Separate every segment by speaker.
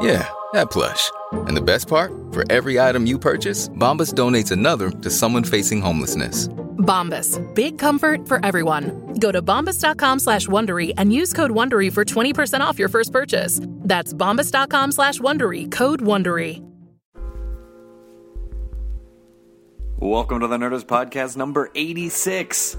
Speaker 1: Yeah, that plush. And the best part? For every item you purchase, Bombas donates another to someone facing homelessness.
Speaker 2: Bombas. Big comfort for everyone. Go to bombas.com slash Wondery and use code Wondery for 20% off your first purchase. That's bombas.com slash Wondery. Code Wondery.
Speaker 3: Welcome to the Nerdist Podcast number 86.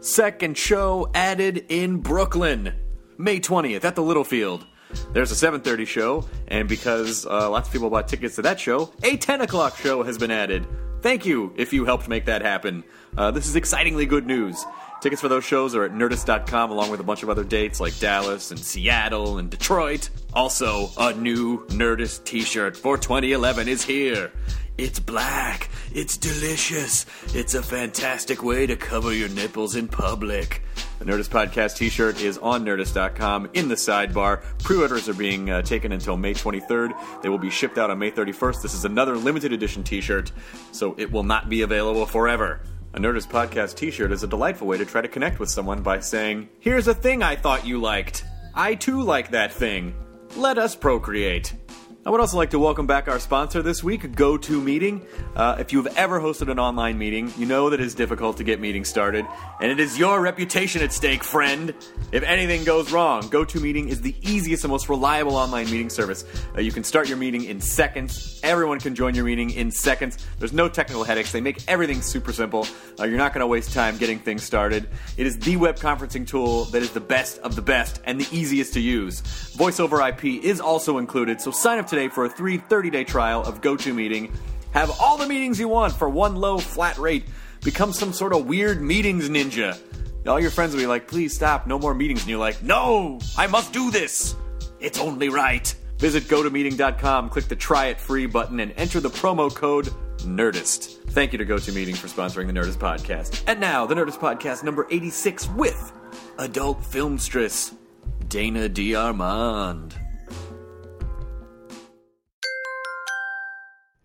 Speaker 3: Second show added in Brooklyn, May 20th at the Littlefield. There's a 7.30 show, and because uh, lots of people bought tickets to that show, a 10 o'clock show has been added. Thank you if you helped make that happen. Uh, this is excitingly good news. Tickets for those shows are at Nerdist.com along with a bunch of other dates like Dallas and Seattle and Detroit. Also, a new Nerdist t-shirt for 2011 is here. It's black. It's delicious. It's a fantastic way to cover your nipples in public. The Nerdist Podcast t shirt is on Nerdist.com in the sidebar. Pre orders are being uh, taken until May 23rd. They will be shipped out on May 31st. This is another limited edition t shirt, so it will not be available forever. A Nerdist Podcast t shirt is a delightful way to try to connect with someone by saying, Here's a thing I thought you liked. I too like that thing. Let us procreate. I would also like to welcome back our sponsor this week, GoToMeeting. Uh, if you've ever hosted an online meeting, you know that it is difficult to get meetings started, and it is your reputation at stake, friend. If anything goes wrong, GoToMeeting is the easiest and most reliable online meeting service. Uh, you can start your meeting in seconds. Everyone can join your meeting in seconds. There's no technical headaches. They make everything super simple. Uh, you're not going to waste time getting things started. It is the web conferencing tool that is the best of the best and the easiest to use. Voice over IP is also included, so sign up today for a free 30-day trial of GoToMeeting. Have all the meetings you want for one low flat rate. Become some sort of weird meetings ninja. All your friends will be like, please stop, no more meetings. And you're like, no, I must do this. It's only right. Visit gotomeeting.com, click the try it free button, and enter the promo code NERDIST. Thank you to GoToMeeting for sponsoring the Nerdist Podcast. And now, the Nerdist Podcast number 86 with adult filmstress Dana D'Armand.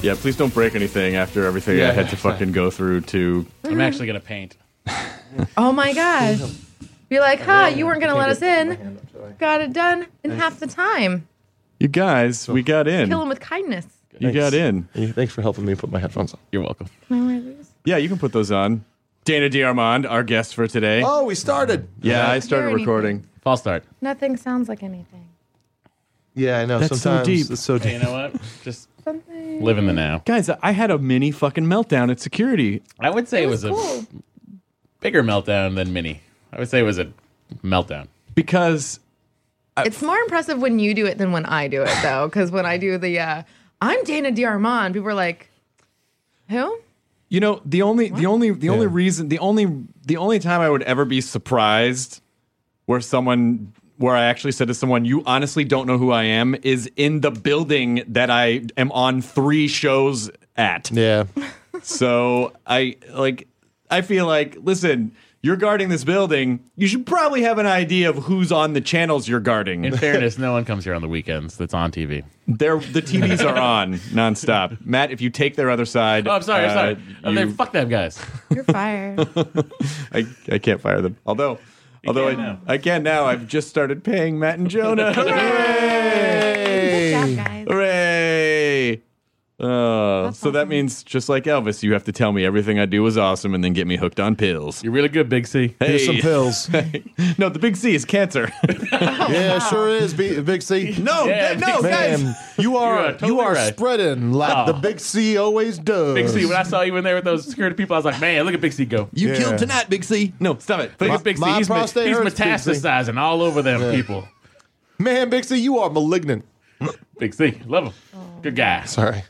Speaker 4: Yeah, please don't break anything after everything I
Speaker 5: Yeah.
Speaker 4: had to fucking go through to.
Speaker 5: I'm actually gonna paint.
Speaker 6: Oh my gosh. You're like, huh, you weren't going to let us in. Got it done in half the time.
Speaker 4: You guys, we got in.
Speaker 6: Kill him with kindness.
Speaker 4: You got in.
Speaker 7: Thanks for helping me put my headphones on.
Speaker 4: You're welcome.
Speaker 6: My word.
Speaker 4: Yeah, you can put those on. Dana D'Armond, our guest for today.
Speaker 7: Oh, we started.
Speaker 4: yeah, I
Speaker 6: Hear
Speaker 4: started
Speaker 6: anything.
Speaker 4: recording. False start.
Speaker 6: Nothing sounds like anything.
Speaker 7: Yeah, I know.
Speaker 4: That's so
Speaker 7: Sometimes
Speaker 4: deep.
Speaker 7: It's so
Speaker 5: Hey,
Speaker 7: deep.
Speaker 5: you know what? Just
Speaker 6: Something.
Speaker 5: live in the now.
Speaker 4: Guys, I had a mini fucking meltdown at security.
Speaker 5: I would say it was,
Speaker 6: cool.
Speaker 5: a bigger meltdown than mini. I would say it was a meltdown.
Speaker 4: because
Speaker 6: It's more impressive when you do it than when I do it, though, because when I do the, uh, I'm Dana D'Armond, people are like, who?
Speaker 4: you know the only the only the only reason the only the only time I would ever be surprised where someone where I actually said to someone, "You honestly don't know who I am," is in the building that I am on three shows at.
Speaker 7: Yeah.
Speaker 4: So I like I feel like listen, you're guarding this building. You should probably have an idea of who's on the channels you're guarding.
Speaker 5: In fairness, no one comes here on the weekends. That's on TV.
Speaker 4: They're, the TVs are on nonstop. Matt, if you take their other side,
Speaker 5: Oh, I'm sorry. I'm
Speaker 4: uh,
Speaker 5: sorry. Oh, they-
Speaker 4: you-
Speaker 5: fuck them guys.
Speaker 6: You're fired.
Speaker 4: I, I can't fire them. Although Although I, I can now. I've just started paying Matt and Jonah. Hooray!
Speaker 6: Good job, guys.
Speaker 4: Hooray! Uh, so that means just like Elvis, you have to tell me everything I do is awesome and then get me hooked on pills. You're really good, Big C.
Speaker 7: Here's some pills.
Speaker 4: no, the Big C is cancer.
Speaker 5: Oh,
Speaker 7: yeah, sure is, B- Big C.
Speaker 4: No, Yeah, that- no, Big guys.
Speaker 7: Man, you are
Speaker 5: You're
Speaker 7: you
Speaker 5: totally
Speaker 7: are
Speaker 5: right.
Speaker 7: spreading like
Speaker 5: Oh.
Speaker 7: the Big C always does.
Speaker 5: Big C, when I saw you in there with those security people, I was like, man, look at Big C go.
Speaker 7: You Yeah. killed
Speaker 4: tonight, Big C. No, stop it.
Speaker 5: Look
Speaker 7: My-
Speaker 5: at Big C.
Speaker 7: my
Speaker 5: He's, ma-
Speaker 7: prostate
Speaker 5: he's
Speaker 7: hurts, Big C.
Speaker 5: metastasizing all over them people.
Speaker 7: Man, Big C, you are malignant.
Speaker 5: Big C, love him. Good guy.
Speaker 7: Sorry.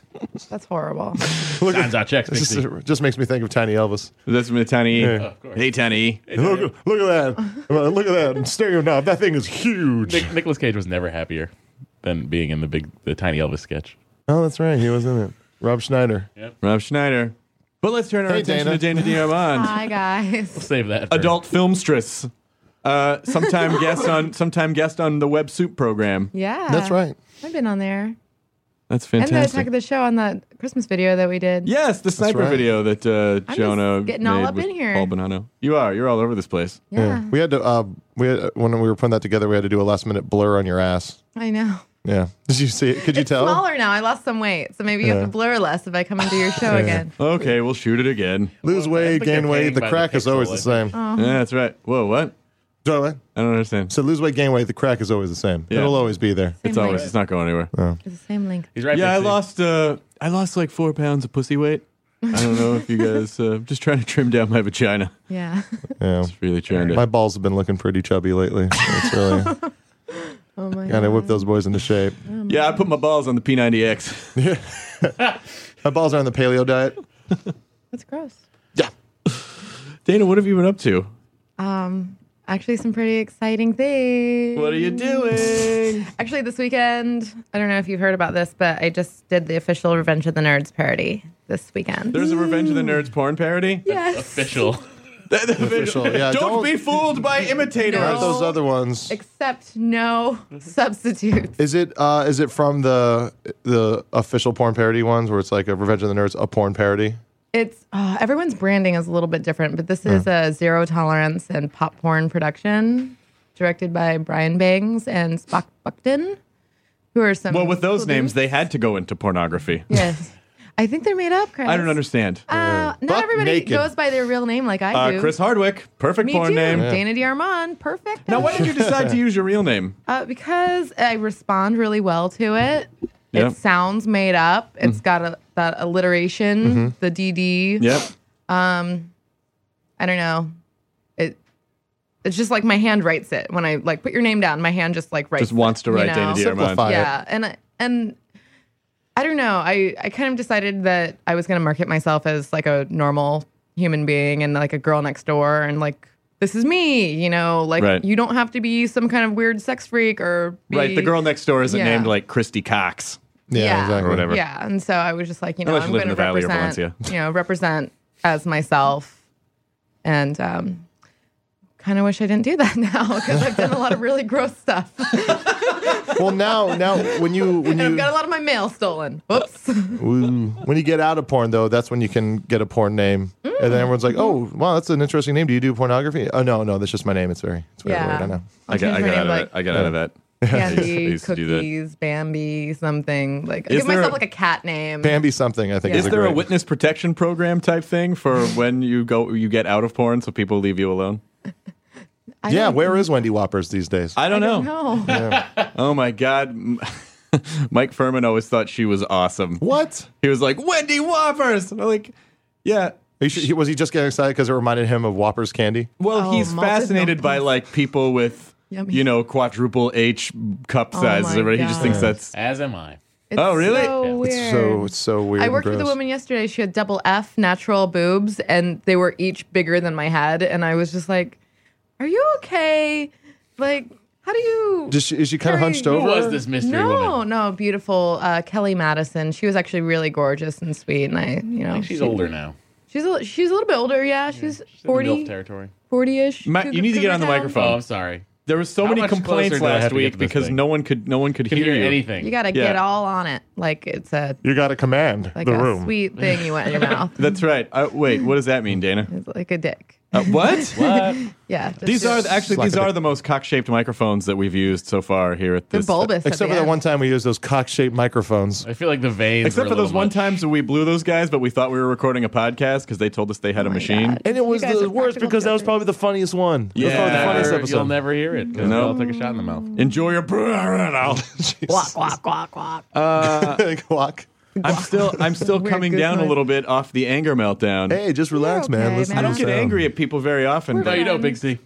Speaker 6: That's horrible.
Speaker 7: Look
Speaker 5: Signs out checks, Big
Speaker 7: This
Speaker 5: C.
Speaker 7: is- just makes me think of Tiny Elvis.
Speaker 4: That's from the Tiny. E.
Speaker 7: Yeah.
Speaker 5: of course.
Speaker 4: Hey, Tiny. E.
Speaker 7: Look, look at that. Uh, Look at that stereo knob. That thing is huge.
Speaker 5: Nick, Nicholas Cage was never happier than being in the big, the tiny Elvis sketch.
Speaker 7: Oh, that's right. He was in it. Rob Schneider.
Speaker 4: Rob Schneider. But let's turn our
Speaker 7: Hey,
Speaker 4: attention
Speaker 7: Dana.
Speaker 4: to Dana Diarmond,
Speaker 6: Hi guys.
Speaker 5: Save that. for-
Speaker 4: adult filmstress, uh, sometime guest on sometime guest on the Web Soup program.
Speaker 6: Yeah.
Speaker 7: That's right.
Speaker 6: I've been on there.
Speaker 4: That's
Speaker 6: And the attack
Speaker 4: fantastic.
Speaker 6: of the show on that Christmas video that we did.
Speaker 4: yes, the sniper
Speaker 7: right.
Speaker 4: video that uh,
Speaker 6: just
Speaker 4: Jonah
Speaker 6: getting all
Speaker 4: made
Speaker 6: up
Speaker 4: with
Speaker 6: in here.
Speaker 4: Paul Bonanno. You are. You're all over this place.
Speaker 6: Yeah.
Speaker 7: We had to. Uh, we had, when we were putting that together, we had to do a last minute blur on your ass.
Speaker 6: I know.
Speaker 7: Yeah. Did you see it? Could you tell?
Speaker 6: Smaller now. I lost some weight, so maybe you
Speaker 7: Yeah.
Speaker 6: have to blur less if I come into your show again.
Speaker 4: Okay, we'll shoot it again.
Speaker 7: Lose weight,
Speaker 5: think they're
Speaker 7: gain weight.
Speaker 5: paying
Speaker 7: The
Speaker 5: by the
Speaker 7: crack is
Speaker 5: pixel,
Speaker 7: always
Speaker 5: I
Speaker 7: the
Speaker 5: think.
Speaker 7: same.
Speaker 6: Uh-huh.
Speaker 4: Yeah, that's right. Whoa, what?
Speaker 7: Don't I?
Speaker 4: I don't understand.
Speaker 7: So lose weight, gain weight. The crack is always the same.
Speaker 4: Yeah.
Speaker 7: It'll always be there.
Speaker 6: Same
Speaker 4: It's always.
Speaker 6: length.
Speaker 4: It's not going anywhere.
Speaker 7: Oh.
Speaker 6: It's the same length.
Speaker 5: He's right. Big
Speaker 4: yeah, I
Speaker 5: C.
Speaker 4: lost. Uh, I lost like four pounds of pussy weight. I don't know if you guys. Uh, I'm just trying to trim down my vagina.
Speaker 6: Yeah.
Speaker 7: Yeah.
Speaker 4: Just really trying to.
Speaker 7: My balls have been looking pretty chubby lately. It's really
Speaker 6: Oh my
Speaker 7: gotta
Speaker 6: god.
Speaker 7: whip those boys into shape.
Speaker 4: Yeah, I put my balls on the P90X.
Speaker 7: My balls are on the paleo diet.
Speaker 6: That's gross.
Speaker 4: Dana, what have you been up to?
Speaker 6: Um, actually, some pretty exciting things.
Speaker 4: What are you doing?
Speaker 6: Actually, this weekend, I don't know if you've heard about this, but I just did the official Revenge of the Nerds parody this weekend.
Speaker 4: There's a Revenge of the Nerds porn parody.
Speaker 6: yes.
Speaker 5: Official.
Speaker 7: Official. Yeah.
Speaker 4: don't,
Speaker 7: Don't,
Speaker 4: be fooled by imitators.
Speaker 7: not
Speaker 6: No.
Speaker 7: those other ones.
Speaker 6: Except no substitutes.
Speaker 7: Is it uh, is it from the the official porn parody ones where it's like a Revenge of the Nerds a porn parody?
Speaker 6: It's uh, everyone's branding is a little bit different, but this is a zero tolerance and pop porn production directed by Brian Bangs and Spock Buckton, who are some.
Speaker 4: Well, with those
Speaker 6: cool
Speaker 4: names,
Speaker 6: dudes.
Speaker 4: they had to go into pornography.
Speaker 6: Yes. I think they're made up, Chris.
Speaker 4: I don't understand.
Speaker 6: Uh,
Speaker 7: Buck
Speaker 6: not everybody
Speaker 7: naked.
Speaker 6: goes by their real name like I
Speaker 4: Uh,
Speaker 6: do.
Speaker 4: Chris Hardwick, perfect
Speaker 6: Me
Speaker 4: porn
Speaker 6: too.
Speaker 4: name.
Speaker 6: Dana D'Armond, perfect.
Speaker 4: Now, why did you decide to use your real name?
Speaker 6: Uh, because I respond really well to it.
Speaker 4: Yeah. Mm-hmm.
Speaker 6: It sounds made up. It's got a, that alliteration, the DD.
Speaker 4: Yep.
Speaker 6: I don't know. It it's just like my hand writes it when I like put your name down. My hand just like writes.
Speaker 4: Just wants
Speaker 6: it,
Speaker 4: to
Speaker 6: you
Speaker 4: write
Speaker 6: know?
Speaker 4: Dana Diarmond.
Speaker 7: Simplify.
Speaker 6: Yeah, and I- and I don't know. I I kind of decided that I was going to market myself as like a normal human being and like a girl next door and like this is me. You know, like
Speaker 4: Right.
Speaker 6: you don't have to be some kind of weird sex freak or be,
Speaker 4: Right, the girl next door isn't
Speaker 6: Yeah.
Speaker 4: named like Christy Cox.
Speaker 7: Yeah,
Speaker 6: Yeah.
Speaker 7: exactly.
Speaker 4: Or whatever.
Speaker 6: Yeah, and so I was just like, you know,
Speaker 4: Unless you
Speaker 6: I'm
Speaker 4: live in
Speaker 6: going to
Speaker 4: the Valley or
Speaker 6: represent,
Speaker 4: Valencia.
Speaker 6: you know, represent as myself, and um, kind of wish I didn't do that now because I've done a lot of really gross stuff.
Speaker 7: Well, now now when you when
Speaker 6: and I've
Speaker 7: you
Speaker 6: got a lot of my mail stolen. Whoops.
Speaker 7: Ooh. when you get out of porn though, that's when you can get a porn name,
Speaker 6: Mm.
Speaker 7: and then everyone's like,
Speaker 6: Mm-hmm.
Speaker 7: "Oh, wow, that's an interesting name. Do you do pornography?" Oh no, no, that's just my name. It's very it's very
Speaker 6: Yeah.
Speaker 7: weird. I know.
Speaker 4: I got,
Speaker 6: change
Speaker 4: I
Speaker 6: my
Speaker 4: got out
Speaker 6: name,
Speaker 4: of
Speaker 6: like-
Speaker 4: that. I got out of that. I used- I
Speaker 6: Candy,
Speaker 4: used to do that.
Speaker 6: cookies, Bambi, something like. I
Speaker 4: Is
Speaker 6: give
Speaker 4: there
Speaker 6: myself
Speaker 4: a-
Speaker 6: like a cat name.
Speaker 7: Bambi something. I think
Speaker 4: Is
Speaker 7: is
Speaker 4: there a
Speaker 7: great-
Speaker 4: witness protection program type thing for when you go you get out of porn so people leave you alone?
Speaker 6: I
Speaker 7: Yeah,
Speaker 6: don't-
Speaker 7: where is Wendy Whoppers these days?
Speaker 4: I don't,
Speaker 6: I don't
Speaker 4: know.
Speaker 6: know.
Speaker 4: Oh my god. M- Mike Furman always thought she was awesome.
Speaker 7: what?
Speaker 4: He was like, "Wendy Whoppers." I'm like, yeah.
Speaker 7: Are you sure- he- was he just getting excited because it reminded him of Whoppers candy?
Speaker 4: Well,
Speaker 6: Oh,
Speaker 4: he's
Speaker 6: malted
Speaker 4: fascinated by
Speaker 6: milkshakes.
Speaker 4: like people with
Speaker 6: Yummy.
Speaker 4: you know, quadruple H cup
Speaker 6: Oh
Speaker 4: sizes.
Speaker 6: my
Speaker 4: or whatever. he just thinks
Speaker 6: God.
Speaker 4: that's
Speaker 5: As am I.
Speaker 6: It's
Speaker 4: Oh, really?
Speaker 6: So weird.
Speaker 7: It's so it's so weird.
Speaker 6: I
Speaker 7: and
Speaker 6: worked with a
Speaker 7: gross.
Speaker 6: woman yesterday. She had double F natural boobs, and they were each bigger than my head. And I was just like, "Are you okay? Like, how do you?"
Speaker 7: Does she, is she kind of
Speaker 6: Carrie-
Speaker 7: hunched
Speaker 6: Who
Speaker 7: over?
Speaker 5: Who was this mystery
Speaker 6: no,
Speaker 5: woman?
Speaker 6: no, beautiful uh, Kelly Madison. She was actually really gorgeous and sweet, and I, you know,
Speaker 5: I think she's
Speaker 6: she-
Speaker 5: older now.
Speaker 6: She's a, she's a little bit older, yeah. She's
Speaker 5: She's in the milf
Speaker 6: forty,
Speaker 5: territory.
Speaker 6: forty-ish.
Speaker 4: Ma-
Speaker 6: Cougar-
Speaker 4: you need to get on the
Speaker 6: cougar town.
Speaker 4: microphone.
Speaker 5: Oh, I'm sorry.
Speaker 4: There were so
Speaker 5: How
Speaker 4: many
Speaker 5: much closer
Speaker 4: complaints
Speaker 5: do I have to
Speaker 4: last
Speaker 5: get
Speaker 4: week
Speaker 5: to this
Speaker 4: because
Speaker 5: thing?
Speaker 4: no one could no one could
Speaker 5: Can
Speaker 4: hear,
Speaker 5: hear
Speaker 4: you.
Speaker 5: anything.
Speaker 6: You got to
Speaker 4: Yeah.
Speaker 6: get all on it, like it's a
Speaker 7: You got to command
Speaker 6: like
Speaker 7: the
Speaker 6: a
Speaker 7: room.
Speaker 6: sweet thing you want in your mouth.
Speaker 4: That's right. Uh, wait, what does that mean, Dana?
Speaker 6: It's like a dick.
Speaker 4: Uh, what?
Speaker 6: yeah. that's
Speaker 4: These
Speaker 6: it.
Speaker 4: are actually these are the most cock-shaped microphones that we've used so far here at
Speaker 6: They're
Speaker 4: this. uh,
Speaker 6: bulbous at
Speaker 7: Except
Speaker 6: the
Speaker 7: for that
Speaker 6: end.
Speaker 7: one time we used those cock-shaped microphones.
Speaker 5: I feel like the veins.
Speaker 4: Except
Speaker 5: were
Speaker 4: for
Speaker 5: a
Speaker 4: those
Speaker 5: little
Speaker 4: one
Speaker 5: much.
Speaker 4: times that we blew those guys, but we thought we were recording a podcast because they told us they had
Speaker 6: Oh
Speaker 4: a machine.
Speaker 7: And it was
Speaker 6: guys
Speaker 7: the
Speaker 6: are
Speaker 7: worst
Speaker 6: practical
Speaker 7: because that was probably the funniest one. It was
Speaker 4: Yeah.
Speaker 7: probably the
Speaker 4: Never-
Speaker 7: funniest
Speaker 5: Or
Speaker 7: episode.
Speaker 5: You'll never hear it because
Speaker 4: No.
Speaker 5: they'll take a shot in the mouth.
Speaker 4: Enjoy your.
Speaker 6: Guac, guac, guac, guac.
Speaker 7: Guac.
Speaker 4: I'm still I'm still
Speaker 6: Weird
Speaker 4: coming
Speaker 6: goose
Speaker 4: down a
Speaker 6: noise.
Speaker 4: little bit off the anger meltdown.
Speaker 7: Hey, just relax,
Speaker 6: You're
Speaker 7: man.
Speaker 6: okay,
Speaker 7: Listen
Speaker 4: I
Speaker 7: to
Speaker 4: don't
Speaker 7: the
Speaker 4: get
Speaker 7: sound.
Speaker 4: angry at people very often,
Speaker 5: No,
Speaker 4: but
Speaker 5: you don't, Big C.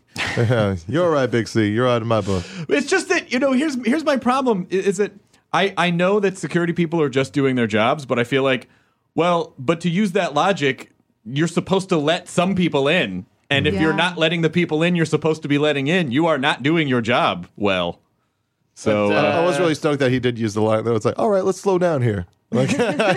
Speaker 7: You're all right, Big C. You're out of my book.
Speaker 4: It's just that you know. Here's here's my problem. i- Is that I I know that security people are just doing their jobs, but I feel like, well, but to use that logic, you're supposed to let some people in, and if you're
Speaker 6: Yeah.
Speaker 4: not letting the people in, you're supposed to be letting in. You are not doing your job well. So
Speaker 7: I-
Speaker 4: uh,
Speaker 7: I was really stoked that he did use the line. Though it's like, all right, let's slow down here. Like I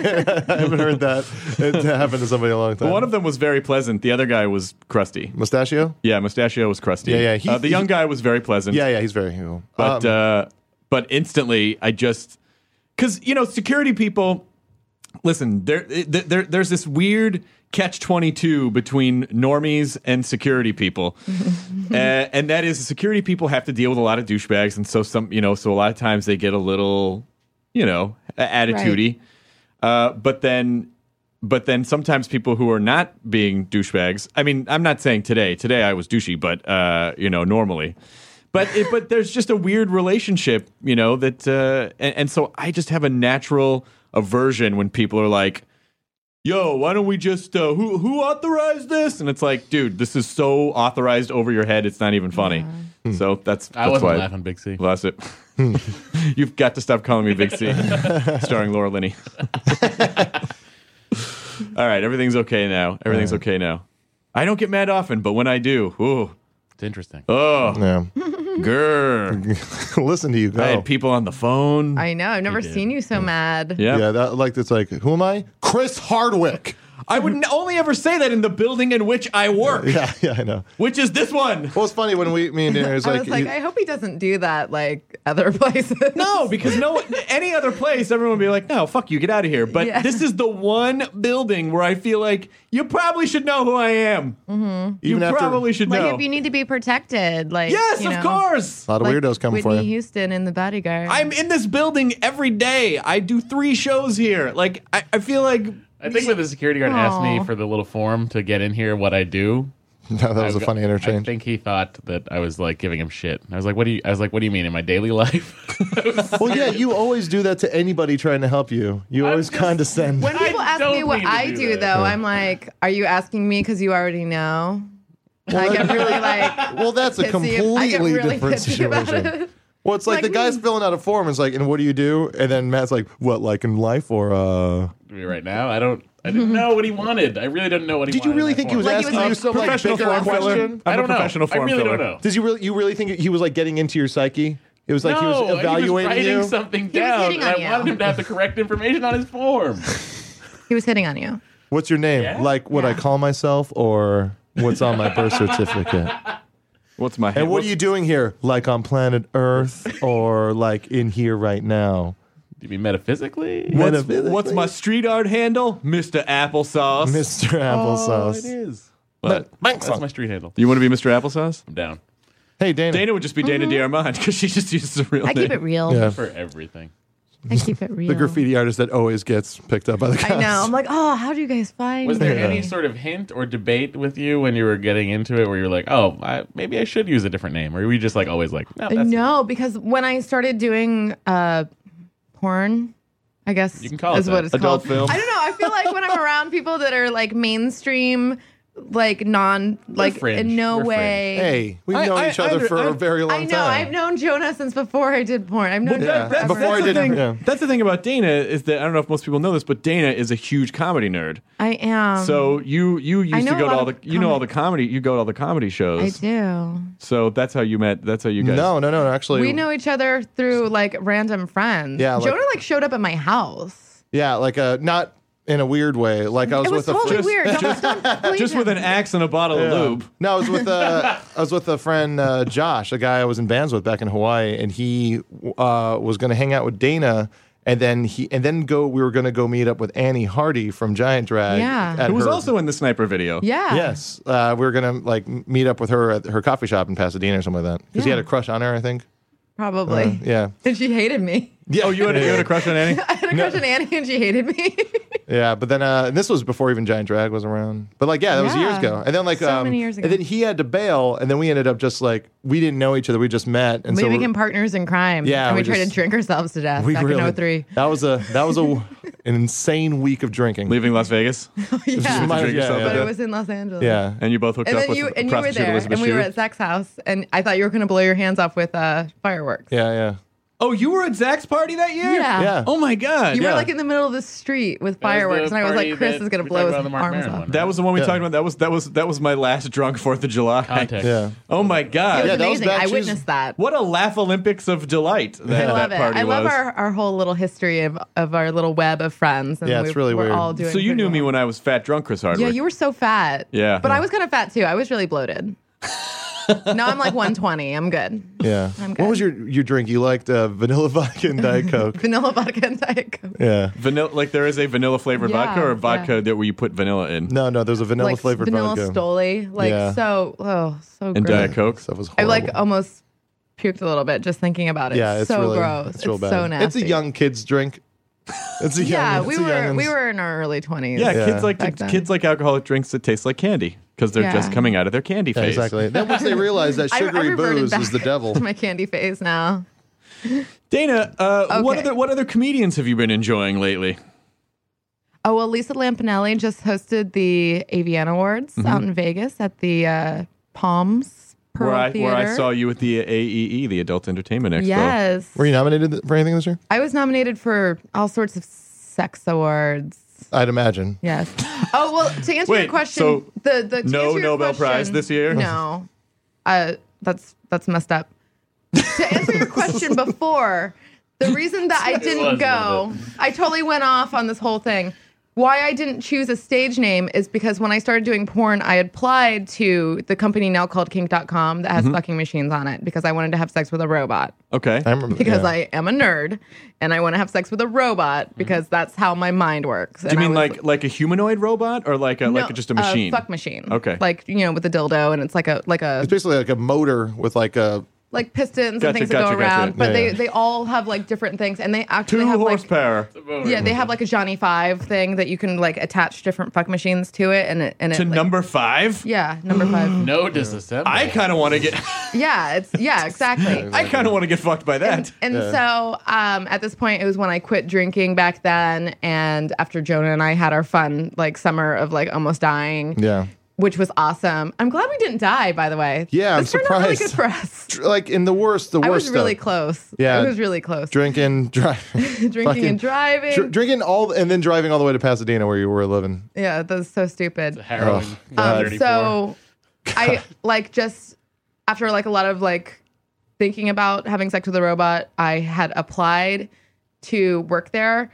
Speaker 7: haven't heard that it happen to somebody in a long time.
Speaker 4: one of them was very pleasant. The other guy was crusty.
Speaker 7: Mustachio.
Speaker 4: Yeah, Mustachio was crusty.
Speaker 7: Yeah, yeah, he-
Speaker 4: uh, the young
Speaker 7: he-
Speaker 4: guy was very pleasant.
Speaker 7: Yeah, yeah, he's very cool.
Speaker 4: but
Speaker 7: Um,
Speaker 4: uh, but instantly I just because you know security people listen there it- there there's this weird catch 22 between normies and security people uh, and that is security people have to deal with a lot of douchebags and so some you know so a lot of times they get a little you know a- attitudey uh, but then but then sometimes people who are not being douchebags i mean i'm not saying today today i was douchey but uh, you know normally but it, but there's just a weird relationship you know that uh, and, and so i just have a natural aversion when people are like yo why don't we just uh, who who authorized this and it's like dude this is so authorized over your head it's not even funny so that's
Speaker 5: I
Speaker 4: that's
Speaker 5: wasn't
Speaker 4: why
Speaker 5: laughing, Big C.
Speaker 4: well, that's it. You've got to stop calling me Big C, starring Laura Linney. All right, everything's okay now. Everything's okay now. I don't get mad often, but when I do, ooh,
Speaker 5: It's interesting.
Speaker 4: oh,
Speaker 7: yeah.
Speaker 4: grr.
Speaker 7: Listen to you go.
Speaker 4: I had people on the phone.
Speaker 6: I know. I've never seen you so mad.
Speaker 4: yeah.
Speaker 7: Yeah, that like it's like who am I? Chris Hardwick.
Speaker 4: I would n- only ever say that in the building in which I work,
Speaker 7: Yeah, yeah, I know.
Speaker 4: which is this one.
Speaker 7: Well, it's funny when we me and Darren was
Speaker 6: I
Speaker 7: like,
Speaker 6: was like,
Speaker 7: you-
Speaker 6: I hope he doesn't do that like other places.
Speaker 4: No, because no any other place, everyone would be like, "No, fuck you, get out of here." But
Speaker 6: Yeah.
Speaker 4: this is the one building where I feel like you probably should know who I am.
Speaker 7: even
Speaker 4: you
Speaker 7: after
Speaker 4: probably should
Speaker 6: Mm-hmm. like
Speaker 4: know.
Speaker 6: if you need to be protected, like
Speaker 4: yes,
Speaker 6: you
Speaker 4: of
Speaker 6: know,
Speaker 4: course.
Speaker 7: a lot of
Speaker 6: like
Speaker 7: weirdos coming
Speaker 6: Whitney
Speaker 7: for you.
Speaker 6: Houston in the bodyguard.
Speaker 4: I'm in this building every day. I do three shows here. Like I, I feel like
Speaker 5: I think when the security guard asked me
Speaker 6: Aw.
Speaker 5: for the little form to get in here, what I do,
Speaker 7: No, that was a
Speaker 5: I-
Speaker 7: funny
Speaker 5: I
Speaker 7: interchange.
Speaker 5: think he thought that I was like giving him shit. I was like, "What do you?" I was like, "What do you mean in my daily life?"
Speaker 7: Well, yeah, you always do that to anybody trying to help you. You always condescend.
Speaker 6: when people ask
Speaker 5: don't
Speaker 6: me what
Speaker 5: mean to
Speaker 6: I
Speaker 5: do
Speaker 6: do,
Speaker 5: that.
Speaker 6: though, I'm like, are you asking me because you already know? I get really like
Speaker 7: well, that's a
Speaker 6: pissy- I get
Speaker 7: completely
Speaker 6: really
Speaker 7: different
Speaker 6: pissy about
Speaker 7: situation.
Speaker 6: it.
Speaker 7: Well, it's like,
Speaker 6: Like
Speaker 7: the guy's
Speaker 6: me.
Speaker 7: filling out a form. It's like, and what do you do? And then Matt's like, what, like in life or uh?
Speaker 5: right now, I don't. I didn't know what he wanted. I really didn't know what he.
Speaker 7: Did you
Speaker 5: wanted
Speaker 7: really
Speaker 5: in that
Speaker 7: think he was
Speaker 5: form.
Speaker 6: Like, he
Speaker 7: asking you
Speaker 6: was like-
Speaker 7: some like
Speaker 4: professional
Speaker 7: bigger
Speaker 4: form filler.
Speaker 7: question?
Speaker 4: I'm
Speaker 5: I
Speaker 4: a
Speaker 5: don't know.
Speaker 4: professional
Speaker 5: I
Speaker 4: form
Speaker 5: really
Speaker 4: filler.
Speaker 5: don't know.
Speaker 7: Did you really you really think he was like getting into your psyche? It was like he
Speaker 5: no,
Speaker 7: was evaluating
Speaker 5: he was writing
Speaker 7: you.
Speaker 5: something
Speaker 6: was
Speaker 5: down.
Speaker 6: hitting on
Speaker 5: and I
Speaker 6: you.
Speaker 5: wanted him to have the correct information on his form.
Speaker 6: He was hitting on you.
Speaker 7: What's your name?
Speaker 5: Yeah?
Speaker 7: Like what I call myself or what's on my birth certificate?
Speaker 4: what's my
Speaker 7: And what are you doing here? Like on planet Earth or like in here right now?
Speaker 5: you mean metaphysically?
Speaker 4: what's,
Speaker 7: Metaphysically?
Speaker 4: what's my street art handle, Mister Applesauce?
Speaker 7: Mr.
Speaker 5: Oh,
Speaker 7: Applesauce.
Speaker 5: it is.
Speaker 4: What?
Speaker 5: That's my street handle.
Speaker 4: You want to be Mister Applesauce?
Speaker 5: I'm down
Speaker 7: Hey Dana.
Speaker 4: Dana would just be Dana Diarmond because she just uses the real
Speaker 6: Mm-hmm. I
Speaker 4: name.
Speaker 6: keep it real.
Speaker 7: Yeah.
Speaker 5: for everything.
Speaker 6: I keep it real.
Speaker 7: The graffiti artist that always gets picked up by the cops.
Speaker 6: I know. I'm like, oh, how do you guys find?
Speaker 5: Was there
Speaker 6: me?"
Speaker 5: any sort of hint or debate with you when you were getting into it where you're like, oh, I, maybe I should use a different name? Or were you just like always like, no, that's
Speaker 6: no, because when I started doing uh, porn, I guess
Speaker 5: You can call it
Speaker 6: is
Speaker 5: that.
Speaker 6: what it's
Speaker 4: Adult
Speaker 6: called.
Speaker 4: film.
Speaker 6: I don't know. I feel like when I'm around people that are like mainstream, like non, like
Speaker 5: fringe.
Speaker 6: in no
Speaker 5: We're fringe.
Speaker 6: way.
Speaker 7: Hey, we've
Speaker 4: I-
Speaker 7: known
Speaker 4: I-
Speaker 7: each other
Speaker 4: I-
Speaker 7: for a
Speaker 4: I-
Speaker 7: very long
Speaker 6: I know.
Speaker 7: time.
Speaker 6: I've known Jonah since before I did porn. I've known
Speaker 7: Yeah.
Speaker 6: Jonah forever.
Speaker 7: Before I
Speaker 4: the
Speaker 7: did-
Speaker 4: thing,
Speaker 7: yeah.
Speaker 4: that's the thing about Dana is that I don't know if most people know this, but Dana is a huge comedy nerd.
Speaker 6: I am.
Speaker 4: So you you used to
Speaker 6: Mm. know a
Speaker 4: go to
Speaker 6: lot
Speaker 4: all the
Speaker 6: of
Speaker 4: you know all the
Speaker 6: comic-
Speaker 4: comedy you go to all the comedy
Speaker 6: I
Speaker 4: shows.
Speaker 6: do.
Speaker 4: So that's how you met. That's how you guys.
Speaker 7: No, no, no. Actually,
Speaker 6: We know each other through like random friends.
Speaker 7: Yeah, like-
Speaker 6: Jonah like showed up at my house.
Speaker 7: Yeah, like a not in a weird way. Like I was,
Speaker 6: It was
Speaker 7: with a
Speaker 6: totally
Speaker 7: friend.
Speaker 6: weird. Just, don't believe
Speaker 4: just with
Speaker 6: him.
Speaker 4: an axe and a bottle of lube.
Speaker 7: No, I was with uh, I was with a friend uh, Josh, a guy I was in bands with back in Hawaii, and he uh, was going to hang out with Dana And then he and then go. We were going to go meet up with Annie Hardy from Giant Drag.
Speaker 6: Yeah.
Speaker 7: at
Speaker 4: Who was
Speaker 7: her-
Speaker 4: also in the sniper video.
Speaker 6: Yeah.
Speaker 7: Yes, uh, we were gonna like m- meet up with her at her coffee shop in Pasadena or something like that. Because he
Speaker 6: Yeah.
Speaker 7: had a crush on her, I think.
Speaker 6: Probably.
Speaker 7: Uh, yeah.
Speaker 6: And she hated me.
Speaker 7: Yeah.
Speaker 4: Oh, you had, you had a crush on Annie?
Speaker 6: I had a crush on Annie and she hated me.
Speaker 7: Yeah, but then uh, and this was before even Giant Drag was around. But like, yeah, that was
Speaker 6: Yeah.
Speaker 7: years ago. And then like,
Speaker 6: So
Speaker 7: um,
Speaker 6: many years ago.
Speaker 7: and then he had to bail, and then we ended up just like we didn't know each other. We just met, and
Speaker 6: we
Speaker 7: so
Speaker 6: became partners in crime.
Speaker 7: Yeah,
Speaker 6: And we,
Speaker 7: we
Speaker 6: tried to
Speaker 7: just-
Speaker 6: drink ourselves to death
Speaker 7: we
Speaker 6: back
Speaker 7: really
Speaker 6: in 03.
Speaker 7: that was a that was a an insane week of drinking.
Speaker 4: Leaving Las Vegas.
Speaker 6: yeah.
Speaker 7: Might-
Speaker 4: drink
Speaker 7: yeah,
Speaker 4: yourself
Speaker 6: But
Speaker 7: yeah.
Speaker 6: it was in Los Angeles.
Speaker 7: yeah.
Speaker 4: And you both hooked
Speaker 6: And
Speaker 4: up
Speaker 6: then
Speaker 4: with
Speaker 6: you
Speaker 4: the
Speaker 6: and you were
Speaker 4: prostitute
Speaker 6: there,
Speaker 4: Elizabeth
Speaker 6: and we were
Speaker 4: Shue.
Speaker 6: at Zach's house, and I thought you were going to blow your hands off with uh, fireworks.
Speaker 7: yeah, yeah.
Speaker 4: oh, you were at Zach's party that year?
Speaker 6: Yeah.
Speaker 7: Yeah.
Speaker 4: Oh my God.
Speaker 6: You
Speaker 4: yeah.
Speaker 6: were like in the middle of the street with fireworks, and I was like, Chris is going to blow his arms off.
Speaker 4: That was the one we
Speaker 7: Yeah.
Speaker 4: talked about. That was that was that was my last drunk Fourth of July.
Speaker 5: Context.
Speaker 7: Yeah.
Speaker 4: Oh my
Speaker 6: It
Speaker 4: god!
Speaker 6: was
Speaker 7: Yeah, that was
Speaker 6: amazing.
Speaker 7: back-
Speaker 6: I
Speaker 7: she's-
Speaker 6: witnessed that.
Speaker 4: What a laugh Olympics of delight that,
Speaker 6: I love
Speaker 4: that
Speaker 6: it.
Speaker 4: party
Speaker 6: I love
Speaker 4: was.
Speaker 6: our, our whole little history of, of our little web of friends. And
Speaker 7: Yeah, it's
Speaker 6: we-
Speaker 7: really
Speaker 6: we're
Speaker 7: weird.
Speaker 6: All doing
Speaker 4: so you
Speaker 6: pretty
Speaker 4: knew
Speaker 6: well.
Speaker 4: me when I was fat drunk, Chris Hardwick.
Speaker 6: Yeah, you were so fat.
Speaker 4: Yeah.
Speaker 6: But I was kind of fat too. I was really bloated. now I'm like 120. I'm good.
Speaker 7: Yeah. What was your your drink? You liked uh, vanilla vodka and diet coke.
Speaker 6: Vanilla vodka and Diet Coke.
Speaker 7: yeah.
Speaker 4: vanilla. Like there is a vanilla flavored
Speaker 6: Yeah,
Speaker 4: vodka or
Speaker 6: yeah.
Speaker 4: vodka that where you put vanilla in
Speaker 7: No, no. There's a vanilla
Speaker 6: like
Speaker 7: flavored
Speaker 6: vanilla
Speaker 7: vodka.
Speaker 6: Stoli. Like
Speaker 7: Yeah.
Speaker 6: so, oh, so
Speaker 4: and
Speaker 6: gross.
Speaker 4: Diet Coke.
Speaker 7: Stuff was
Speaker 6: I
Speaker 7: horrible.
Speaker 6: like almost puked a little bit just thinking about it.
Speaker 7: Yeah, it's
Speaker 6: so
Speaker 7: really,
Speaker 6: gross.
Speaker 7: It's real bad.
Speaker 6: so nasty.
Speaker 7: It's a young kid's drink. It's a young.
Speaker 6: Yeah,
Speaker 7: it's
Speaker 6: we
Speaker 7: a
Speaker 6: were
Speaker 7: youngin's.
Speaker 6: we were in our early 20s.
Speaker 4: Yeah, kids
Speaker 7: Yeah.
Speaker 4: like
Speaker 6: Back then.
Speaker 4: kids like alcoholic drinks that taste like candy because they're
Speaker 6: Yeah.
Speaker 4: just coming out of their candy
Speaker 7: Yeah,
Speaker 4: phase.
Speaker 7: exactly. Then once they realize that
Speaker 6: I- I
Speaker 7: sugary
Speaker 6: reverted
Speaker 7: booze
Speaker 6: back
Speaker 7: is the devil.
Speaker 6: To my candy face now.
Speaker 4: Dana, uh, what
Speaker 6: Okay.
Speaker 4: other what other comedians have you been enjoying lately?
Speaker 6: Oh well, Lisa Lampanelli just hosted the AVN Awards
Speaker 7: Mm-hmm.
Speaker 6: out in Vegas at the uh, Palms Pearl
Speaker 4: where I
Speaker 6: Theater.
Speaker 4: where I saw you at the AEE, the Adult Entertainment Expo.
Speaker 6: Yes,
Speaker 7: Were you nominated th- for anything this year?
Speaker 6: I was nominated for all sorts of sex awards.
Speaker 7: I'd imagine.
Speaker 6: Yes. Oh well, to answer
Speaker 4: Wait,
Speaker 6: your question,
Speaker 4: so
Speaker 6: the the to
Speaker 4: no
Speaker 6: answer your
Speaker 4: Nobel
Speaker 6: question-
Speaker 4: Prize this year?
Speaker 6: No, uh, that's that's messed up. to answer your question before, the reason that I didn't
Speaker 5: was a
Speaker 6: go,
Speaker 5: little
Speaker 6: I totally went off on this whole thing. Why I didn't choose a stage name is because when I started doing porn, I applied to the company now called kink.com that has
Speaker 4: Mm-hmm.
Speaker 6: fucking machines on it because I wanted to have sex with a robot
Speaker 4: Okay.
Speaker 7: I remember
Speaker 6: because
Speaker 7: yeah.
Speaker 6: I am a nerd and I want to have sex with a robot because that's how my mind works.
Speaker 4: Mm-hmm. Do you mean like like a humanoid robot or like a like just a machine?
Speaker 6: uh, fuck machine.
Speaker 4: Okay.
Speaker 6: Like, you know, with a dildo and it's like a like a
Speaker 7: It's basically like a motor with like a.
Speaker 6: like pistons
Speaker 4: Gotcha,
Speaker 6: and things that
Speaker 4: gotcha,
Speaker 6: go
Speaker 4: gotcha.
Speaker 6: around. But
Speaker 7: Yeah,
Speaker 6: they
Speaker 7: yeah.
Speaker 6: they all have like different things and they actually
Speaker 4: Two
Speaker 6: have like
Speaker 4: horsepower.
Speaker 6: yeah, they have like a Johnny Five thing that you can like attach different fuck machines to it, and it and it
Speaker 4: to
Speaker 6: like-
Speaker 4: number Mm. five.
Speaker 6: yeah number five
Speaker 5: No disassemble.
Speaker 4: I kind of want to get.
Speaker 6: yeah it's yeah exactly
Speaker 4: I kind of want to get fucked by that.
Speaker 6: and so um, at this point it was when I quit drinking back then, and after Jonah and I had our fun like summer of like almost dying,
Speaker 7: Yeah.
Speaker 6: which was awesome. I'm glad we didn't die by the way.
Speaker 7: Yeah, I'm
Speaker 6: This turned out really
Speaker 7: surprised.
Speaker 6: good for us.
Speaker 7: Dr- Like in the worst, the
Speaker 6: I
Speaker 7: worst
Speaker 6: was really
Speaker 7: stuff.
Speaker 6: close.
Speaker 7: Yeah.
Speaker 6: it was really close.
Speaker 7: Drinking, driving.
Speaker 6: Drinking and driving.
Speaker 7: Dr- drinking all, and then driving all the way to Pasadena where you were living.
Speaker 6: yeah, that was so stupid.
Speaker 5: Harrowing.
Speaker 7: Ugh.
Speaker 6: Um,
Speaker 5: 34.
Speaker 6: so I like just after like a lot of like thinking about having sex with a robot, I had applied to work there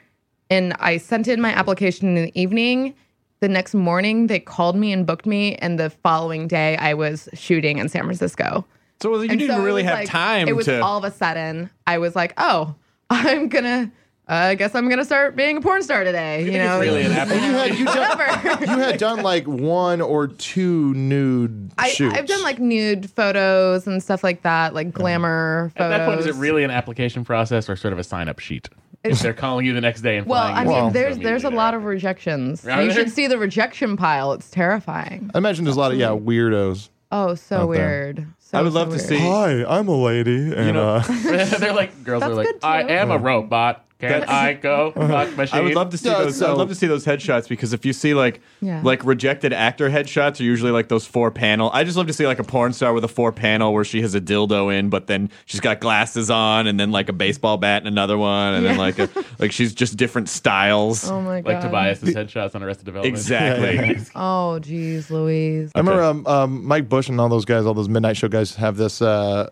Speaker 6: and I sent in my application in the evening. The next morning they called me and booked me and the following day I was shooting in San Francisco.
Speaker 4: So you
Speaker 6: And
Speaker 4: didn't
Speaker 6: so it
Speaker 4: really
Speaker 6: was,
Speaker 4: have
Speaker 6: like-
Speaker 4: time
Speaker 6: It was
Speaker 4: to.
Speaker 6: all of a sudden. I was like, oh, I'm gonna. uh, I guess I'm gonna start being a porn star today. You,
Speaker 4: Oh.
Speaker 6: know,
Speaker 5: really an
Speaker 7: And you had you done,
Speaker 6: whatever.
Speaker 7: you had done like one or two nude
Speaker 6: I,
Speaker 7: shoots.
Speaker 6: I've done like nude photos and stuff like that,
Speaker 4: Mm-hmm.
Speaker 6: like glamour
Speaker 5: At
Speaker 6: photos.
Speaker 5: that point, is it really an application process or sort of a sign up sheet? If they're calling you the next day and
Speaker 6: Well,
Speaker 5: flying
Speaker 6: I
Speaker 5: you
Speaker 6: mean,
Speaker 5: out
Speaker 6: there's
Speaker 5: immediately
Speaker 6: there's a
Speaker 5: there.
Speaker 6: lot of rejections.
Speaker 5: Are
Speaker 6: you
Speaker 5: there?
Speaker 6: should see the rejection pile. It's terrifying.
Speaker 7: I imagine there's a lot of yeah weirdos.
Speaker 6: Oh, so
Speaker 7: Out there.
Speaker 6: weird. So,
Speaker 4: I would
Speaker 6: so
Speaker 4: love to
Speaker 6: weird.
Speaker 4: see- Hi,
Speaker 7: I'm a lady, and uh,
Speaker 4: know-
Speaker 5: they're like girls are
Speaker 6: That's
Speaker 5: like,
Speaker 6: good, too.
Speaker 5: I am a robot. Can I go fuck machine?
Speaker 4: I would love to see
Speaker 7: Yeah,
Speaker 4: those. I'd
Speaker 7: so-
Speaker 4: love to see those headshots because if you see like
Speaker 6: Yeah.
Speaker 4: like rejected actor headshots are usually like those four panel. I just love to see like a porn star with a four panel where she has a dildo in, but then she's got glasses on, and then like a baseball bat and another one, and then
Speaker 6: Yeah.
Speaker 4: like a, like she's just different styles.
Speaker 6: Oh my god.
Speaker 5: like Tobias's headshots on Arrested Development.
Speaker 4: Exactly.
Speaker 6: Oh, geez, Louise.
Speaker 7: I remember um, um, Mike Bush and all those guys, all those midnight show guys, have this uh,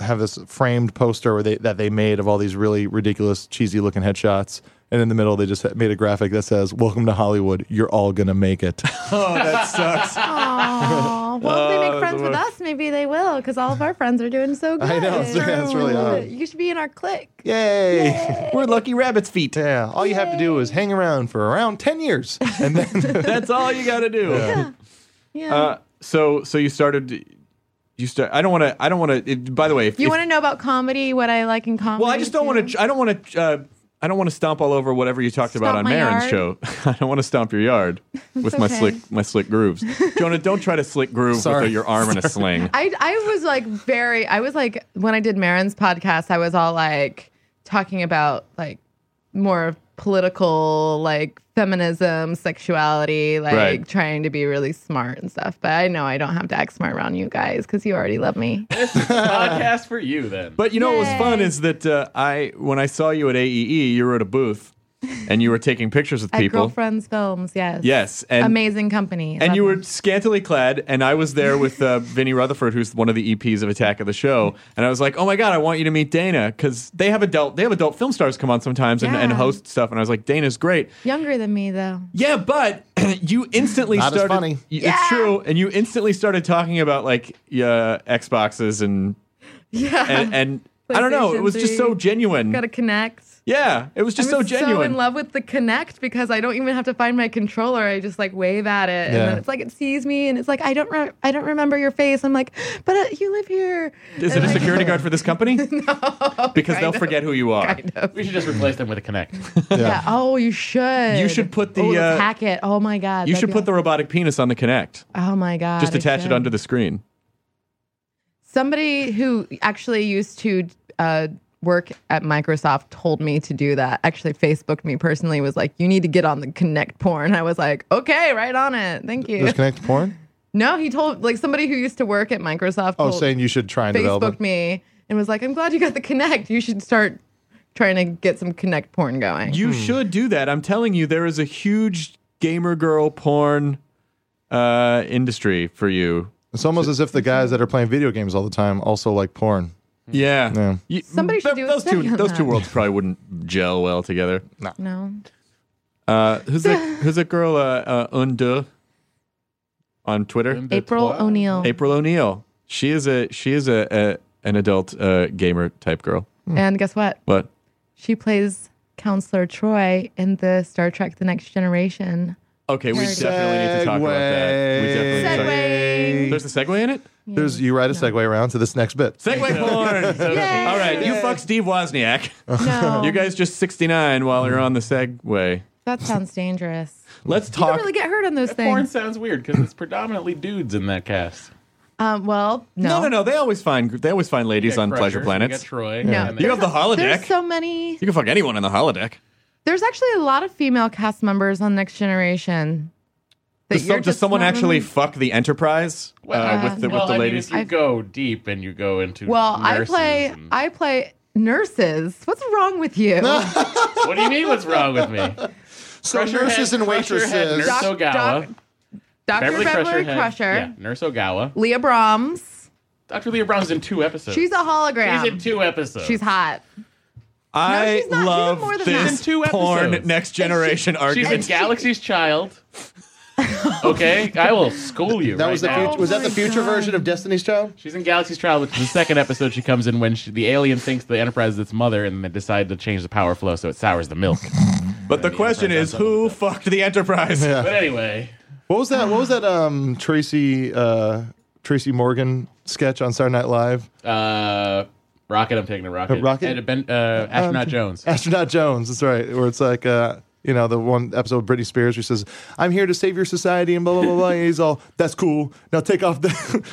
Speaker 7: have this framed poster where they, that they made of all these really ridiculous, cheesy looking headshots, and in the middle they just made a graphic that says "Welcome to Hollywood. You're all gonna make it."
Speaker 4: oh, that sucks.
Speaker 6: Aw. Aw, well, if they
Speaker 7: Oh,
Speaker 6: make friends
Speaker 7: the
Speaker 6: with
Speaker 7: worst.
Speaker 6: us, maybe they will, because all of our friends are doing so good.
Speaker 7: I know, that's really odd.
Speaker 6: You should be in our clique.
Speaker 7: Yay. We're lucky rabbit's feet. Yeah. All you have to do is hang around for around 10 years. And then
Speaker 4: That's all you got to do.
Speaker 6: Yeah.
Speaker 4: Uh, so so you started you start I don't want to I don't want to by the way if,
Speaker 6: you
Speaker 4: if-
Speaker 6: want to know about comedy? What I like in comedy?
Speaker 4: Well, I just don't want to I don't want to uh, I don't want to stomp all over whatever you talked about on
Speaker 6: my
Speaker 4: Marin's show.
Speaker 6: yard.
Speaker 4: I don't want to stomp your yard with my
Speaker 6: okay.
Speaker 4: slick my slick grooves. Jonah, don't try to slick groove
Speaker 7: Sorry.
Speaker 4: with your arm in a sling.
Speaker 6: I I was like very. I was like when I did Marin's podcast, I was all like talking about like more political like feminism, sexuality, like
Speaker 4: Right.
Speaker 6: trying to be really smart and stuff. But I know I don't have to act smart around you guys because you already love me.
Speaker 5: Podcast for you then.
Speaker 4: But you know what was fun is that uh, I when I saw you at AEE, you were at a booth and you were taking pictures with
Speaker 6: At
Speaker 4: people.
Speaker 6: girlfriends films, yes.
Speaker 4: Yes, and-
Speaker 6: amazing company.
Speaker 4: And
Speaker 6: Love
Speaker 4: you were scantily clad, and I was there with uh, Vinny Rutherford, who's one of the EPs of Attack of the Show. And I was like, "Oh my god, I want you to meet Dana because they have adult they have adult film stars come on sometimes and, and
Speaker 6: Yeah.
Speaker 4: host stuff." And I was like, "Dana's great."
Speaker 6: younger than me though.
Speaker 4: Yeah, but you instantly
Speaker 7: Not as
Speaker 4: started.
Speaker 7: funny.
Speaker 4: y- It's true, and you instantly started talking about like yeah, Xboxes and
Speaker 6: Yeah.
Speaker 4: and, and I don't know. It was just so
Speaker 6: Um, PlayStation
Speaker 4: genuine.
Speaker 6: Gotta connect.
Speaker 4: yeah, it was just
Speaker 6: I'm
Speaker 4: so
Speaker 6: So
Speaker 4: genuine.
Speaker 6: in love with the Connect because I don't even have to find my controller. I just like wave at it, and
Speaker 4: Yeah.
Speaker 6: then it's like it sees me, and it's like I don't re- I don't remember your face. I'm like, but uh, you live here.
Speaker 4: Is it
Speaker 6: And,
Speaker 4: a
Speaker 6: like,
Speaker 4: security guard for this company? no, because they'll forget who you are.
Speaker 5: We should just replace them with a connect.
Speaker 6: Yeah. Oh, you should.
Speaker 4: You should put the,
Speaker 6: oh,
Speaker 4: uh,
Speaker 6: let's hack it. Oh my god.
Speaker 4: You
Speaker 6: that'd
Speaker 4: should
Speaker 6: be
Speaker 4: put the robotic penis on the Connect.
Speaker 6: aw- Oh my god.
Speaker 4: Just
Speaker 6: I
Speaker 4: attach
Speaker 6: should.
Speaker 4: it under the screen.
Speaker 6: Somebody who actually used to uh, work at Microsoft told me to do that. Actually, Facebooked me personally. Was like, you need to get on the Connect porn. I was like, okay, right on it. Thank you.
Speaker 7: There's Connect Porn?
Speaker 6: No, he told like somebody who used to work at Microsoft.
Speaker 7: Oh,
Speaker 6: told-
Speaker 7: saying you should try and develop
Speaker 6: Facebooked
Speaker 7: it.
Speaker 6: me and was like, "I'm glad you got the Connect. You should start trying to get some Connect porn going."
Speaker 4: You should do that. I'm telling you, there is a huge gamer girl porn uh, industry for you.
Speaker 7: It's almost as if the guys that are playing video games all the time also like porn.
Speaker 4: Yeah.
Speaker 7: Yeah.
Speaker 4: You-
Speaker 6: Somebody should do a
Speaker 4: those two.
Speaker 6: study on
Speaker 4: Those two
Speaker 6: that.
Speaker 4: worlds probably wouldn't gel well together. No.
Speaker 6: No,
Speaker 4: Uh, who's that? Who's that girl? Uh, uh, Unde on Twitter.
Speaker 6: April O'Neil
Speaker 4: April O'Neil. She is a she is a, a an adult uh, gamer type girl.
Speaker 6: and guess what?
Speaker 4: What?
Speaker 6: She plays Counselor Troy in the Star Trek: The Next Generation.
Speaker 4: Okay, we
Speaker 6: Parody.
Speaker 4: definitely need to talk about that. We definitely need to talk-
Speaker 6: Segway.
Speaker 4: There's a segue in it.
Speaker 7: There's you ride a segue around to this next bit.
Speaker 4: Segway porn. All right, you fuck Steve Wozniak.
Speaker 5: Uh-huh.
Speaker 6: No.
Speaker 4: you guys just 69 while you're on the Segway.
Speaker 6: That sounds dangerous.
Speaker 4: Let's
Speaker 6: You can
Speaker 4: talk.
Speaker 6: really get hurt on those
Speaker 5: Porn
Speaker 6: things.
Speaker 5: sounds weird because it's predominantly dudes in that cast.
Speaker 6: Um, well, no,
Speaker 4: no, no, no. They always find they always find ladies on
Speaker 5: Crusher,
Speaker 4: pleasure planets.
Speaker 5: You got Troy.
Speaker 6: No.
Speaker 5: and
Speaker 4: You
Speaker 5: then-
Speaker 4: have the holodeck.
Speaker 6: There's so many.
Speaker 4: you can fuck anyone in the holodeck.
Speaker 6: There's actually a lot of female cast members on Next Generation. that
Speaker 4: Does,
Speaker 6: you're
Speaker 4: some- does
Speaker 6: just
Speaker 4: someone
Speaker 6: not
Speaker 4: actually
Speaker 6: remembering.
Speaker 4: fuck the Enterprise uh,
Speaker 5: Well,
Speaker 4: with the
Speaker 5: well,
Speaker 4: with the
Speaker 5: I mean,
Speaker 4: ladies?
Speaker 5: if you go deep and you go into
Speaker 6: Well, I
Speaker 5: nurses
Speaker 6: play
Speaker 5: and-
Speaker 6: I play nurses. What's wrong with you?
Speaker 5: what do you mean? What's wrong with me?
Speaker 7: So
Speaker 5: Crusher
Speaker 7: nurses
Speaker 5: had-
Speaker 7: and
Speaker 5: Crusher had
Speaker 7: waitresses.
Speaker 5: Nurse
Speaker 6: Doc-
Speaker 5: Ogawa.
Speaker 6: doc- Dr.
Speaker 5: Beverly
Speaker 6: Beverly,
Speaker 5: Crusher.
Speaker 6: Crusher,
Speaker 5: had- yeah, Nurse Ogawa.
Speaker 6: Leah Brahms.
Speaker 5: Dr. Leah Brown's in two episodes.
Speaker 6: She's a hologram.
Speaker 5: She's in two episodes.
Speaker 6: She's hot.
Speaker 4: I
Speaker 6: she's not. She's in
Speaker 4: love
Speaker 6: more than that.
Speaker 4: this
Speaker 5: She's in two
Speaker 4: porn
Speaker 5: episodes.
Speaker 4: next generation
Speaker 5: She's
Speaker 4: argument.
Speaker 5: in Galaxy's Child. okay, I will school you.
Speaker 7: That
Speaker 5: right
Speaker 7: was the
Speaker 5: now.
Speaker 7: future, was that the future version of Destiny's Child?
Speaker 5: She's in Galaxy's Child, which is the second episode. She comes in when she, the alien thinks the Enterprise is its mother, and they decide to change the power flow so it sours the milk.
Speaker 4: but the question is, who fucked the Enterprise?
Speaker 7: Yeah.
Speaker 5: But anyway,
Speaker 7: What was that? What was that? Um, Tracy uh, Tracy Morgan sketch on Saturday Night Live.
Speaker 5: uh, Rocket, I'm taking a rocket.
Speaker 7: A rocket? Um,
Speaker 5: And a ben, uh, astronaut Jones.
Speaker 7: Astronaut Jones. That's right. Where it's like, uh, you know, the one episode of Britney Spears, where she says, "I'm here to save your society," and blah blah blah blah. And he's all, "That's cool. Now take off the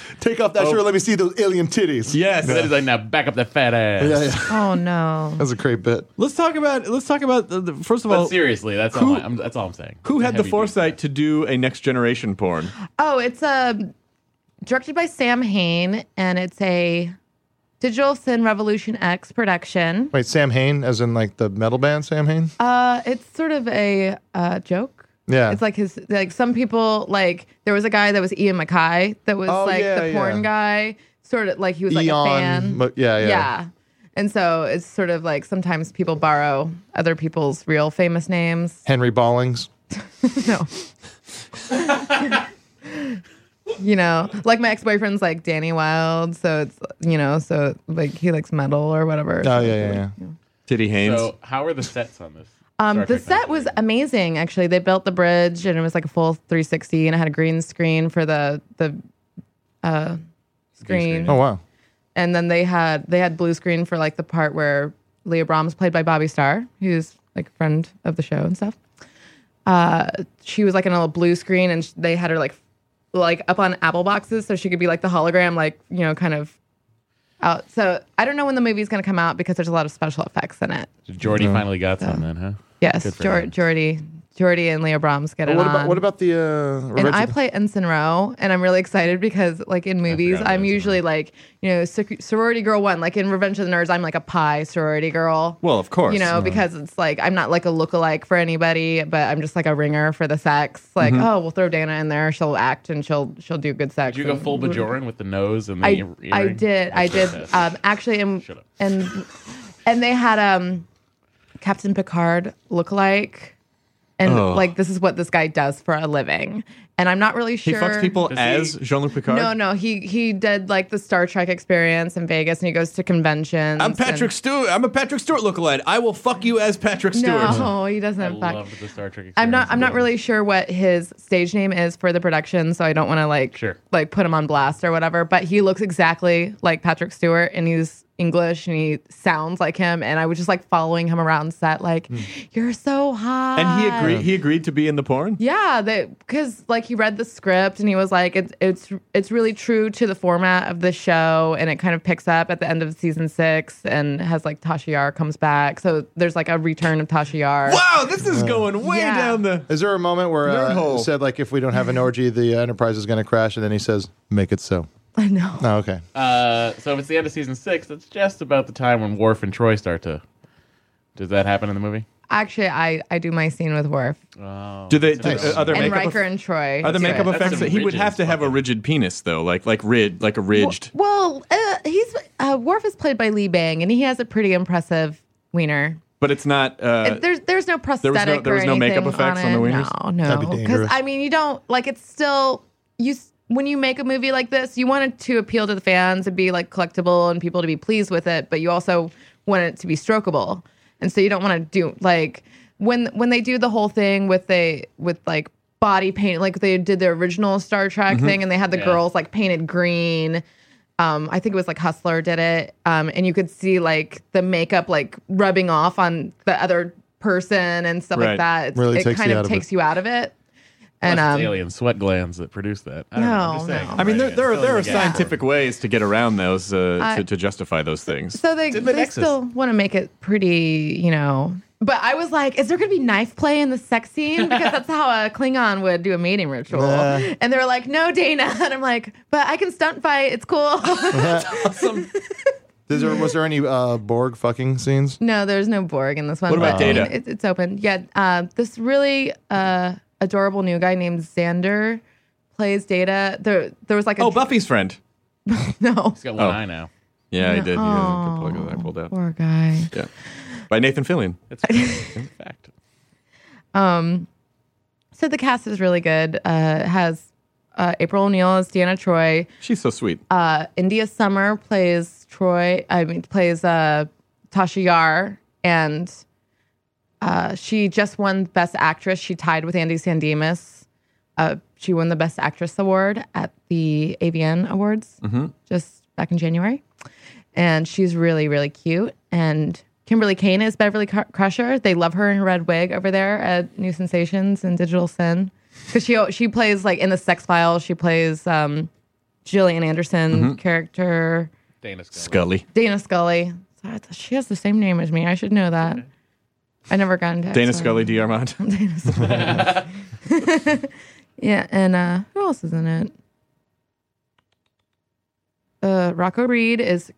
Speaker 7: take off that
Speaker 4: Oh.
Speaker 7: shirt. Let me see those alien titties."
Speaker 4: Yes.
Speaker 5: And then he's like, now uh, back up that fat ass.
Speaker 7: Yeah, yeah.
Speaker 6: Oh no.
Speaker 7: That's a great bit.
Speaker 4: Let's talk about let's talk about the, the, first of
Speaker 5: But
Speaker 4: all
Speaker 5: seriously, that's
Speaker 4: who-
Speaker 5: all. I, am that's all I'm saying.
Speaker 4: who had the
Speaker 5: Heavy duty.
Speaker 4: foresight to do a next generation porn.
Speaker 6: Oh, it's um directed by Sam Hain and it's a Digital Sin Revolution X production.
Speaker 7: Wait, Sam Hain, as in like the metal band Sam Hain?
Speaker 6: Uh it's sort of a uh joke.
Speaker 7: Yeah.
Speaker 6: It's like his like some people like there was a guy that was Ian Mackay that was
Speaker 7: Oh,
Speaker 6: like
Speaker 7: yeah,
Speaker 6: the
Speaker 7: yeah.
Speaker 6: porn guy. Sort of like he was like
Speaker 7: Eon,
Speaker 6: a fan.
Speaker 7: but- yeah, yeah.
Speaker 6: And so it's sort of like sometimes people borrow other people's real famous names.
Speaker 7: Henry Ballings.
Speaker 6: No. you know, like my ex boyfriend's like Danny Wild, so it's you know, so like he likes metal or whatever.
Speaker 7: Oh yeah, yeah, yeah.
Speaker 4: Titty Haynes.
Speaker 5: So, how are the sets on this?
Speaker 6: Um,
Speaker 5: Star
Speaker 6: the
Speaker 5: Trek
Speaker 6: set was amazing. Actually, they built the bridge and it was like a full 360, and it had a green screen for the the uh, screen.
Speaker 7: Oh wow.
Speaker 6: And then they had they had blue screen for like the part where Leah Brahms played by Bobby Starr, who's like a friend of the show and stuff. Uh, she was like in a little blue screen, and sh- they had her like f- like up on apple boxes so she could be like the hologram, like you know, kind of out. So I don't know when the movie's gonna come out because there's a lot of special effects in it.
Speaker 5: So Jordy finally got some then, huh?
Speaker 6: Yes,
Speaker 5: Good for
Speaker 6: Jor-
Speaker 5: him.
Speaker 6: Jordy, Jordy, and Leah Brahms get
Speaker 7: But
Speaker 6: it
Speaker 7: what
Speaker 6: on.
Speaker 7: about what about the uh, Revenge
Speaker 6: and I
Speaker 7: of the-
Speaker 6: play Ensign Row, and I'm really excited because, like in movies,
Speaker 5: about
Speaker 6: I'm
Speaker 5: Ensign
Speaker 6: usually like, you know, sor- sorority girl one. Like in Revenge of the Nerds, I'm like a pie sorority girl.
Speaker 4: Well, of course.
Speaker 6: you know, because it's like I'm not like a lookalike for anybody, but I'm just like a ringer for the sex. Like,
Speaker 5: Mm-hmm.
Speaker 6: oh, we'll throw Dana in there; she'll act and she'll she'll do good sex.
Speaker 5: Did you go
Speaker 6: and-
Speaker 5: full Bajoran with the nose and the
Speaker 6: I,
Speaker 5: ear-
Speaker 6: I
Speaker 5: earring?
Speaker 6: did. I did. Um, actually, and,
Speaker 5: Shut up.
Speaker 6: and and they had um, Captain Picard lookalike, and
Speaker 4: Oh.
Speaker 6: like this is what this guy does for a living, and I'm not really
Speaker 4: He
Speaker 6: sure.
Speaker 4: fucks people
Speaker 5: Does
Speaker 4: as
Speaker 5: he-
Speaker 4: Jean Luc Picard.
Speaker 6: No, no, he he did like the Star Trek experience in Vegas, and he goes to conventions.
Speaker 4: I'm Patrick
Speaker 6: and-
Speaker 4: Stewart. I'm a Patrick Stewart lookalike. I will fuck you as Patrick Stewart.
Speaker 6: No, he doesn't.
Speaker 5: I
Speaker 6: in fact.
Speaker 5: loved the Star Trek.
Speaker 6: I'm not.
Speaker 5: experience.
Speaker 6: I'm not really sure what his stage name is for the production, so I don't want to like
Speaker 5: Sure.
Speaker 6: like put him on blast or whatever. But he looks exactly like Patrick Stewart, and he's English, and he sounds like him. And I was just like following him around set, like, "You're so hot."
Speaker 4: Hmm. And he agreed. He agreed to be in the porn.
Speaker 6: Yeah, that because like he read the script and he was like, it's it's it's really true to the format of the show, and it kind of picks up at the end of season six, and has like Tasha Yar comes back, so there's like a return of Tasha Yar.
Speaker 4: Wow, this is going way
Speaker 6: Yeah.
Speaker 4: down the.
Speaker 7: Is there a moment where
Speaker 4: Nerd
Speaker 7: uh,
Speaker 4: hole.
Speaker 7: it said like if we don't have an orgy, the uh, Enterprise is going to crash, and then he says, "Make it so."
Speaker 6: I know.
Speaker 7: Oh, okay.
Speaker 5: Uh, so if it's the end of season six, that's just about the time when Worf and Troy start to. Does that happen in the movie?
Speaker 6: Actually, I I do my scene with Worf.
Speaker 4: Do they? Do,
Speaker 7: Nice.
Speaker 4: are there
Speaker 6: and
Speaker 4: makeup?
Speaker 6: Riker and Troy.
Speaker 4: Are the
Speaker 6: do
Speaker 4: makeup
Speaker 6: it.
Speaker 5: That's
Speaker 4: effects
Speaker 5: some
Speaker 4: that he would
Speaker 5: ridges,
Speaker 4: have to have a
Speaker 5: fucking-
Speaker 4: rigid penis though, like like rid like a ridged.
Speaker 6: Well, uh, he's uh, Worf is played by Lee Bang, and he has a pretty impressive wiener.
Speaker 4: But it's not. Uh,
Speaker 6: It- there's there's no
Speaker 4: no-
Speaker 6: prosthetic.
Speaker 4: there was
Speaker 6: or
Speaker 4: no makeup
Speaker 6: anything
Speaker 4: effects on the
Speaker 6: it.
Speaker 4: wieners?
Speaker 6: No,
Speaker 7: That'd be
Speaker 6: no, because
Speaker 7: dangerous.
Speaker 6: I mean you don't like it's still you s- when you make a movie like this, you want it to appeal to the fans and be like collectible and people to be pleased with it, but you also want it to be strokeable, and so you don't want to do like when when they do the whole thing with they with like body paint like they did the original Star Trek
Speaker 4: Mm-hmm.
Speaker 6: thing and they had the girls like painted green um, I think it was like Hustler did it, um, and you could see like the makeup like rubbing off on the other person and stuff
Speaker 4: Right.
Speaker 6: like that. It's,
Speaker 7: Really
Speaker 6: it
Speaker 7: takes
Speaker 6: kind
Speaker 7: you
Speaker 6: of
Speaker 7: out of
Speaker 6: takes
Speaker 7: it.
Speaker 6: you out of it. And
Speaker 5: Unless it's
Speaker 6: um,
Speaker 5: alien sweat glands that produce that. I don't know. I'm just
Speaker 6: No,
Speaker 5: saying.
Speaker 6: no.
Speaker 4: I mean, there, there are there
Speaker 5: Filling
Speaker 4: are
Speaker 5: the gap.
Speaker 4: scientific ways to get around those uh,
Speaker 6: I-
Speaker 4: to, to justify those things.
Speaker 6: so they
Speaker 5: It's in the
Speaker 6: they
Speaker 5: Nexus.
Speaker 6: still want to make it pretty, you know. But I was like, is there going to be knife play in the sex scene? Because that's how a Klingon would do a mating ritual.
Speaker 7: Nah.
Speaker 6: And they were like, no, Dana. And I'm like, but I can stunt fight. It's cool.
Speaker 7: Is there, was there any uh, Borg fucking scenes?
Speaker 6: No, there's no Borg in this one.
Speaker 4: What about
Speaker 6: but, I mean,
Speaker 4: Data?
Speaker 6: it- it's open. Yeah, uh, this really uh, adorable new guy named Xander plays Data. There, there was like a
Speaker 4: Oh, Buffy's friend.
Speaker 6: no
Speaker 5: He's got one
Speaker 4: Oh.
Speaker 5: eye now.
Speaker 4: Yeah, he did. He had a good plug that I pulled out.
Speaker 6: poor guy.
Speaker 4: Yeah, by Nathan Fillion.
Speaker 5: It's in fact.
Speaker 6: So the cast is really good. Uh, it has uh, April O'Neil as Deanna Troy.
Speaker 4: She's so sweet.
Speaker 6: Uh, India Summer plays Troy. I mean, plays uh, Tasha Yar, and uh, she just won Best Actress. She tied with Andy Sandemus. Uh, she won the Best Actress award at the AVN Awards just back in January, and she's really really cute. And Kimberly Kane is Beverly Cr- Crusher. They love her in her red wig over there at New Sensations and Digital Sin because she she plays like in the Sex Files. She plays. Um, Gillian Anderson
Speaker 4: Mm-hmm.
Speaker 6: character,
Speaker 5: Dana Scully.
Speaker 4: Scully.
Speaker 6: Dana Scully. She has the same name as me. I should know that. I never got into
Speaker 4: Dana
Speaker 6: X-Men.
Speaker 4: Scully D'Armond.
Speaker 6: Yeah, and uh, who else is in it? Uh, Rocco Reed is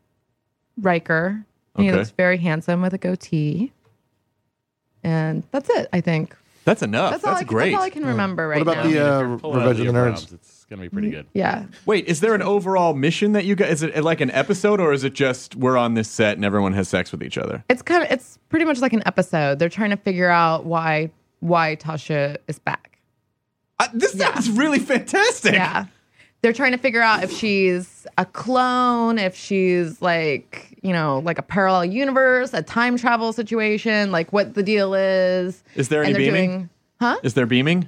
Speaker 6: Riker. He
Speaker 4: Okay.
Speaker 6: looks very handsome with a goatee. And that's it, I think.
Speaker 4: That's enough. Oh, That's,
Speaker 6: That's, all, I,
Speaker 4: great.
Speaker 6: that's all I can remember right
Speaker 7: about
Speaker 6: now.
Speaker 7: the, uh,
Speaker 5: Pull out
Speaker 7: Revenge of the
Speaker 5: Leo
Speaker 7: Nerds.
Speaker 5: Brahms. It's gonna be pretty
Speaker 6: Mm-hmm.
Speaker 5: good.
Speaker 6: yeah.
Speaker 4: Wait, is there an overall mission that you guys? Is it like an episode, or is it just we're on this set and everyone has sex with each other?
Speaker 6: It's kind of it's pretty much like an episode. They're trying to figure out why why Tasha is back.
Speaker 4: Uh, this sounds really fantastic.
Speaker 6: Yeah. they're trying to figure out if she's a clone, if she's like, you know, like a parallel universe, a time travel situation, like what the deal is.
Speaker 4: Is there
Speaker 6: And
Speaker 4: any
Speaker 6: they're
Speaker 4: beaming?
Speaker 6: doing- huh?
Speaker 4: Is there beaming?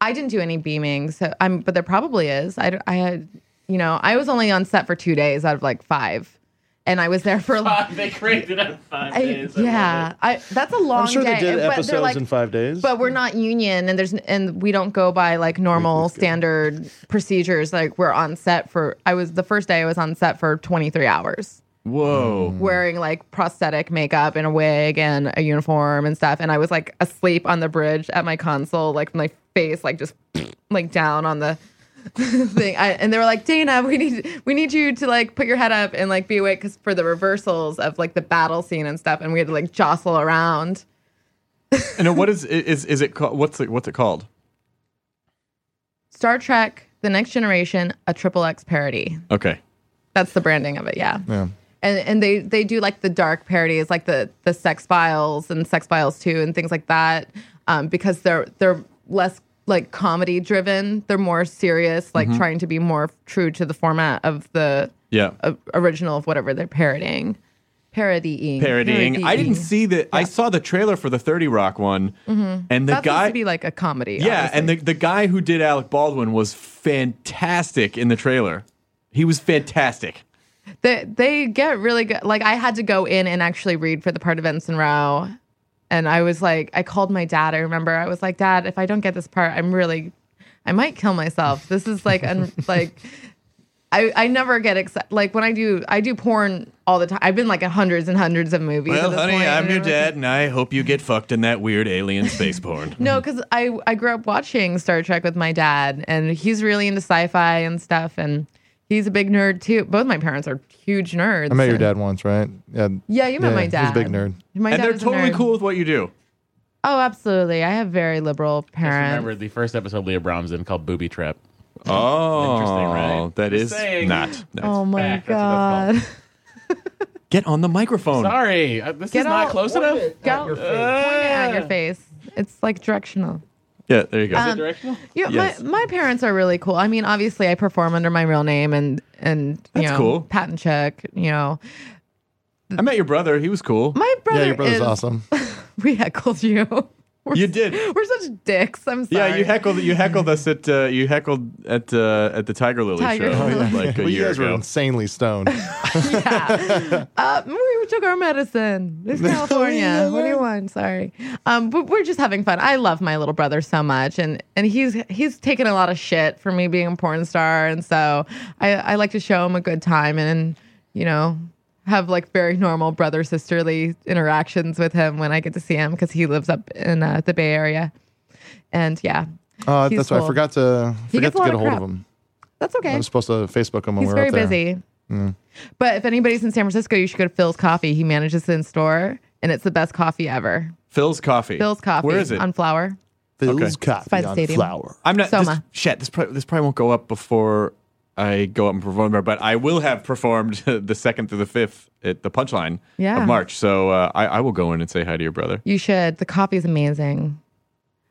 Speaker 6: I didn't do any beaming, so I'm. But there probably is. I, d- I had, you know, I was only on set for two days out of like five, and I was there for. like
Speaker 5: they created it on five
Speaker 6: I-
Speaker 5: days. I love
Speaker 6: yeah, I, that's a long.
Speaker 7: I'm sure
Speaker 6: day.
Speaker 7: they did
Speaker 6: but they're
Speaker 7: episodes
Speaker 6: like-
Speaker 7: in five days.
Speaker 6: But we're not union, and there's and we don't go by like normal standard procedures. Like we're on set for. I was the first day I was on set for 23 hours,
Speaker 4: Whoa.
Speaker 6: wearing like prosthetic makeup and a wig and a uniform and stuff, and I was like asleep on the bridge at my console, like my face like just like down on the thing. I, and they were like, Dana, we need we need you to like put your head up and like be awake because for the reversals of like the battle scene and stuff, and we had to like jostle around.
Speaker 4: And what is is is it called? What's it what's it called?
Speaker 6: Star Trek: The Next Generation, a triple X parody.
Speaker 4: Okay.
Speaker 6: That's the branding of it. Yeah.
Speaker 7: yeah.
Speaker 6: And, and they, they do like the dark parodies, like the the Sex Files and Sex Files Two and things like that, um, because they're they're less like comedy driven. They're more serious, like
Speaker 4: Mhm.
Speaker 6: trying to be more true to the format of the
Speaker 4: Yeah.
Speaker 6: o- original of whatever they're parodying, parodying,
Speaker 4: Parodying. I didn't see the. I saw the trailer for the Thirty Rock one,
Speaker 6: hmm
Speaker 4: and the
Speaker 6: that
Speaker 4: guy.
Speaker 6: supposed to be like a comedy.
Speaker 4: yeah, and the the guy who did Alec Baldwin was fantastic in the trailer. He was fantastic.
Speaker 6: They they get really good. Like I had to go in and actually read for the part of Ensign Row, and I was like, I called my dad. I remember I was like, Dad, if I don't get this part, I'm really, I might kill myself. This is like, un- like, I I never get excited. Like when I do, I do porn all the time. I've been like in hundreds and hundreds of movies. at
Speaker 4: Well,
Speaker 6: this
Speaker 4: honey,
Speaker 6: point,
Speaker 4: I'm
Speaker 6: and
Speaker 4: your
Speaker 6: everyone's
Speaker 4: dad, and I hope you get fucked in that weird alien space porn.
Speaker 6: No, because I I grew up watching Star Trek with my dad, and he's really into sci-fi and stuff, and he's a big nerd too. Both my parents are huge nerds.
Speaker 7: I met your
Speaker 6: and-
Speaker 7: dad once, right? Yeah.
Speaker 6: Yeah, you met my
Speaker 7: He was a big
Speaker 6: dad.
Speaker 7: nerd.
Speaker 6: My
Speaker 4: and
Speaker 6: dad
Speaker 4: they're
Speaker 6: is a
Speaker 4: totally
Speaker 6: nerd.
Speaker 4: cool with what you do.
Speaker 6: Oh, absolutely. I have very liberal
Speaker 5: Just
Speaker 6: parents.
Speaker 5: remember the first episode Leah Brahms in called Booby Trap.
Speaker 4: Oh,
Speaker 5: Interesting, right?
Speaker 4: that
Speaker 5: Just
Speaker 4: is
Speaker 5: saying.
Speaker 4: not. no.
Speaker 6: Oh my
Speaker 5: back, that's what
Speaker 6: god.
Speaker 4: Get on the microphone.
Speaker 5: Sorry, uh, this is
Speaker 6: Get
Speaker 5: not
Speaker 6: out.
Speaker 5: close enough.
Speaker 6: Go point it at your face. It's like directional.
Speaker 4: Yeah, there you go.
Speaker 6: Um,
Speaker 5: Directional.
Speaker 6: Yeah,
Speaker 4: Yes.
Speaker 6: my, my parents are really cool. I mean, obviously I perform under my real name and and you
Speaker 4: That's
Speaker 6: know
Speaker 4: cool.
Speaker 6: patent check, you know.
Speaker 4: I met your brother. He was cool.
Speaker 6: My brother
Speaker 7: yeah, your brother's
Speaker 6: is
Speaker 7: awesome.
Speaker 6: we heckled you. We're,
Speaker 4: you did.
Speaker 6: we're such dicks. I'm sorry.
Speaker 4: Yeah, you heckled. You heckled us at. Uh, you heckled at uh, at the Tiger Lily
Speaker 6: Tiger
Speaker 4: show
Speaker 6: Lily.
Speaker 4: like a
Speaker 7: well, you
Speaker 4: year
Speaker 7: guys were
Speaker 4: ago.
Speaker 7: insanely stoned.
Speaker 6: Uh, we took our medicine. It's California. what do you want? Sorry, um, but we're just having fun. I love my little brother so much, and and he's he's taken a lot of shit for me being a porn star, and so I, I like to show him a good time, and you know have like very normal brother sisterly interactions with him when I get to see him because he lives up in uh, the Bay Area, and yeah,
Speaker 7: Uh,
Speaker 6: He's
Speaker 7: that's why I
Speaker 6: cool.
Speaker 7: forgot to
Speaker 6: He
Speaker 7: forgot
Speaker 6: gets
Speaker 7: to
Speaker 6: a lot
Speaker 7: get a
Speaker 6: of
Speaker 7: hold of
Speaker 6: crap.
Speaker 7: him.
Speaker 6: that's okay.
Speaker 7: I was supposed to Facebook him when
Speaker 6: He's
Speaker 7: we were
Speaker 6: very
Speaker 7: up there.
Speaker 6: busy.
Speaker 4: Mm.
Speaker 6: But if anybody's in San Francisco, you should go to Phil's Coffee. He manages it in store, and it's the best coffee ever.
Speaker 4: Phil's coffee.
Speaker 6: Phil's Coffee.
Speaker 4: Where is it?
Speaker 6: On Flower.
Speaker 7: Phil's
Speaker 4: Okay.
Speaker 7: coffee
Speaker 6: by the
Speaker 7: on
Speaker 6: stadium.
Speaker 7: flour.
Speaker 4: I'm not. This,
Speaker 6: Soma.
Speaker 4: shit, this probably, this probably won't go up before I go up and perform there, but I will have performed the second through the fifth at the Punchline
Speaker 6: Yeah.
Speaker 4: of March. So uh, I, I will go in and say hi to your brother.
Speaker 6: You should. The coffee is amazing.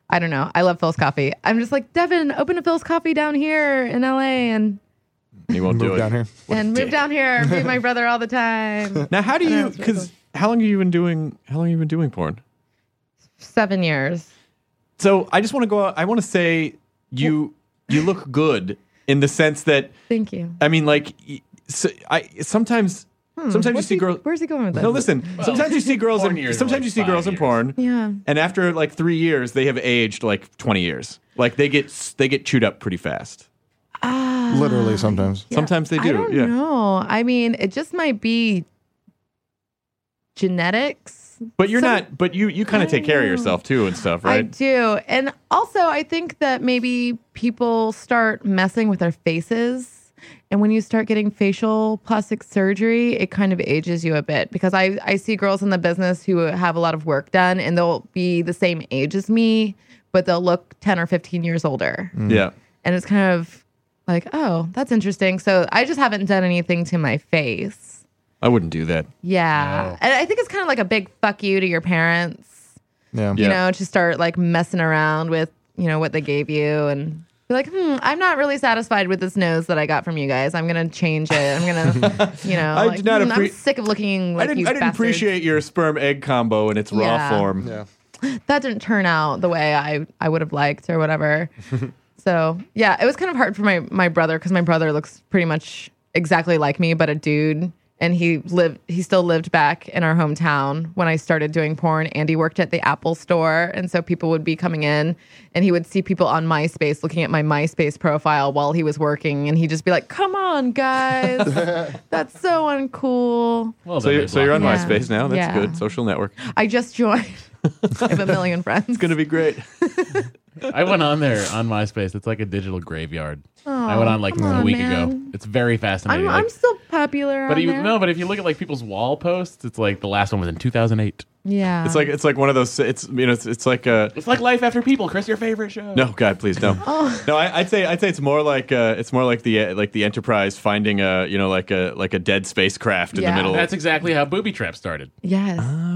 Speaker 6: I don't know. I love Phil's Coffee. I'm just like, Devin, open a Phil's Coffee down here in LA and,
Speaker 4: And he won't do
Speaker 7: Move
Speaker 4: it.
Speaker 7: down here.
Speaker 6: and move down here and be my brother all the time.
Speaker 4: Now, how do you?
Speaker 6: it's really
Speaker 4: Because how long have you been doing? How long have you been doing porn?
Speaker 6: Seven years.
Speaker 4: So I just want to go. out I want to say you you look good in the sense that
Speaker 6: Thank you.
Speaker 4: I mean, like, y- so I sometimes sometimes you
Speaker 6: Hmm, What's
Speaker 4: see
Speaker 6: he-
Speaker 4: girls.
Speaker 6: Where's he going with this?
Speaker 4: No, listen. sometimes you see girls
Speaker 5: porn
Speaker 4: in
Speaker 5: years are
Speaker 4: sometimes
Speaker 5: like
Speaker 4: you see
Speaker 5: five
Speaker 4: girls in
Speaker 5: years.
Speaker 4: porn.
Speaker 6: Yeah.
Speaker 4: And after like three years, they have aged like twenty years. Like they get s- they get chewed up pretty fast. Ah.
Speaker 7: Literally, sometimes.
Speaker 4: Sometimes they do.
Speaker 6: I don't
Speaker 4: yeah.
Speaker 6: know. I mean, it just might be genetics.
Speaker 4: But you're
Speaker 6: Some-
Speaker 4: not. But you you kind of take care of yourself too and stuff,
Speaker 6: I
Speaker 4: right?
Speaker 6: do. And also, I think that maybe people start messing with their faces. And when you start getting facial plastic surgery, it kind of ages you a bit because I, I see girls in the business who have a lot of work done and they'll be the same age as me, but they'll look 10 or 15 years older.
Speaker 5: Mm.
Speaker 4: yeah.
Speaker 6: And it's kind of like, oh, that's interesting. So I just haven't done anything to my face.
Speaker 4: I wouldn't do that.
Speaker 6: Yeah. And I think it's kind of like a big fuck you to your parents,
Speaker 7: Yeah.
Speaker 6: you
Speaker 4: Yeah.
Speaker 6: know, to start like messing around with, you know, what they gave you and You're like, hmm, I'm not really satisfied with this nose that I got from you guys. I'm gonna change it. I'm gonna, you know,
Speaker 4: I
Speaker 6: like,
Speaker 4: did not
Speaker 6: "Hmm, I'm
Speaker 4: appre-
Speaker 6: sick of looking
Speaker 4: I
Speaker 6: like
Speaker 4: didn't,
Speaker 6: you
Speaker 4: I didn't
Speaker 6: bastards."
Speaker 4: appreciate your sperm egg combo in its raw
Speaker 6: Yeah.
Speaker 4: form.
Speaker 7: Yeah.
Speaker 6: that didn't turn out the way I, I would have liked or whatever. so yeah, it was kind of hard for my my brother because my brother looks pretty much exactly like me, but a dude. And he lived. He still lived back in our hometown when I started doing porn. And he worked at the Apple store, and so people would be coming in, and he would see people on MySpace looking at my MySpace profile while he was working, and he'd just be like, "Come on, guys, that's so uncool."
Speaker 5: Well,
Speaker 4: so,
Speaker 5: then
Speaker 4: you're,
Speaker 5: they
Speaker 4: so you're on
Speaker 6: block you.
Speaker 4: MySpace now. That's
Speaker 6: Yeah.
Speaker 4: good. Social network. It's
Speaker 6: I just joined. I have a million friends.
Speaker 4: going to be great.
Speaker 5: I went on there on MySpace. It's like a digital graveyard. I went on like
Speaker 6: come
Speaker 5: a
Speaker 6: on,
Speaker 5: week ago.
Speaker 6: man.
Speaker 5: It's very
Speaker 6: I'm,
Speaker 5: fascinating. like-
Speaker 6: I'm still popular.
Speaker 5: but
Speaker 6: on
Speaker 5: you,
Speaker 6: there.
Speaker 5: no, but if you look at like people's wall posts, it's like the last one was in 2008.
Speaker 6: Yeah.
Speaker 4: It's like it's like one of those. It's you know it's, it's like a
Speaker 5: It's like Life After People, Chris, your favorite show.
Speaker 4: No, God, please no.
Speaker 6: Oh.
Speaker 4: No, I, I'd say I'd say it's more like uh, it's more like the uh, like the Enterprise finding a you know like a like a dead spacecraft in
Speaker 6: Yeah.
Speaker 4: the middle.
Speaker 5: That's exactly how Booby Trap started.
Speaker 6: yes.
Speaker 4: Ah.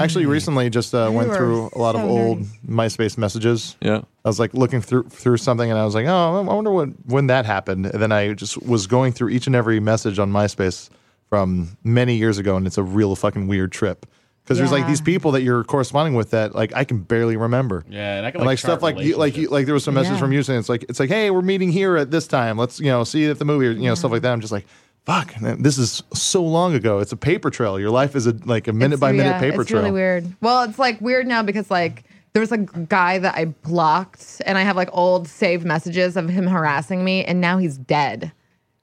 Speaker 7: Actually, recently just uh, went
Speaker 6: were
Speaker 7: through a lot of
Speaker 6: so
Speaker 7: old
Speaker 6: nerdy.
Speaker 7: MySpace messages.
Speaker 4: yeah.
Speaker 7: I was like looking through through something, and I was like, "Oh, I wonder what when that happened." And then I just was going through each and every message on MySpace from many years ago, and it's a real fucking weird trip because there's like
Speaker 6: Yeah.
Speaker 7: these people that you're corresponding with that like I can barely remember.
Speaker 5: Yeah, and I can
Speaker 7: And
Speaker 5: like,
Speaker 7: like stuff
Speaker 5: chart
Speaker 7: like you, like you,
Speaker 5: relationships.
Speaker 7: like there was some message
Speaker 6: Yeah.
Speaker 7: from you saying it's like it's like hey we're meeting here at this time let's you know see you at the movie or you know stuff like that I'm just like fuck man, this is so long ago it's a paper trail your life is a like a minute
Speaker 6: It's-
Speaker 7: by minute
Speaker 6: yeah,
Speaker 7: paper
Speaker 6: it's
Speaker 7: trail
Speaker 6: really weird. Well, it's like weird now because like there was a guy that I blocked and I have like old saved messages of him harassing me and now he's dead.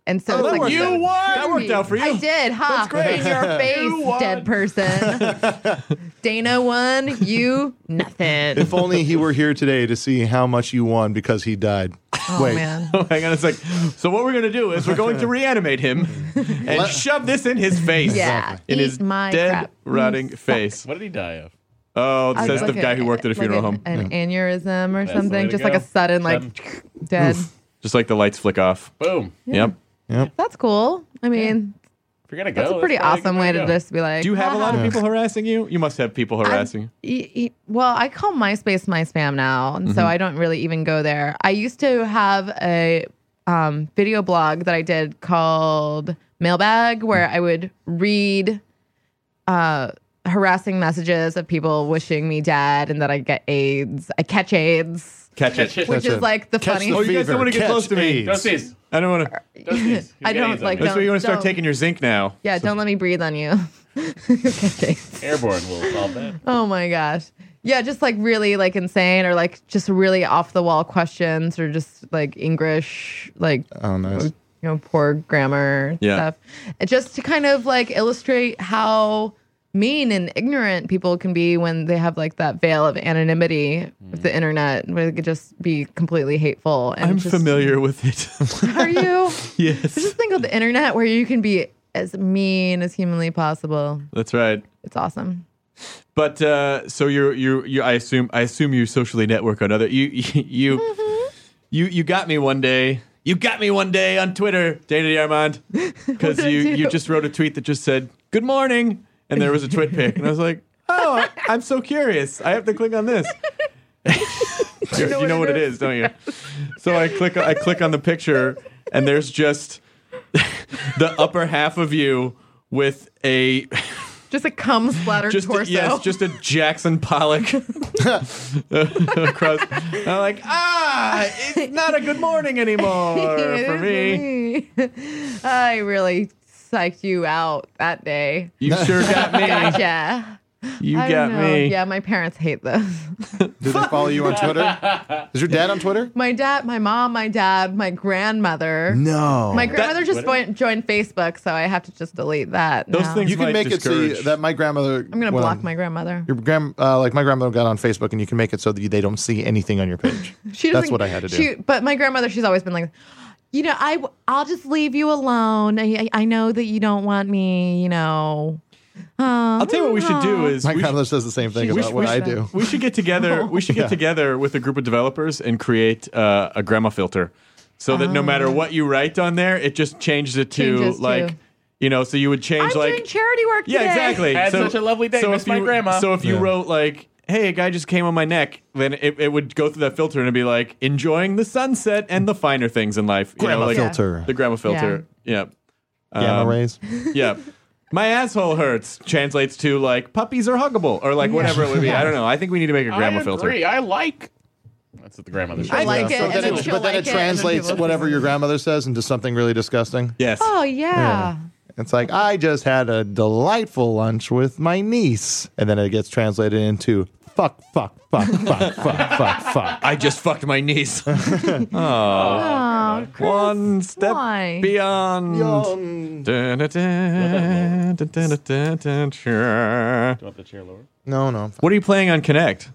Speaker 6: And so it's like
Speaker 4: you won. That worked out for you.
Speaker 6: I did, huh? In your face, dead person. Dana won, you nothing.
Speaker 7: if only he were here today to see how much you won because he died
Speaker 6: Oh
Speaker 7: wait
Speaker 6: man.
Speaker 4: Hang on a sec. So what we're gonna do is we're going to reanimate him and shove this in his face.
Speaker 6: Yeah.
Speaker 4: In
Speaker 6: Eat
Speaker 4: his
Speaker 6: my
Speaker 4: dead
Speaker 6: crap.
Speaker 4: rotting face.
Speaker 5: What did he die of?
Speaker 4: Oh, it
Speaker 6: I was
Speaker 4: says the
Speaker 6: like
Speaker 4: guy who worked at a
Speaker 6: like
Speaker 4: funeral home.
Speaker 6: An aneurysm or
Speaker 5: the way
Speaker 6: something.
Speaker 5: to
Speaker 6: Just like a
Speaker 5: go.
Speaker 6: sudden, like dead.
Speaker 4: Just like the lights flick off.
Speaker 5: Boom.
Speaker 4: Yep.
Speaker 6: That's cool. I mean,
Speaker 5: If you're gonna go.
Speaker 6: that's a pretty
Speaker 5: probably a
Speaker 6: awesome
Speaker 5: good
Speaker 6: way to
Speaker 5: go.
Speaker 6: just be like.
Speaker 4: Do you have a lot of
Speaker 6: "Haha."
Speaker 4: people harassing you? You must have people harassing you.
Speaker 6: E- e- Well, I call MySpace my spam now, and
Speaker 4: Mm-hmm.
Speaker 6: so I don't really even go there. I used to have a um, video blog that I did called Mailbag, where I would read uh, harassing messages of people wishing me dead and that I get AIDS. I catch AIDS,
Speaker 4: Catch it.
Speaker 5: Catch it.
Speaker 6: which
Speaker 7: Catch
Speaker 6: is
Speaker 7: it.
Speaker 6: like the
Speaker 7: Catch
Speaker 6: funniest.
Speaker 7: the
Speaker 4: Oh, you guys
Speaker 7: fever.
Speaker 4: don't want to get
Speaker 7: Catch
Speaker 4: close to me.
Speaker 7: AIDS.
Speaker 5: Don't sneeze.
Speaker 4: I don't want to.
Speaker 5: Don't sneeze. You
Speaker 6: I
Speaker 5: got
Speaker 6: don't,
Speaker 5: AIDS on
Speaker 6: like,
Speaker 5: you.
Speaker 6: don't-
Speaker 4: That's why you want to start
Speaker 6: don't.
Speaker 4: taking your zinc now.
Speaker 6: yeah, don't let me breathe on you. Okay.
Speaker 5: Airborne will solve that.
Speaker 6: Oh my gosh. Yeah, just like really like insane or like just really off the wall questions or just like English like
Speaker 7: oh nice
Speaker 6: you know poor grammar
Speaker 4: Yeah.
Speaker 6: stuff. It Just to kind of like illustrate how mean and ignorant people can be when they have like that veil of anonymity with the internet where they could just be completely hateful and
Speaker 4: Mm. I'm
Speaker 6: just,
Speaker 4: familiar with it.
Speaker 6: Are you?
Speaker 4: yes.
Speaker 6: just think of the internet where you can be as mean as humanly possible.
Speaker 4: That's right.
Speaker 6: It's awesome.
Speaker 4: But uh, so you you you I assume I assume you socially network on other you you you, you you got me one day. You got me one day on Twitter, Dana D'Armond, because
Speaker 6: did I
Speaker 4: you
Speaker 6: do?
Speaker 4: you just wrote a tweet that just said "Good morning," and there was a twit pic, and I was like, "Oh, I'm so curious. I have to click on this." you you know what it is, don't you? So I click I click on the picture, and there's just the upper half of you with a
Speaker 6: Just a cum splattered
Speaker 4: just
Speaker 6: torso.
Speaker 4: A, yes, just a Jackson Pollock across. And I'm like, ah, it's not a good morning anymore
Speaker 6: It
Speaker 4: for
Speaker 6: is
Speaker 4: me.
Speaker 6: for me. I really psyched you out that day.
Speaker 4: You sure got me.
Speaker 6: Gotcha.
Speaker 4: You
Speaker 6: I
Speaker 4: got
Speaker 6: don't know.
Speaker 4: me.
Speaker 6: Yeah, my parents hate those.
Speaker 7: did they follow you on Twitter is your dad on Twitter
Speaker 6: My dad, my mom, my dad, my grandmother.
Speaker 7: no
Speaker 6: My grandmother just joined, joined Facebook, so I have to just delete that.
Speaker 4: Those
Speaker 6: now.
Speaker 4: things
Speaker 7: you can
Speaker 4: might
Speaker 7: make it so you-
Speaker 4: discourage-
Speaker 7: that my grandmother
Speaker 6: I'm gonna block my grandmother.
Speaker 7: your grand uh, like my grandmother got on Facebook and you can make it so that you, they don't see anything on your page
Speaker 6: She
Speaker 7: that's
Speaker 6: doesn't-
Speaker 7: what I had to do
Speaker 6: she- but my grandmother, she's always been like, you know, I I'll just leave you alone. I, I know that you don't want me. You know. Um,
Speaker 4: I'll tell you what we should do is
Speaker 7: my
Speaker 4: we should,
Speaker 7: grandmother says the same thing
Speaker 4: we
Speaker 7: about
Speaker 4: should-
Speaker 7: what
Speaker 4: we
Speaker 7: I
Speaker 4: should-
Speaker 7: do
Speaker 4: we should get together. We should get
Speaker 7: Yeah.
Speaker 4: together with a group of developers and create uh, a grandma filter, so that no matter what you write on there, it just changes it to
Speaker 6: Ah. Changes to-
Speaker 4: like. You know, so you would change
Speaker 6: I'm
Speaker 4: like
Speaker 6: doing charity work.
Speaker 4: Yeah,
Speaker 6: today.
Speaker 4: exactly.
Speaker 5: Had such a lovely day, miss
Speaker 4: if
Speaker 5: my
Speaker 4: you,
Speaker 5: grandma.
Speaker 4: So if you
Speaker 7: Yeah.
Speaker 4: wrote like hey, a guy just came on my neck, then it, it would go through that filter and it'd be like, enjoying the sunset and the finer things in life. You
Speaker 7: Grandma
Speaker 4: like
Speaker 7: filter.
Speaker 4: The grandma filter. Yeah.
Speaker 7: Gamma
Speaker 4: Um,
Speaker 7: rays.
Speaker 4: Yeah. My asshole hurts translates to like puppies are huggable or like whatever it would be. I don't know. I think we need to make a grandma
Speaker 5: I
Speaker 4: filter.
Speaker 5: agree. I like. That's what the grandmother said.
Speaker 6: I like
Speaker 7: Yeah,
Speaker 6: it,
Speaker 7: so
Speaker 6: and
Speaker 7: then
Speaker 6: then
Speaker 7: it-
Speaker 6: she'll
Speaker 7: but then
Speaker 6: like
Speaker 7: it
Speaker 6: it, and then
Speaker 7: translates
Speaker 6: people-
Speaker 7: whatever your grandmother says into something really disgusting.
Speaker 4: Yes.
Speaker 6: Oh yeah.
Speaker 7: It's like, I just had a delightful lunch with my niece. And then it gets translated into fuck, fuck, fuck, fuck, fuck, fuck, fuck.
Speaker 4: I just fucked my niece. oh.
Speaker 6: Oh, Chris,
Speaker 4: One step
Speaker 6: why?
Speaker 4: beyond. Dun, dun, dun, dun, dun, dun, dun, dun.
Speaker 5: You want the chair lower?
Speaker 7: No, no.
Speaker 4: What are you playing on Connect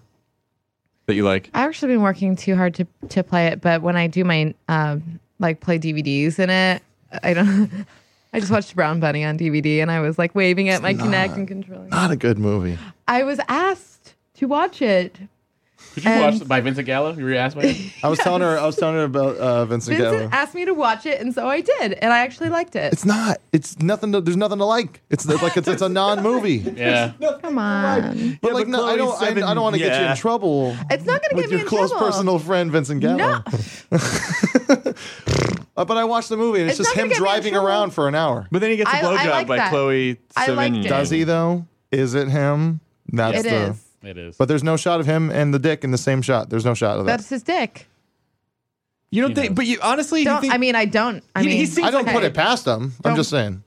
Speaker 4: that you like?
Speaker 6: I've actually been working too hard to to play it, but when I do my um, like play DVDs in it, I don't. I just watched Brown Bunny on DVD, and I was like waving at my Kinect and controlling.
Speaker 7: Not a good movie.
Speaker 6: I was asked to watch it.
Speaker 5: Did you
Speaker 6: And-
Speaker 5: watch by Vincent Gallo? You were asked by him?
Speaker 7: I was telling her I was telling her about uh, Vincent,
Speaker 6: Vincent
Speaker 7: Gallo.
Speaker 6: asked me to watch it, and so I did, and I actually liked it.
Speaker 7: It's not. It's nothing to, there's nothing to like. It's like it's, it's a non-movie.
Speaker 5: Yeah.
Speaker 6: Come on,
Speaker 7: But
Speaker 4: Yeah,
Speaker 7: like
Speaker 4: but
Speaker 7: no, I
Speaker 4: Chloe
Speaker 7: don't I,
Speaker 4: said
Speaker 7: I don't want to get you
Speaker 4: yeah.
Speaker 7: in trouble.
Speaker 6: it's not going to
Speaker 7: with
Speaker 6: get me
Speaker 7: your
Speaker 6: in
Speaker 7: close
Speaker 6: trouble.
Speaker 7: personal friend Vincent Gallo.
Speaker 6: No,
Speaker 7: Uh, but I watched the movie and it's,
Speaker 6: It's
Speaker 7: just
Speaker 6: not
Speaker 7: him
Speaker 6: gonna get me in
Speaker 7: driving
Speaker 6: trouble.
Speaker 7: around for an hour.
Speaker 4: But then he gets a
Speaker 6: I- I
Speaker 4: blowjob
Speaker 6: like
Speaker 4: by
Speaker 6: that.
Speaker 4: Chloe
Speaker 6: I liked
Speaker 4: Sevigny.
Speaker 6: it.
Speaker 7: Does he though? Is it him? That's
Speaker 6: it
Speaker 7: the
Speaker 6: is.
Speaker 5: It is.
Speaker 7: But there's no shot of him and the dick in the same shot. There's no shot of that.
Speaker 6: That's his dick.
Speaker 4: You don't think? But you honestly, you
Speaker 6: Don't.
Speaker 4: think,
Speaker 6: I mean, I don't. I
Speaker 4: He-
Speaker 6: mean,
Speaker 4: he seems
Speaker 7: I don't
Speaker 6: okay.
Speaker 7: put it past him. I'm just saying.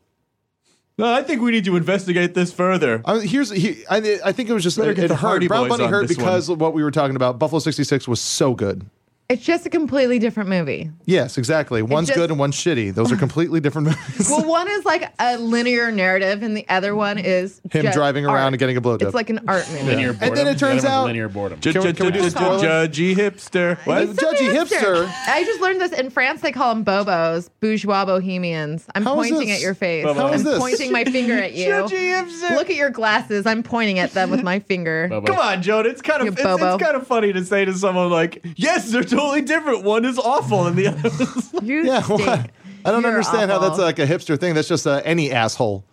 Speaker 4: No, I think we need to investigate this further.
Speaker 7: I, here's he, I, I think it was just
Speaker 4: Better
Speaker 7: it,
Speaker 4: get
Speaker 7: it
Speaker 4: the
Speaker 7: hurt.
Speaker 4: Hardy
Speaker 7: Brown
Speaker 4: Boys
Speaker 7: Bunny
Speaker 4: on
Speaker 7: hurt
Speaker 4: this
Speaker 7: because of what we were talking about. Buffalo '66 was so good.
Speaker 6: It's just a completely different movie.
Speaker 7: Yes, exactly. One's
Speaker 6: just-
Speaker 7: good and one's shitty. Those are completely different movies.
Speaker 6: Well, one is like a linear narrative, and the other one is
Speaker 7: him
Speaker 6: just
Speaker 7: driving around
Speaker 6: art.
Speaker 7: and getting a blowjob.
Speaker 6: It's like an art movie.
Speaker 5: linear
Speaker 7: And
Speaker 5: boredom.
Speaker 7: then it turns
Speaker 5: The other one's
Speaker 7: out-
Speaker 5: linear boredom.
Speaker 4: Ju-
Speaker 7: Can we-
Speaker 4: ju-
Speaker 7: can we
Speaker 4: ju-
Speaker 7: do
Speaker 4: ju-
Speaker 7: spoilers?
Speaker 4: judgy hipster. What?
Speaker 7: He's Judgy hipster.
Speaker 6: I just learned this in France. They call them bobos, bourgeois bohemians. I'm
Speaker 7: How is
Speaker 6: pointing
Speaker 7: this?
Speaker 6: at your face.
Speaker 7: How is
Speaker 6: I'm
Speaker 7: this?
Speaker 6: pointing my finger at you. Look at your glasses. I'm pointing at them with my finger.
Speaker 5: Bubba.
Speaker 4: Come on, Joan. It's kind
Speaker 6: You
Speaker 4: of it's,
Speaker 6: bobo.
Speaker 4: it's kind of funny to say to someone like, "Yes, they're totally different. One is awful, and the other." Is
Speaker 6: You
Speaker 7: yeah,
Speaker 6: stink.
Speaker 7: what? I don't
Speaker 6: You're
Speaker 7: understand how that's
Speaker 6: awful.
Speaker 7: like a hipster thing. That's just uh, any asshole.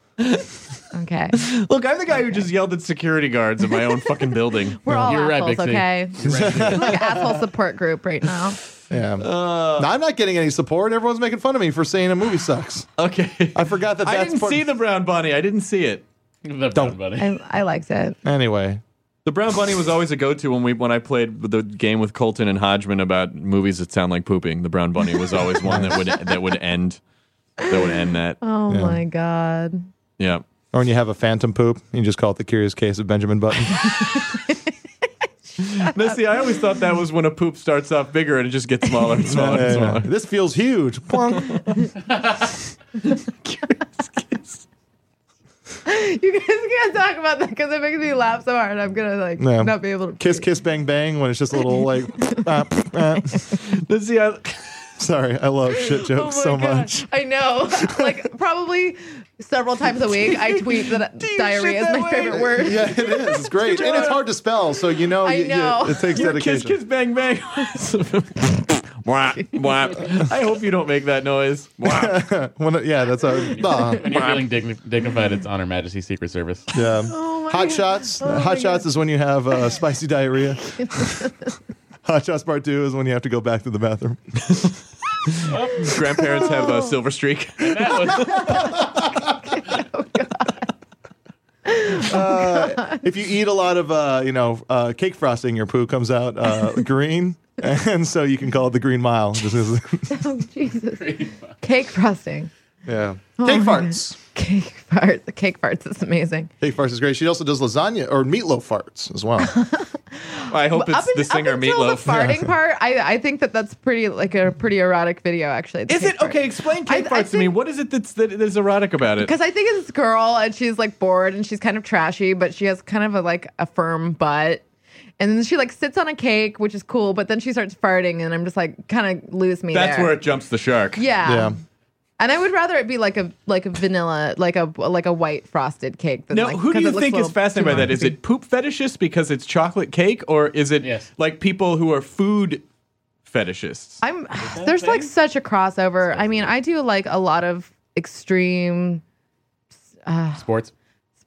Speaker 6: Okay.
Speaker 4: Look, I'm the guy who just yelled at security guards in my own fucking building.
Speaker 6: We're all
Speaker 5: You're right,
Speaker 6: assholes,
Speaker 5: Bixby.
Speaker 6: okay? It's like an asshole support group right now.
Speaker 4: Uh.
Speaker 7: Yeah. No, I'm not getting any support. Everyone's making fun of me for saying a movie sucks.
Speaker 4: Okay,
Speaker 7: I forgot that. That's
Speaker 4: I didn't
Speaker 7: part-
Speaker 4: see the brown bunny. I didn't see it.
Speaker 5: The
Speaker 7: Don't.
Speaker 5: Brown Bunny.
Speaker 6: I, I liked it.
Speaker 7: Anyway,
Speaker 4: The brown bunny was always a go-to when we when I played the game with Colton and Hodgman about movies that sound like pooping. The brown bunny was always one that would that would end that would end that.
Speaker 6: Oh my God.
Speaker 4: Yeah.
Speaker 7: or when you have a phantom poop, you just call it the Curious Case of Benjamin Button.
Speaker 4: No, see, I always thought that was when a poop starts off bigger and it just gets smaller and smaller and
Speaker 7: Yeah.
Speaker 4: smaller.
Speaker 7: This feels huge. Plunk.
Speaker 6: You guys can't talk about that because it makes me laugh so hard. I'm gonna like
Speaker 7: No.
Speaker 6: not be able to
Speaker 7: kiss, kiss, bang, bang. When it's just a little like. uh, uh.
Speaker 4: Let's see, I,
Speaker 7: Sorry, I love shit
Speaker 6: Oh my
Speaker 7: jokes so
Speaker 6: God.
Speaker 7: much.
Speaker 6: I know. like probably several times a week, I tweet that
Speaker 4: you shit
Speaker 6: diarrhea is
Speaker 4: that
Speaker 6: my
Speaker 4: way?
Speaker 6: favorite word.
Speaker 7: Yeah, it is. It's great, and it's hard to spell. So you know,
Speaker 6: I
Speaker 7: you- you-
Speaker 6: know.
Speaker 7: it takes
Speaker 4: your kiss,
Speaker 7: dedication.
Speaker 4: kiss, bang, bang. Wah, wah. I hope you don't make that noise. Wah.
Speaker 7: When- yeah, that's how. Nah.
Speaker 5: When you're feeling digni- dignified, it's on Her Majesty's Secret Service.
Speaker 7: Yeah. hot
Speaker 6: God.
Speaker 7: shots.
Speaker 6: Oh my
Speaker 7: hot
Speaker 6: God.
Speaker 7: shots is when you have uh, spicy diarrhea. hot shots part two is when you have to go back to the bathroom.
Speaker 4: Grandparents have a silver streak.
Speaker 5: That was
Speaker 7: if you eat a lot of uh, you know uh, cake frosting, your poo comes out uh, green, and so you can call it the green mile. This is-
Speaker 6: Oh Jesus. Cake frosting.
Speaker 7: yeah,
Speaker 6: Oh,
Speaker 7: cake farts.
Speaker 6: Cake farts. The cake farts is amazing.
Speaker 7: Cake farts is great. She also does lasagna or meatloaf farts as well.
Speaker 4: I hope it's
Speaker 6: in-
Speaker 4: the singer
Speaker 6: up until
Speaker 4: Meatloaf.
Speaker 6: The farting part, I, I think that that's pretty like a pretty erotic video actually. the
Speaker 4: Is
Speaker 6: cake
Speaker 4: it
Speaker 6: fart.
Speaker 4: okay? Explain
Speaker 6: I-
Speaker 4: cake
Speaker 6: I
Speaker 4: farts to me.
Speaker 6: think-
Speaker 4: What is it that's that is erotic about it?
Speaker 6: Because I think it's this girl and she's like bored and she's kind of trashy, but she has kind of a like a firm butt. And then she like sits on a cake, which is cool, but then she starts farting and I'm just like kind of lose me.
Speaker 4: That's
Speaker 6: there.
Speaker 4: where it jumps the shark.
Speaker 6: Yeah.
Speaker 7: Yeah.
Speaker 6: And I would rather it be like a like a vanilla, like a like a white frosted cake. Than
Speaker 4: Now,
Speaker 6: like,
Speaker 4: who do
Speaker 6: 'cause it
Speaker 4: you
Speaker 6: looks
Speaker 4: think
Speaker 6: a
Speaker 4: is
Speaker 6: little
Speaker 4: fascinated by
Speaker 6: too
Speaker 4: that? Is
Speaker 6: much.
Speaker 4: it poop fetishists because it's chocolate cake, or is it
Speaker 5: Yes.
Speaker 4: like people who are food fetishists?
Speaker 6: I'm there's like such a crossover. I mean, I do like a lot of extreme.
Speaker 5: sports.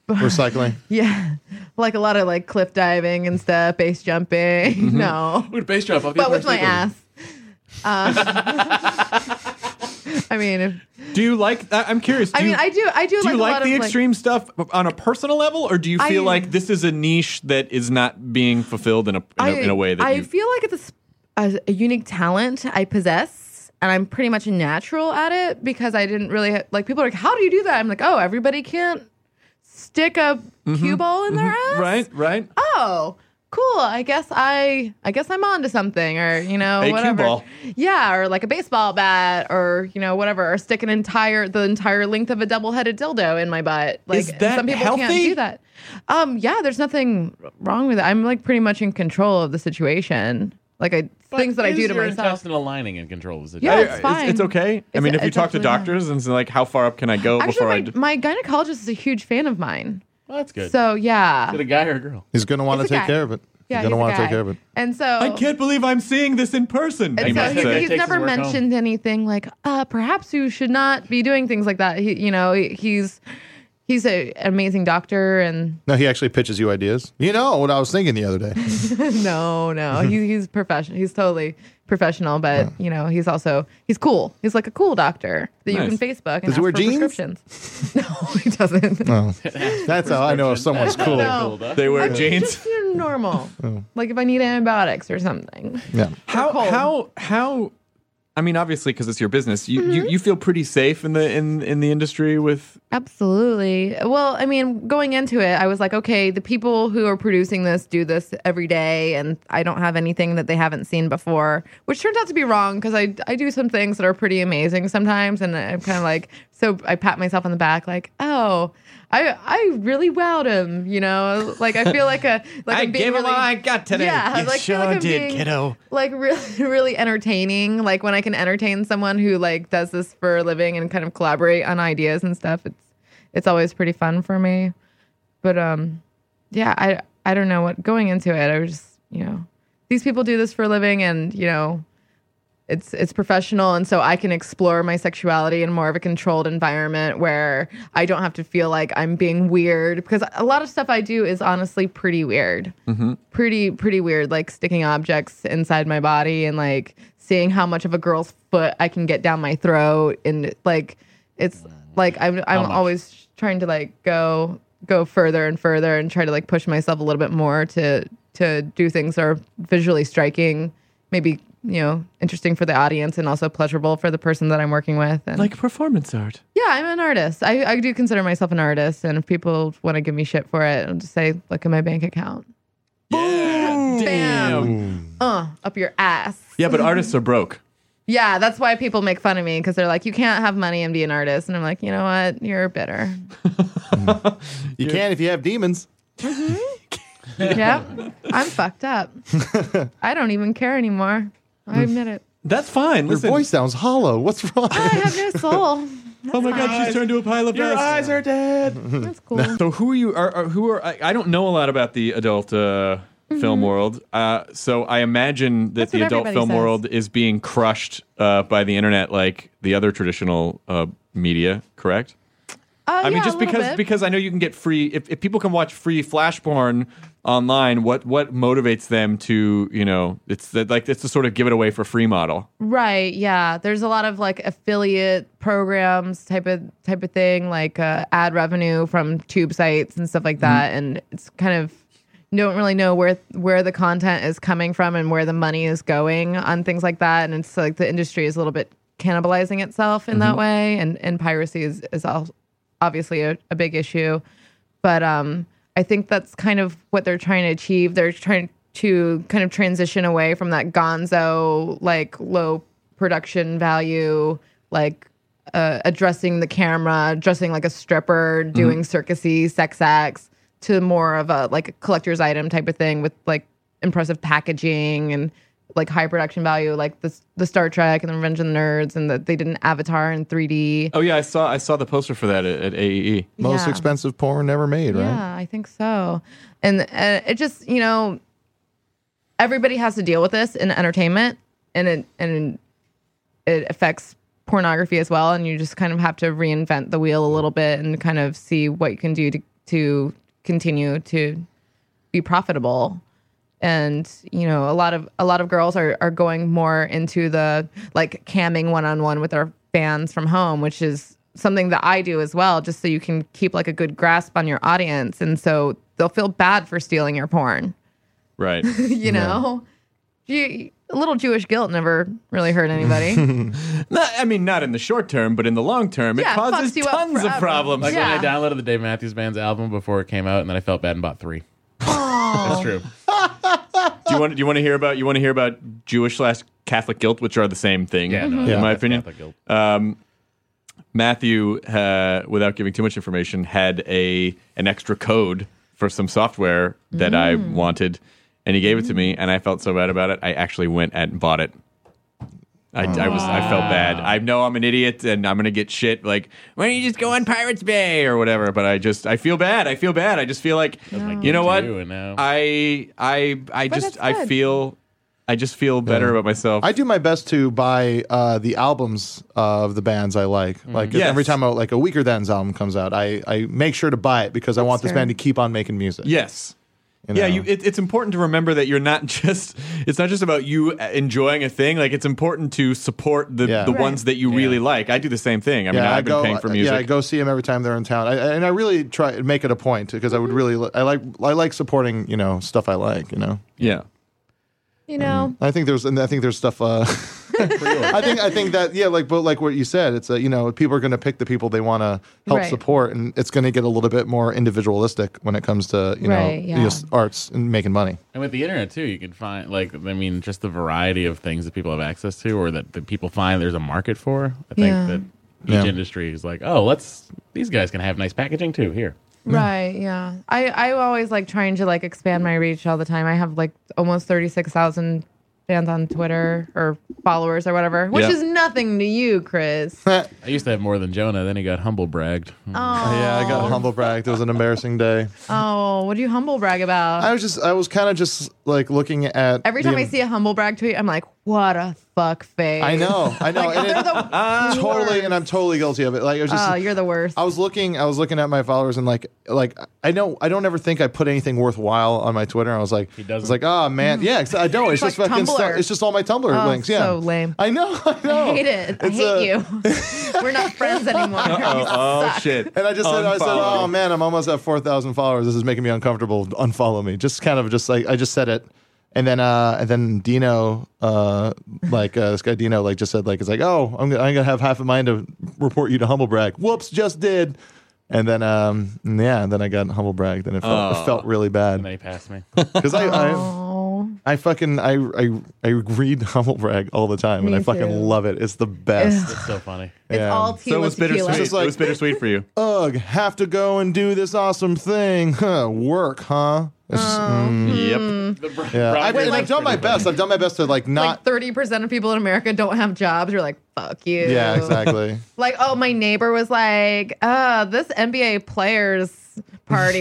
Speaker 7: Recycling.
Speaker 6: Yeah, like a lot of like cliff diving and stuff, base jumping.
Speaker 4: Mm-hmm.
Speaker 6: No,
Speaker 5: With base jump, off the
Speaker 6: but with
Speaker 5: upper
Speaker 6: my
Speaker 5: table.
Speaker 6: ass. Um, Uh, I mean, if,
Speaker 4: Do you like? I- I'm curious. Do
Speaker 6: I mean,
Speaker 4: you,
Speaker 6: I do. I do.
Speaker 4: do
Speaker 6: like a
Speaker 4: you
Speaker 6: lot
Speaker 4: like the
Speaker 6: of,
Speaker 4: extreme stuff on a personal level, or do you feel
Speaker 6: I-
Speaker 4: like this is a niche that is not being fulfilled in a in, a-
Speaker 6: I
Speaker 4: in a way that
Speaker 6: I
Speaker 4: you,
Speaker 6: feel like it's a sp- a, a unique talent I possess, and I'm pretty much a natural at it because I didn't really ha- like. People are like, "How do you do that?" I'm like, "Oh, everybody can't stick a cue ball in their ass."
Speaker 4: Mm-hmm. right? Right?
Speaker 6: Oh, cool. I guess I I guess I'm on to something, or you know,
Speaker 4: A cue
Speaker 6: whatever.
Speaker 4: ball.
Speaker 6: Yeah, or like a baseball bat, or you know, whatever, or stick an entire the entire length of a double-headed dildo in my butt. Like
Speaker 4: Is that
Speaker 6: some people can't
Speaker 4: healthy?
Speaker 6: do that. Um, yeah, there's nothing wrong with it. I'm like pretty much in control of the situation. Like I
Speaker 5: But
Speaker 6: things that I
Speaker 5: is
Speaker 6: do to
Speaker 5: your
Speaker 6: myself.
Speaker 5: intestinal lining in control of the
Speaker 6: Yeah,
Speaker 5: situation?
Speaker 6: it's
Speaker 4: It's,
Speaker 6: fine.
Speaker 4: it's okay. I
Speaker 6: It's-
Speaker 4: mean, if you
Speaker 6: it's
Speaker 4: talk to
Speaker 6: absolutely
Speaker 4: doctors and say like, how far up can I go
Speaker 6: Actually,
Speaker 4: before I?
Speaker 6: my, my
Speaker 4: d-
Speaker 6: gynecologist is a huge fan of mine.
Speaker 5: Well, that's good.
Speaker 6: So yeah,
Speaker 5: Is it a guy or a girl?
Speaker 7: He's going to want to
Speaker 6: It's a
Speaker 7: take
Speaker 6: guy.
Speaker 7: care of it.
Speaker 6: yeah,
Speaker 7: he's going
Speaker 6: he's
Speaker 7: to
Speaker 6: a
Speaker 7: want to take
Speaker 6: guy.
Speaker 7: care of it.
Speaker 6: And so
Speaker 4: I can't believe I'm seeing this in
Speaker 6: And
Speaker 4: person. they
Speaker 6: so
Speaker 4: might
Speaker 5: must
Speaker 6: he's,
Speaker 5: say.
Speaker 6: he's
Speaker 5: Takes
Speaker 6: never
Speaker 5: his work home.
Speaker 6: mentioned anything like, uh, perhaps you should not be doing things like that. He, you know, he, he's he's a, an amazing doctor, and
Speaker 7: No, he actually pitches you ideas. You know what I was thinking the other day.
Speaker 6: no, no, he, he's professional. He's totally professional, but you know, he's also he's cool. He's like a cool doctor that you can
Speaker 4: Nice.
Speaker 6: Facebook and
Speaker 7: Does
Speaker 6: ask
Speaker 7: he wear
Speaker 6: for
Speaker 7: jeans?
Speaker 6: prescriptions. no, he doesn't.
Speaker 7: That's how I know if someone's cool.
Speaker 6: No.
Speaker 4: They wear jeans.
Speaker 6: Just you know, normal. Like if I need antibiotics or something.
Speaker 7: Yeah.
Speaker 4: how
Speaker 6: cold.
Speaker 4: how how I mean obviously because it's your business you,
Speaker 6: Mm-hmm.
Speaker 4: you you feel pretty safe in the in in the industry with
Speaker 6: Absolutely. Well, I mean, going into it, I was like, okay, the people who are producing this do this every day, and I don't have anything that they haven't seen before, which turns out to be wrong because I, I do some things that are pretty amazing sometimes, and I'm kind of like, so I pat myself on the back, like, oh, I I really wowed him, you know, like I feel like a like I'm being really-
Speaker 4: got
Speaker 6: yeah, like, feel like I'm being, Like really, really entertaining. Like when I can entertain someone who like does this for a living and kind of collaborate on ideas and stuff. It's it's always pretty fun for me. But um, yeah, I I don't know what going into it. I was just you know these people do this for a living, and you know it's it's professional and so i can explore my sexuality in more of a controlled environment where i don't have to feel like i'm being weird because a lot of stuff i do is honestly pretty weird pretty pretty weird like sticking objects inside my body and like seeing how much of a girl's foot i can get down my throat and like it's like i'm, I'm always trying to like go go further and further and try to like push myself a little bit more to to do things that are visually striking maybe you know interesting for the audience and also pleasurable for the person that i'm working with and
Speaker 4: like performance art
Speaker 6: yeah i'm an artist i, I do consider myself an artist and if people want to give me shit for it i'll just say look at my bank account
Speaker 4: yeah
Speaker 6: Bam. uh up your ass
Speaker 4: yeah but artists are broke
Speaker 6: yeah that's why people make fun of me because they're like you can't have money and be an artist and i'm like you know what you're bitter
Speaker 7: You can if you have demons.
Speaker 6: yeah i'm fucked up i don't even care anymore i admit it
Speaker 4: that's fine
Speaker 7: Your
Speaker 4: listen
Speaker 7: voice sounds hollow. What's wrong?
Speaker 6: i have no soul
Speaker 4: oh my god she's turned to a pile of dust
Speaker 5: are dead.
Speaker 6: that's cool
Speaker 4: so who are you are, are who are I, I don't know a lot about the adult uh, film world uh, so I
Speaker 6: Mm-hmm.
Speaker 4: imagine that
Speaker 6: That's
Speaker 4: the
Speaker 6: what
Speaker 4: adult
Speaker 6: everybody
Speaker 4: film
Speaker 6: says.
Speaker 4: world is being crushed uh, by the internet like the other traditional uh, media correct
Speaker 6: Uh,
Speaker 4: I mean,
Speaker 6: yeah, a
Speaker 4: just
Speaker 6: little
Speaker 4: because
Speaker 6: bit.
Speaker 4: because I know you can get free. If, if people can watch free flash porn online, what what motivates them to you know? It's the, like it's the sort of give it away for free model.
Speaker 6: Right. Yeah. There's a lot of like affiliate programs type of type of thing, like uh, ad revenue from tube sites and stuff like that, and it's kind of you don't really know where where the content is coming from and where the money is going on things like that, and it's like the industry is a little bit cannibalizing itself in that way, and and piracy is is al- obviously a, a big issue but um, I think that's kind of what they're trying to achieve. They're trying to kind of transition away from that gonzo, like low production value, like uh, addressing the camera, dressing like a stripper, doing circusy sex acts, to more of a like a collector's item type of thing with like impressive packaging and like high production value, like the the Star Trek and the Revenge of the Nerds, and that they did an Avatar in 3D.
Speaker 4: Oh yeah, I saw I saw the poster for that at, E at AEE.
Speaker 7: Most
Speaker 6: Yeah.
Speaker 7: expensive porn never made, right?
Speaker 6: Yeah, I think so. And uh, it just, you know, everybody has to deal with this in entertainment, and it and it affects pornography as well. And you just kind of have to reinvent the wheel a little bit and kind of see what you can do to to continue to be profitable and you know a lot of a lot of girls are are going more into the like camming one on one with their fans from home which is something that I do as well just so you can keep like a good grasp on your audience and so they'll feel bad for stealing your porn
Speaker 4: Right.
Speaker 6: you know you, a little Jewish guilt never really hurt anybody
Speaker 4: Not, I mean, not in the short term, but in the long term,
Speaker 6: Yeah,
Speaker 4: it
Speaker 6: it
Speaker 4: causes
Speaker 6: fucks you up
Speaker 4: tons of
Speaker 6: forever.
Speaker 4: problems.
Speaker 5: Like
Speaker 6: Yeah.
Speaker 5: when I downloaded the Dave Matthews Band's album before it came out, and then I felt bad and bought three. That's true.
Speaker 4: do you want? Do you want to hear about? You want to hear about Jewish slash Catholic guilt, which are the same thing,
Speaker 5: Yeah, no,
Speaker 4: in
Speaker 5: yeah.
Speaker 4: my
Speaker 5: that's
Speaker 4: opinion.
Speaker 5: Catholic guilt.
Speaker 4: Um, Matthew, uh, without giving too much information, had a an extra code for some software that I wanted, and he gave it to me, and I felt so bad about it. I actually went and bought it. I, I was I felt bad. I know I'm an idiot and I'm gonna get shit. Like why don't you just go on Pirates Bay or whatever? But I just I feel bad. I feel bad. I just feel like you know what?
Speaker 5: Two, and now-
Speaker 4: I I I just
Speaker 6: that's
Speaker 4: I
Speaker 6: good.
Speaker 4: feel I just feel better about myself.
Speaker 7: I do my best to buy uh, the albums of the bands I like. Like
Speaker 4: Mm-hmm. Yes.
Speaker 7: every time a, like a Weaker Than's album comes out, I, I make sure to buy it because I want this band to keep on making music.
Speaker 4: yes.
Speaker 7: you
Speaker 4: Yeah,
Speaker 7: know?
Speaker 4: you, it, it's important to remember that you're not just. It's not just about you uh, enjoying a thing. Like it's important to support the,
Speaker 7: Yeah.
Speaker 4: the
Speaker 7: Right.
Speaker 4: ones that you really like. I do the same thing. I mean, I've been paying for music.
Speaker 7: Yeah, I go see them every time they're in town, I, I- and I really try and make it a point because I would really li- I like I like supporting you know stuff I like. You know,
Speaker 4: yeah.
Speaker 6: you know
Speaker 7: I think there's and I think there's stuff. Uh, I think I think that yeah, like but like what you said, it's a, you know people are going to pick the people they want to help
Speaker 6: Right.
Speaker 7: support, and it's going to get a little bit more individualistic when it comes to you
Speaker 6: Right,
Speaker 7: know
Speaker 6: yeah.
Speaker 7: just arts and making money.
Speaker 5: And with the internet too, you could find like I mean, just the variety of things that people have access to, or that, that people find there's a market for. I think
Speaker 6: Yeah.
Speaker 5: that each
Speaker 7: Yeah.
Speaker 5: industry is like, oh, let's these guys can have nice packaging too. Here,
Speaker 6: Right. Yeah. I I always like trying to like expand my reach all the time. I have like almost thirty six thousand fans on Twitter or followers or whatever, which
Speaker 4: Yeah.
Speaker 6: is nothing to you, Chris. oh,
Speaker 5: I used to have more than Jonah. Then he got humble bragged.
Speaker 7: Yeah, I got humble bragged. It was an embarrassing day.
Speaker 6: oh, what do you humble brag about?
Speaker 7: I was just I was kind of just like looking at
Speaker 6: Every
Speaker 7: the
Speaker 6: time I
Speaker 7: em-
Speaker 6: see a humble brag tweet, I'm like, what a fuck face.
Speaker 7: I know, I know, and
Speaker 6: They're
Speaker 7: it,
Speaker 6: the
Speaker 7: totally,
Speaker 6: worst.
Speaker 7: and I'm totally guilty of it. Like it was just
Speaker 6: Oh, you're the worst.
Speaker 7: I was looking. I was looking at my followers and like, like I don't. I don't ever think I put anything worthwhile on my Twitter. I was like, he
Speaker 5: doesn't.
Speaker 7: It's like, oh man, yeah. 'cause I don't. It's,
Speaker 6: Hmm. It's
Speaker 7: just
Speaker 6: like
Speaker 7: fucking.
Speaker 6: Tumblr.
Speaker 7: Stuff. It's just all my Tumblr
Speaker 6: Oh,
Speaker 7: links. Yeah,
Speaker 6: so lame.
Speaker 7: I know. I know.
Speaker 6: I hate it. I
Speaker 7: It's
Speaker 6: hate
Speaker 7: a-
Speaker 6: you. We're not friends anymore.
Speaker 4: Oh,
Speaker 6: You
Speaker 4: oh,
Speaker 6: suck.
Speaker 4: shit!
Speaker 7: And I just said, I said,
Speaker 4: Unfollow.
Speaker 7: oh man, I'm almost at four thousand followers. This is making me uncomfortable. Unfollow me. Just kind of just like I just said it. And then, uh, and then Dino, uh, like uh, this guy Dino, like just said, like it's like, oh, I'm, gonna- I'm gonna have half a mind to report you to humble brag. Whoops, just did. And then, um, yeah, and then I got humble bragged, and it felt, it felt really
Speaker 5: And then
Speaker 7: bad
Speaker 5: he passed me.
Speaker 7: because I, I,
Speaker 6: Oh,
Speaker 7: I fucking, I, I, I read humble brag all the time, and
Speaker 6: Me
Speaker 7: I fucking
Speaker 6: too.
Speaker 7: love it. It's the best.
Speaker 5: It's so funny.
Speaker 6: it's
Speaker 7: Yeah.
Speaker 6: all tea
Speaker 4: So it
Speaker 6: with
Speaker 4: was
Speaker 6: tequila.
Speaker 4: bittersweet.
Speaker 7: Just like-
Speaker 4: it was bittersweet for you.
Speaker 7: Ugh, have to go and do this awesome thing. Huh, work, huh? It's just-
Speaker 6: Uh,
Speaker 7: mm,
Speaker 4: Yep.
Speaker 7: yeah. I've, and
Speaker 6: like-
Speaker 7: I've done my best. I've done my best to like
Speaker 6: like
Speaker 7: not.
Speaker 6: thirty percent of people in America don't have jobs. You're like, fuck you.
Speaker 7: yeah, exactly.
Speaker 6: Like, oh, my neighbor was like, uh, this NBA players party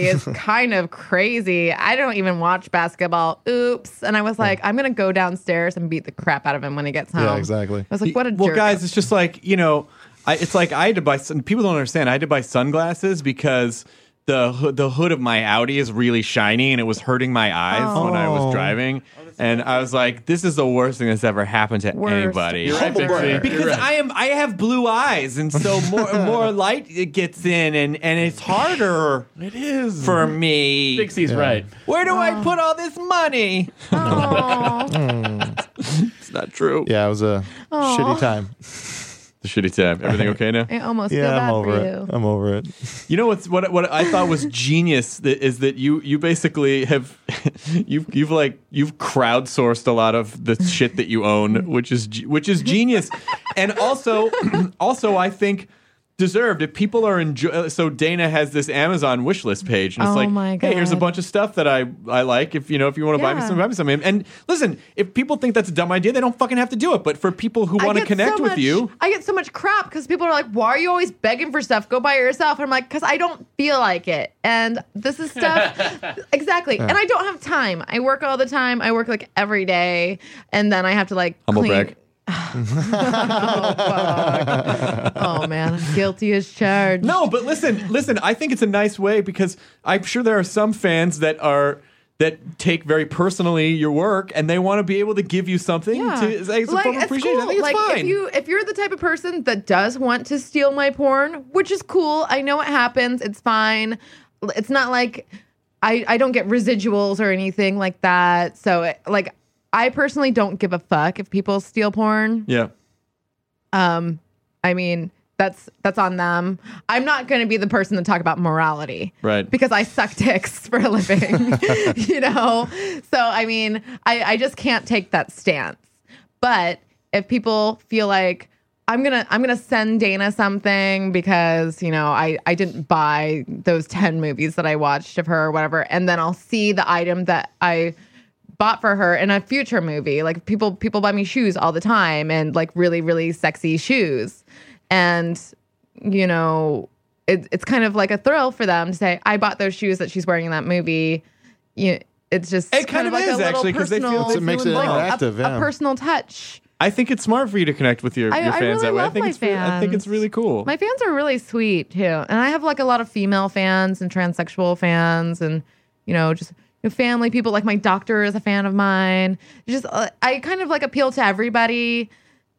Speaker 6: is kind of crazy. I don't even watch basketball. Oops. And I was like, I'm gonna go downstairs and beat the crap out of him when he gets home.
Speaker 7: Yeah, exactly.
Speaker 6: I was like, what a
Speaker 4: well,
Speaker 6: jerk.
Speaker 4: guys, it's just like you know, I, it's like I had to buy. Sun, people don't understand. I had to buy sunglasses because the hoo- the hood of my Audi is really shiny, and it was hurting my eyes when I was driving.
Speaker 5: Oh,
Speaker 4: and I was like, "This is the worst thing that's ever happened to
Speaker 6: Worst.
Speaker 4: anybody."
Speaker 5: You're right,
Speaker 7: Humble brag.
Speaker 5: Pixie.
Speaker 4: because
Speaker 5: You're right.
Speaker 4: I am I have blue eyes, and so more more light it gets in, and and it's harder
Speaker 5: It is.
Speaker 4: for me.
Speaker 5: Pixie's right.
Speaker 4: Where do
Speaker 5: Ah.
Speaker 4: I put all this money?
Speaker 6: Aw.
Speaker 4: It's not true.
Speaker 7: Yeah, it was a shitty time.
Speaker 4: The shitty tab. Everything okay now?
Speaker 6: I almost feel
Speaker 7: Yeah,
Speaker 6: bad
Speaker 7: I'm over
Speaker 6: for
Speaker 7: it.
Speaker 6: you.
Speaker 7: I'm over it.
Speaker 4: You know what's what what I thought was genius that is that you you basically have you've you've like you've crowdsourced a lot of the shit that you own, which is ge- which is genius, and also also I think deserved if people are enjoy so dana has this amazon wish list page and it's
Speaker 6: Oh
Speaker 4: like
Speaker 6: my
Speaker 4: hey here's a
Speaker 6: God.
Speaker 4: bunch of stuff that i i like if you know if you want to buy me
Speaker 6: Yeah.
Speaker 4: some buy me some and, and listen if people think that's a dumb idea they don't fucking have to do it but for people who
Speaker 6: I
Speaker 4: want to
Speaker 6: get
Speaker 4: connect
Speaker 6: so
Speaker 4: with
Speaker 6: much-
Speaker 4: you
Speaker 6: I get so much crap because people are like, "Why are you always begging for stuff? Go buy it yourself." I'm like, "Cause I don't feel like it, and this is stuff exactly, and I don't have time. I work all the time. I work like every day, and then I have to like
Speaker 4: Humble
Speaker 6: clean.
Speaker 4: brag.
Speaker 6: Oh, fuck. oh man, I'm guilty as charged.
Speaker 4: No, but listen, listen. I think it's a nice way because I'm sure there are some fans that are that take very personally your work and they want to be able to give you something
Speaker 6: Yeah.
Speaker 4: to as a form of
Speaker 6: it's
Speaker 4: appreciation. I
Speaker 6: cool.
Speaker 4: think it's
Speaker 6: like,
Speaker 4: fine.
Speaker 6: If you if you're the type of person that does want to steal my porn, which is cool, I know it happens. It's fine. L- It's not like I I don't get residuals or anything like that. So it, like I personally don't give a fuck if people steal porn.
Speaker 4: yeah.
Speaker 6: Um, I mean that's that's on them. I'm not going to be the person to talk about morality
Speaker 4: Right.
Speaker 6: because I suck dicks for a living, you know? So, I mean, I, I just can't take that stance. But if people feel like, I'm gonna I'm gonna send Dana something because you know I I didn't buy those ten movies that I watched of her or whatever, and then I'll see the item that I bought for her in a future movie. Like people people buy me shoes all the time and like really really sexy shoes, and you know, it, it's kind of like a thrill for them to say, "I bought those shoes that she's wearing in that movie." You, it's just
Speaker 4: It
Speaker 6: kind,
Speaker 4: kind of
Speaker 6: of, like
Speaker 4: is,
Speaker 6: a little
Speaker 4: actually, 'cause they feel-
Speaker 6: personal,
Speaker 4: It makes it
Speaker 6: like, a,
Speaker 4: interactive, yeah.
Speaker 6: a personal touch.
Speaker 4: I think it's smart for you to connect with your,
Speaker 6: I-
Speaker 4: your
Speaker 6: I
Speaker 4: fans
Speaker 6: really
Speaker 4: that way. I
Speaker 6: love
Speaker 4: think
Speaker 6: my
Speaker 4: it's re- I think it's
Speaker 6: fans.
Speaker 4: really cool.
Speaker 6: My fans are really sweet too, and I have like a lot of female fans and transsexual fans, and you know, just you know, family people. Like my doctor is a fan of mine. Just uh, I kind of like appeal to everybody.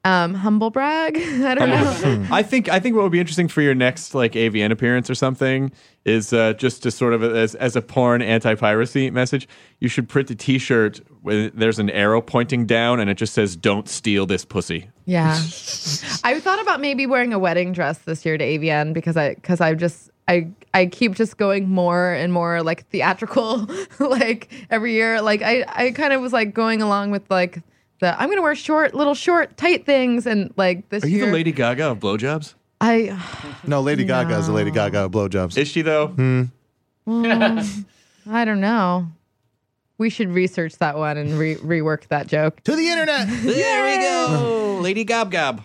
Speaker 6: Um, humble brag. I don't know.
Speaker 4: I think I think what would be interesting for your next like AVN appearance or something is uh, just to sort of as as a porn anti piracy message. You should print a T shirt where there's an arrow pointing down and it just says "Don't steal this pussy."
Speaker 6: Yeah. I thought about maybe wearing a wedding dress this year to AVN because I because I just I I keep just going more and more like theatrical like every year. Like I I kind of was like going along with like the I'm gonna wear short little short tight things and like this
Speaker 4: Are you
Speaker 6: year
Speaker 4: the Lady Gaga of blowjobs?
Speaker 6: I
Speaker 7: No, Lady Gaga is the Lady Gaga of blowjobs.
Speaker 4: Is she though?
Speaker 6: well, I don't know. We should research that one and re- rework that joke.
Speaker 7: To the internet.
Speaker 4: There we go, Lady Gob Gob.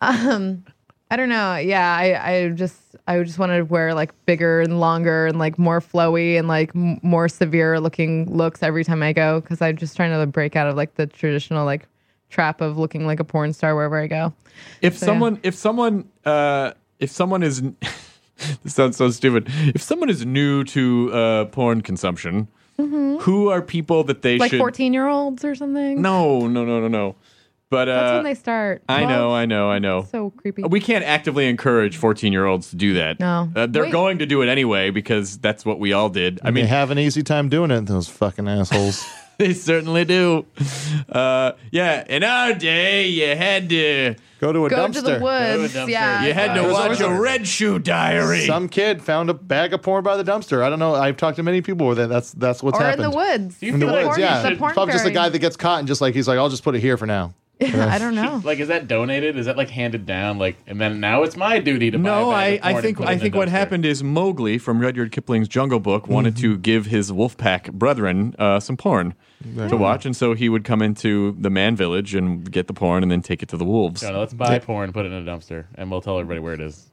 Speaker 6: um i don't know yeah i i just i would just want to wear like bigger and longer and like more flowy and like m- more severe looking looks every time i go because i'm just trying to like, break out of like the traditional like trap of looking like a porn star wherever i go
Speaker 4: If
Speaker 6: So, yeah.
Speaker 4: someone, if someone, uh, if someone is, this sounds so stupid. If someone is new to uh, porn consumption, who are people that they
Speaker 6: Mm-hmm. like
Speaker 4: should?
Speaker 6: 14 year olds or something
Speaker 4: No, no, no, no, no. But uh,
Speaker 6: that's when they start
Speaker 4: I know,
Speaker 6: Well,
Speaker 4: I know, I know.
Speaker 6: so creepy
Speaker 4: we can't actively encourage 14 year olds to do that.
Speaker 6: No.
Speaker 4: Uh, they're
Speaker 6: Wait.
Speaker 4: going to do it anyway because that's what we all did. I
Speaker 7: I mean,
Speaker 4: mean,
Speaker 7: have an easy time doing it. Those fucking assholes.
Speaker 4: they certainly do. Uh, yeah, in our day, you had to
Speaker 7: Go to a
Speaker 6: go
Speaker 7: dumpster.
Speaker 6: to the woods
Speaker 5: dumpster.
Speaker 6: yeah
Speaker 4: you
Speaker 7: Uh,
Speaker 4: had
Speaker 5: It
Speaker 4: to
Speaker 5: was
Speaker 4: watch
Speaker 5: always
Speaker 4: a
Speaker 5: a-
Speaker 4: Red Shoe Diary.
Speaker 7: Some kid found a bag of porn by the dumpster. I don't know. I've talked to many people where that, that's that's what's
Speaker 6: or
Speaker 7: happened.
Speaker 6: in the woods
Speaker 5: You
Speaker 7: In the
Speaker 5: feel like
Speaker 7: woods,
Speaker 6: porn-
Speaker 7: yeah.
Speaker 6: the porn
Speaker 7: Probably just the
Speaker 6: fairy.
Speaker 7: guy that gets caught and just like he's like, I'll just put it here for now.
Speaker 6: i don't know
Speaker 5: Like, is that donated? Is that like handed down? Like, and then now it's my duty to buy.
Speaker 4: No,
Speaker 5: a bag
Speaker 4: I,
Speaker 5: of porn
Speaker 4: I
Speaker 5: and
Speaker 4: think
Speaker 5: put it
Speaker 4: I
Speaker 5: in the
Speaker 4: think what
Speaker 5: dumpster.
Speaker 4: happened is Mowgli from Rudyard Kipling's Jungle Book wanted
Speaker 5: Mm-hmm.
Speaker 4: to give his Wolfpack brethren uh, some porn to watch, and so he would come into the man village and get the porn and then take it to the wolves.
Speaker 5: No, no, Uh, let's buy porn, put it in a dumpster, and we'll tell everybody where it is.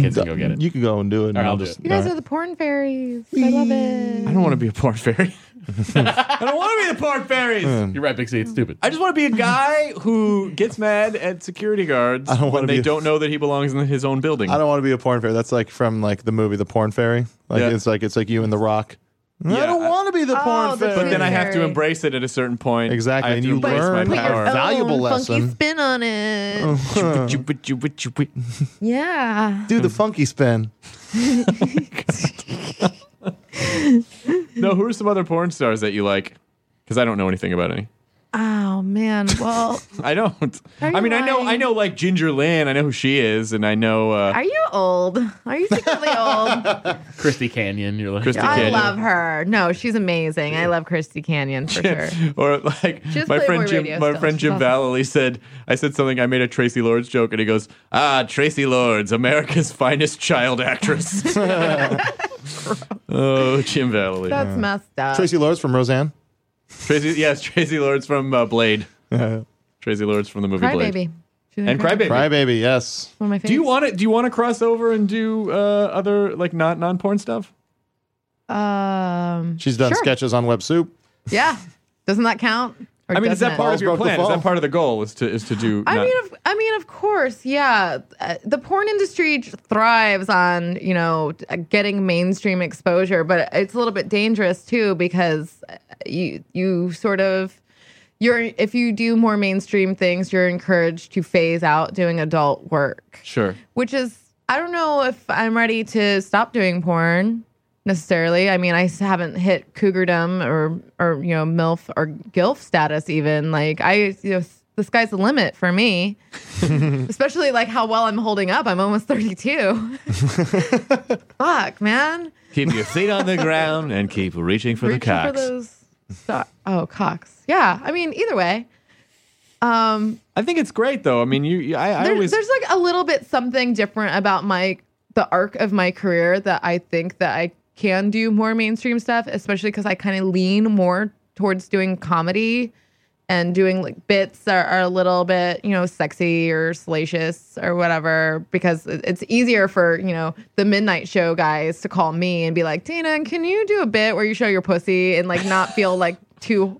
Speaker 5: Kids can go get it.
Speaker 7: You can go and do it. and
Speaker 5: I'll
Speaker 7: I'll
Speaker 5: do
Speaker 7: just.
Speaker 6: you guys are the porn fairies i love it
Speaker 4: I don't want to be a porn fairy. I don't want to be the porn fairies.
Speaker 5: You're right, Big C. It's stupid.
Speaker 4: I just want to be a guy who gets mad at security guards
Speaker 7: I don't
Speaker 4: when
Speaker 7: wanna
Speaker 4: they
Speaker 7: be a-
Speaker 4: don't know that he belongs in his own building.
Speaker 7: I don't want to be a porn fairy. That's like from like the movie The Porn Fairy. Like
Speaker 4: Yeah.
Speaker 7: it's like it's like you and The Rock.
Speaker 4: Yeah,
Speaker 7: I don't
Speaker 4: I-
Speaker 7: want to be the porn
Speaker 6: Oh, the
Speaker 7: fairy.
Speaker 4: but then I have to
Speaker 6: Fairy.
Speaker 4: embrace it at a certain point.
Speaker 7: Exactly,
Speaker 4: I have
Speaker 7: and
Speaker 4: to
Speaker 7: you
Speaker 4: embrace
Speaker 7: learn
Speaker 4: my
Speaker 6: put your
Speaker 7: Power.
Speaker 6: own
Speaker 4: power.
Speaker 7: Valuable
Speaker 6: funky
Speaker 7: lesson.
Speaker 6: spin on it
Speaker 4: Oh.
Speaker 6: yeah
Speaker 7: do the funky spin.
Speaker 4: No, who are some other porn stars that you like? Because I don't know anything about any.
Speaker 6: Oh man, well,
Speaker 4: I don't.
Speaker 6: Are
Speaker 4: I
Speaker 6: you
Speaker 4: mean, I know, I
Speaker 6: lying?
Speaker 4: know, like Ginger Lynn. I know who she is, and I know uh,
Speaker 6: are you old? Are you secretly old?
Speaker 5: Christy Canyon, you're like.
Speaker 4: Christy
Speaker 6: I
Speaker 4: Canyon.
Speaker 6: love her. No, she's amazing. I love Christy Canyon for sure.
Speaker 4: or like
Speaker 6: Just
Speaker 4: my
Speaker 6: Playboy
Speaker 4: friend Jim,
Speaker 6: Radio
Speaker 4: my
Speaker 6: still.
Speaker 4: friend
Speaker 6: She's
Speaker 4: Jim
Speaker 6: awesome.
Speaker 4: Vallely said I said something. I made a Tracy Lords joke, and he goes, "Ah, Tracy Lords, America's finest child actress." oh, Jim Vallely.
Speaker 6: That's messed up.
Speaker 7: Tracy Lords from Roseanne.
Speaker 4: Tracy, yes, Tracy Lords from uh, Blade. Tracy Lords from the movie
Speaker 6: Cry
Speaker 4: Blade.
Speaker 6: baby.
Speaker 4: And Crybaby.
Speaker 7: Crybaby, yes.
Speaker 6: One of my favorites.
Speaker 4: Do you want to do you want to cross over and do uh, other like not non porn stuff?
Speaker 6: Um,
Speaker 7: She's done
Speaker 6: Sure.
Speaker 7: sketches on Web Soup.
Speaker 6: yeah. Doesn't that count? Or
Speaker 4: I mean, is
Speaker 6: doesn't
Speaker 4: that
Speaker 6: it?
Speaker 4: part of your
Speaker 7: Balls broke the
Speaker 4: plan? Is
Speaker 7: fall.
Speaker 4: that part of the goal? Is to is to do?
Speaker 6: I
Speaker 4: not-
Speaker 6: mean, of, I mean, of course, yeah. Uh, The porn industry j- thrives on you know t- uh, getting mainstream exposure, but it's a little bit dangerous too because uh, you you sort of you're if you do more mainstream things, you're encouraged to phase out doing adult work,
Speaker 4: sure.
Speaker 6: which is I don't know if I'm ready to stop doing porn necessarily. I mean, I s- haven't hit cougardom or or you know milf or gilf status even. Like I you know s- the sky's the limit for me. Especially like how well I'm holding up. I'm almost 32. Fuck, man.
Speaker 4: Keep your feet on the ground and keep reaching for
Speaker 6: Reaching for those sto- oh, cocks. Yeah. I mean, either way. Um
Speaker 4: I think it's great though. I mean, you. you- I, I
Speaker 6: there-
Speaker 4: always.
Speaker 6: there's like a little bit something different about my the arc of my career that I think that I can do more mainstream stuff, especially because I kind of lean more towards doing comedy and doing like bits that are a little bit you know sexy or salacious or whatever because it- it's easier for you know the midnight show guys to call me and be like dana can you do a bit where you show your pussy and like not feel like too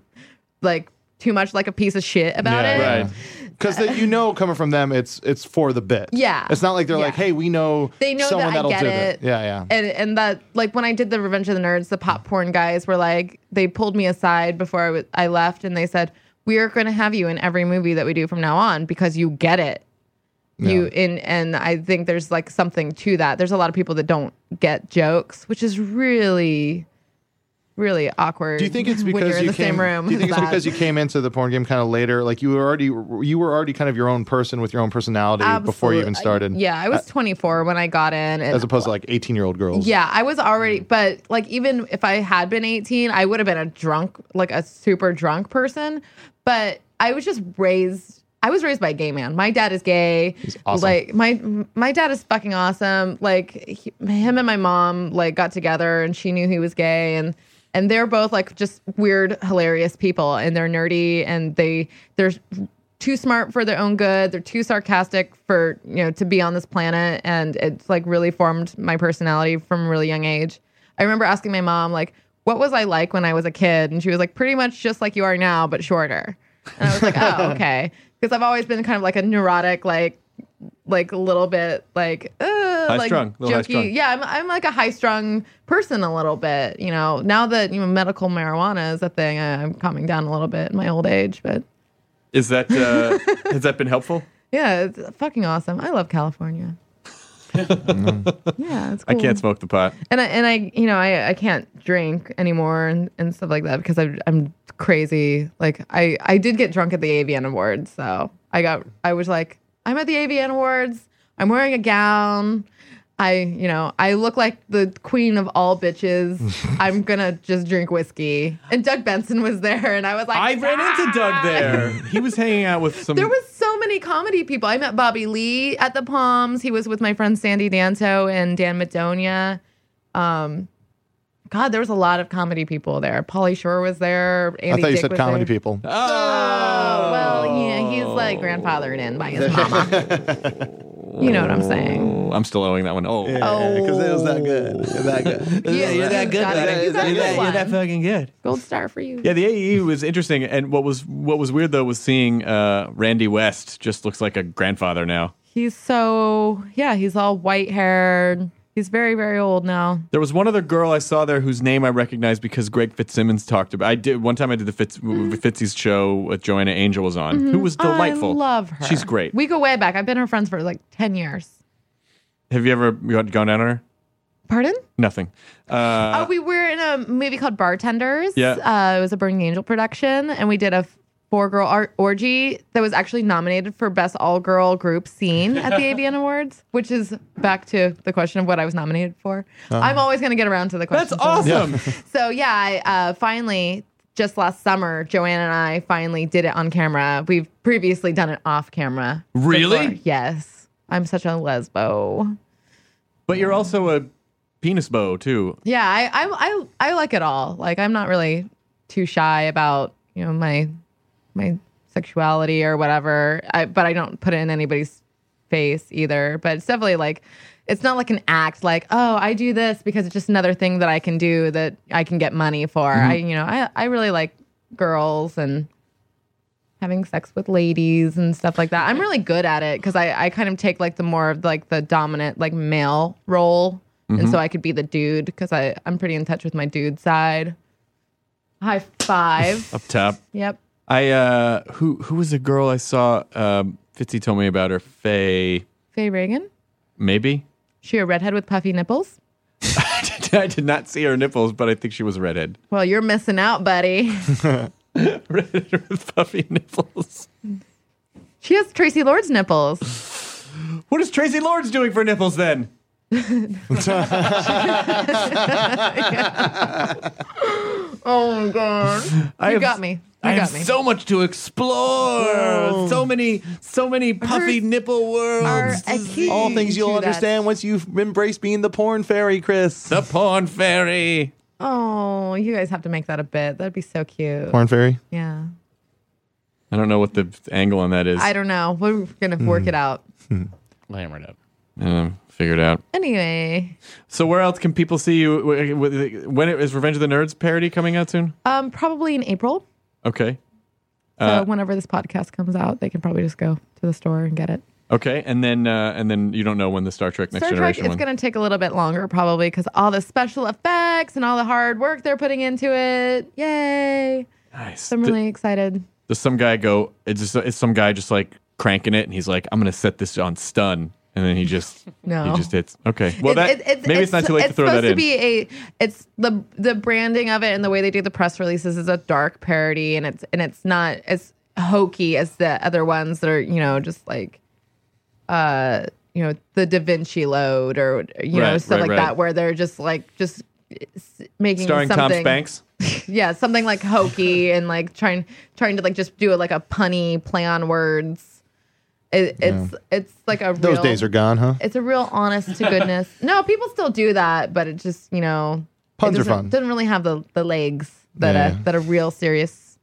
Speaker 6: like too much like a piece of shit about it
Speaker 4: Right.
Speaker 7: Because you know, coming from them, it's it's for the bit.
Speaker 6: Yeah.
Speaker 7: it's not like they're like,
Speaker 6: Yeah.
Speaker 7: hey, we know
Speaker 6: They know
Speaker 7: someone
Speaker 6: that I
Speaker 7: will
Speaker 6: get
Speaker 7: do
Speaker 6: it.
Speaker 7: Yeah, yeah.
Speaker 6: And and that like when I did the Revenge of the Nerds, the pop porn guys were like they pulled me aside before I w- I left, and they said we are going to have you in every movie that we do from now on because you get it. You in and I think there's like something to that. There's a lot of people that don't get jokes, which is really, really awkward.
Speaker 7: Do you think it's
Speaker 6: when you're
Speaker 7: because
Speaker 6: in
Speaker 7: you
Speaker 6: the
Speaker 7: came?
Speaker 6: same room?
Speaker 7: Do you think
Speaker 6: as
Speaker 7: it's
Speaker 6: that.
Speaker 7: because you came into the porn game kind of later? Like you were already you were already kind of your own person with your own personality before you
Speaker 6: Absolute-
Speaker 7: even started. Uh,
Speaker 6: Yeah, I was 24 when I got in, and
Speaker 7: as opposed to like eighteen year old girls.
Speaker 6: Yeah, I was already, but like even if I had been 18, I would have been a drunk, like a super drunk person. But I was just raised. I was raised by a gay man. My dad is gay.
Speaker 7: awesome.
Speaker 6: Like my my dad is fucking awesome. Like he, him and my mom like got together and she knew he was gay and and they're both like just weird hilarious people and they're nerdy and they they're too smart for their own good. They're too sarcastic for, you know, to be on this planet. And it's like really formed my personality from a really young age. I remember asking my mom, like, what was I like when I was a kid? And she was like, pretty much just like you are now, but shorter. And I was like, oh, okay. Because I've always been kind of like a neurotic, like, like a little bit like, uh, like
Speaker 4: strung, little high strung.
Speaker 6: jokey. Yeah, I'm, I'm like a high strung person a little bit, you know. Now that you know medical marijuana is a thing, I- I'm calming down a little bit in my old age, but
Speaker 4: Is that uh, has that been helpful?
Speaker 6: yeah, it's fucking awesome. I love California. yeah, it's
Speaker 4: I
Speaker 6: cool.
Speaker 4: can't smoke the pot.
Speaker 6: And I, and I you know I, I can't drink anymore and, and stuff like that because I'm I'm crazy. Like I I did get drunk at the AVN Awards, so I got I was like I'm at the AVN Awards. I'm wearing a gown. I you know I look like the queen of all bitches. I'm gonna just drink whiskey. And Doug Benson was there, and I was like,
Speaker 4: I ran into Doug
Speaker 6: "Ah!"
Speaker 4: there. He was hanging out with some.
Speaker 6: There was so many comedy people. I met Bobby Lee at the Palms. He was with my friend Sandy Danto and Dan Madonia. Um, God, there was a lot of comedy people there. Pauly Shore was there.
Speaker 7: I
Speaker 6: Andy
Speaker 7: thought you
Speaker 6: Dick
Speaker 7: said
Speaker 6: was
Speaker 7: comedy
Speaker 6: there.
Speaker 7: people.
Speaker 6: Oh, well, yeah, he's like grandfathered in by his
Speaker 7: Oh.
Speaker 6: mama. you know what I'm saying?
Speaker 4: Oh, I'm still owing that one. Oh,
Speaker 7: because it was that good. That good.
Speaker 6: Yeah, you're that good, Got it. buddy. You got You're that- you're that one.
Speaker 4: fucking good.
Speaker 6: Gold star for you.
Speaker 4: Yeah, the AEE was interesting, and what was what was weird though was seeing uh, Randy West just looks like a grandfather now.
Speaker 6: He's so yeah. He's all white haired. He's very very old now.
Speaker 4: There was one other girl I saw there whose name I recognized because Greg Fitzsimmons talked about. I did one time I did the Fitz, Fitzy's show with Joanna Angel was on, who was delightful.
Speaker 6: Mm-hmm. I love her.
Speaker 4: She's great.
Speaker 6: We go way back. I've been her friends for like ten years.
Speaker 4: Have you ever gone down on her?
Speaker 6: Pardon?
Speaker 4: Nothing. Uh,
Speaker 6: oh, we were in a movie called Bartenders.
Speaker 4: Yeah.
Speaker 6: Uh, it was a Burning Angel production, and we did a four girl ar- orgy that was actually nominated for Best All Girl Group Scene at the AVN Awards, which is back to the question of what I was nominated for. I'm always going to get around to the question.
Speaker 4: Uh-huh. that's awesome.
Speaker 6: So, yeah, I uh, finally. Just last summer, Joanne and I finally did it on camera. We've previously done it off camera.
Speaker 4: Really?
Speaker 6: before. Yes. I'm such a lesbo.
Speaker 4: But you're also a penis bow too.
Speaker 6: Yeah, I, I I I like it all. Like I'm not really too shy about you know my my sexuality or whatever. I, but I don't put it in anybody's face either. But it's definitely like it's not like an act. Like oh, I do this because it's just another thing that I can do that I can get money for. I you know I I really like girls and having sex with ladies and stuff like that. I'm really good at it because I, I kind of take like the more of like the dominant like male role. And
Speaker 8: Mhm.
Speaker 6: so I could be the dude because I'm pretty in touch with my dude side. High five.
Speaker 4: Up top.
Speaker 6: Yep.
Speaker 4: I uh who who was a girl I saw um Fitzy told me about her Faye
Speaker 6: Faye Reagan.
Speaker 4: maybe?
Speaker 6: She a redhead with puffy nipples?
Speaker 4: I did not see her nipples, but I think she was a redhead.
Speaker 6: Well, you're missing out, buddy.
Speaker 4: redhead with puffy nipples.
Speaker 6: She has Tracy Lord's nipples.
Speaker 4: What is Tracy Lords doing for nipples then?
Speaker 6: Oh my god. You
Speaker 4: I have-
Speaker 6: got me. You
Speaker 4: I
Speaker 6: got
Speaker 4: have
Speaker 6: me.
Speaker 4: so much to explore.
Speaker 6: Whoa.
Speaker 4: So many, so many puffy nipple worlds.
Speaker 7: All things you'll understand once you've embraced being the porn fairy, Chris.
Speaker 4: The porn fairy.
Speaker 6: Oh, you guys have to make that a bit. That'd be so cute.
Speaker 4: Porn fairy?
Speaker 6: Yeah.
Speaker 4: I don't know what the angle on that is. Hmm.
Speaker 6: I don't know. We're gonna work it out.
Speaker 5: Hammer it up.
Speaker 4: Um, figure it out.
Speaker 6: Anyway,
Speaker 4: So where else can people see you? Wh- wh- When it- is Revenge of the Nerds parody coming out soon?
Speaker 6: um, probably in April.
Speaker 4: Okay.
Speaker 6: So
Speaker 4: Uh,
Speaker 6: whenever this podcast comes out, they can probably just go to the store and get it.
Speaker 4: okay, and then uh, and then you don't know when the Star Trek Next
Speaker 6: Star Trek,
Speaker 4: Generation
Speaker 6: it's
Speaker 4: one.
Speaker 6: going to take a little bit longer probably because all the special effects and all the hard work they're putting into it. Yay!
Speaker 4: Nice.
Speaker 6: So I'm really excited.
Speaker 4: Does some guy go? It's just it's some guy just like cranking it, and he's like, "I'm gonna set this on stun," and then he just
Speaker 6: No.
Speaker 4: he just hits. Okay, well that
Speaker 6: It- it-
Speaker 4: maybe it's, not too late to
Speaker 6: it's
Speaker 4: throw that
Speaker 6: supposed
Speaker 4: in.
Speaker 6: to be a. It's the the branding of it and the way they do the press releases is a dark parody, and it's and it's not as hokey as the other ones that are you know just like, uh, you know the Da Vinci Load or you know
Speaker 4: Right,
Speaker 6: stuff
Speaker 4: right,
Speaker 6: like
Speaker 4: right.
Speaker 6: that where they're just like just s- making
Speaker 4: Starring Tom
Speaker 6: something,
Speaker 4: Spanks.
Speaker 6: yeah, something like hokey and like trying trying to like just do it like a punny play on words. It, it's it's like a
Speaker 7: Those
Speaker 6: real-
Speaker 7: days are gone, huh?
Speaker 6: it's a real honest to goodness. no, people still do that, but it just you know it
Speaker 7: Puns are
Speaker 6: doesn't-
Speaker 7: fun.
Speaker 6: Doesn't really have the the legs that
Speaker 7: Yeah.
Speaker 6: a that a real serious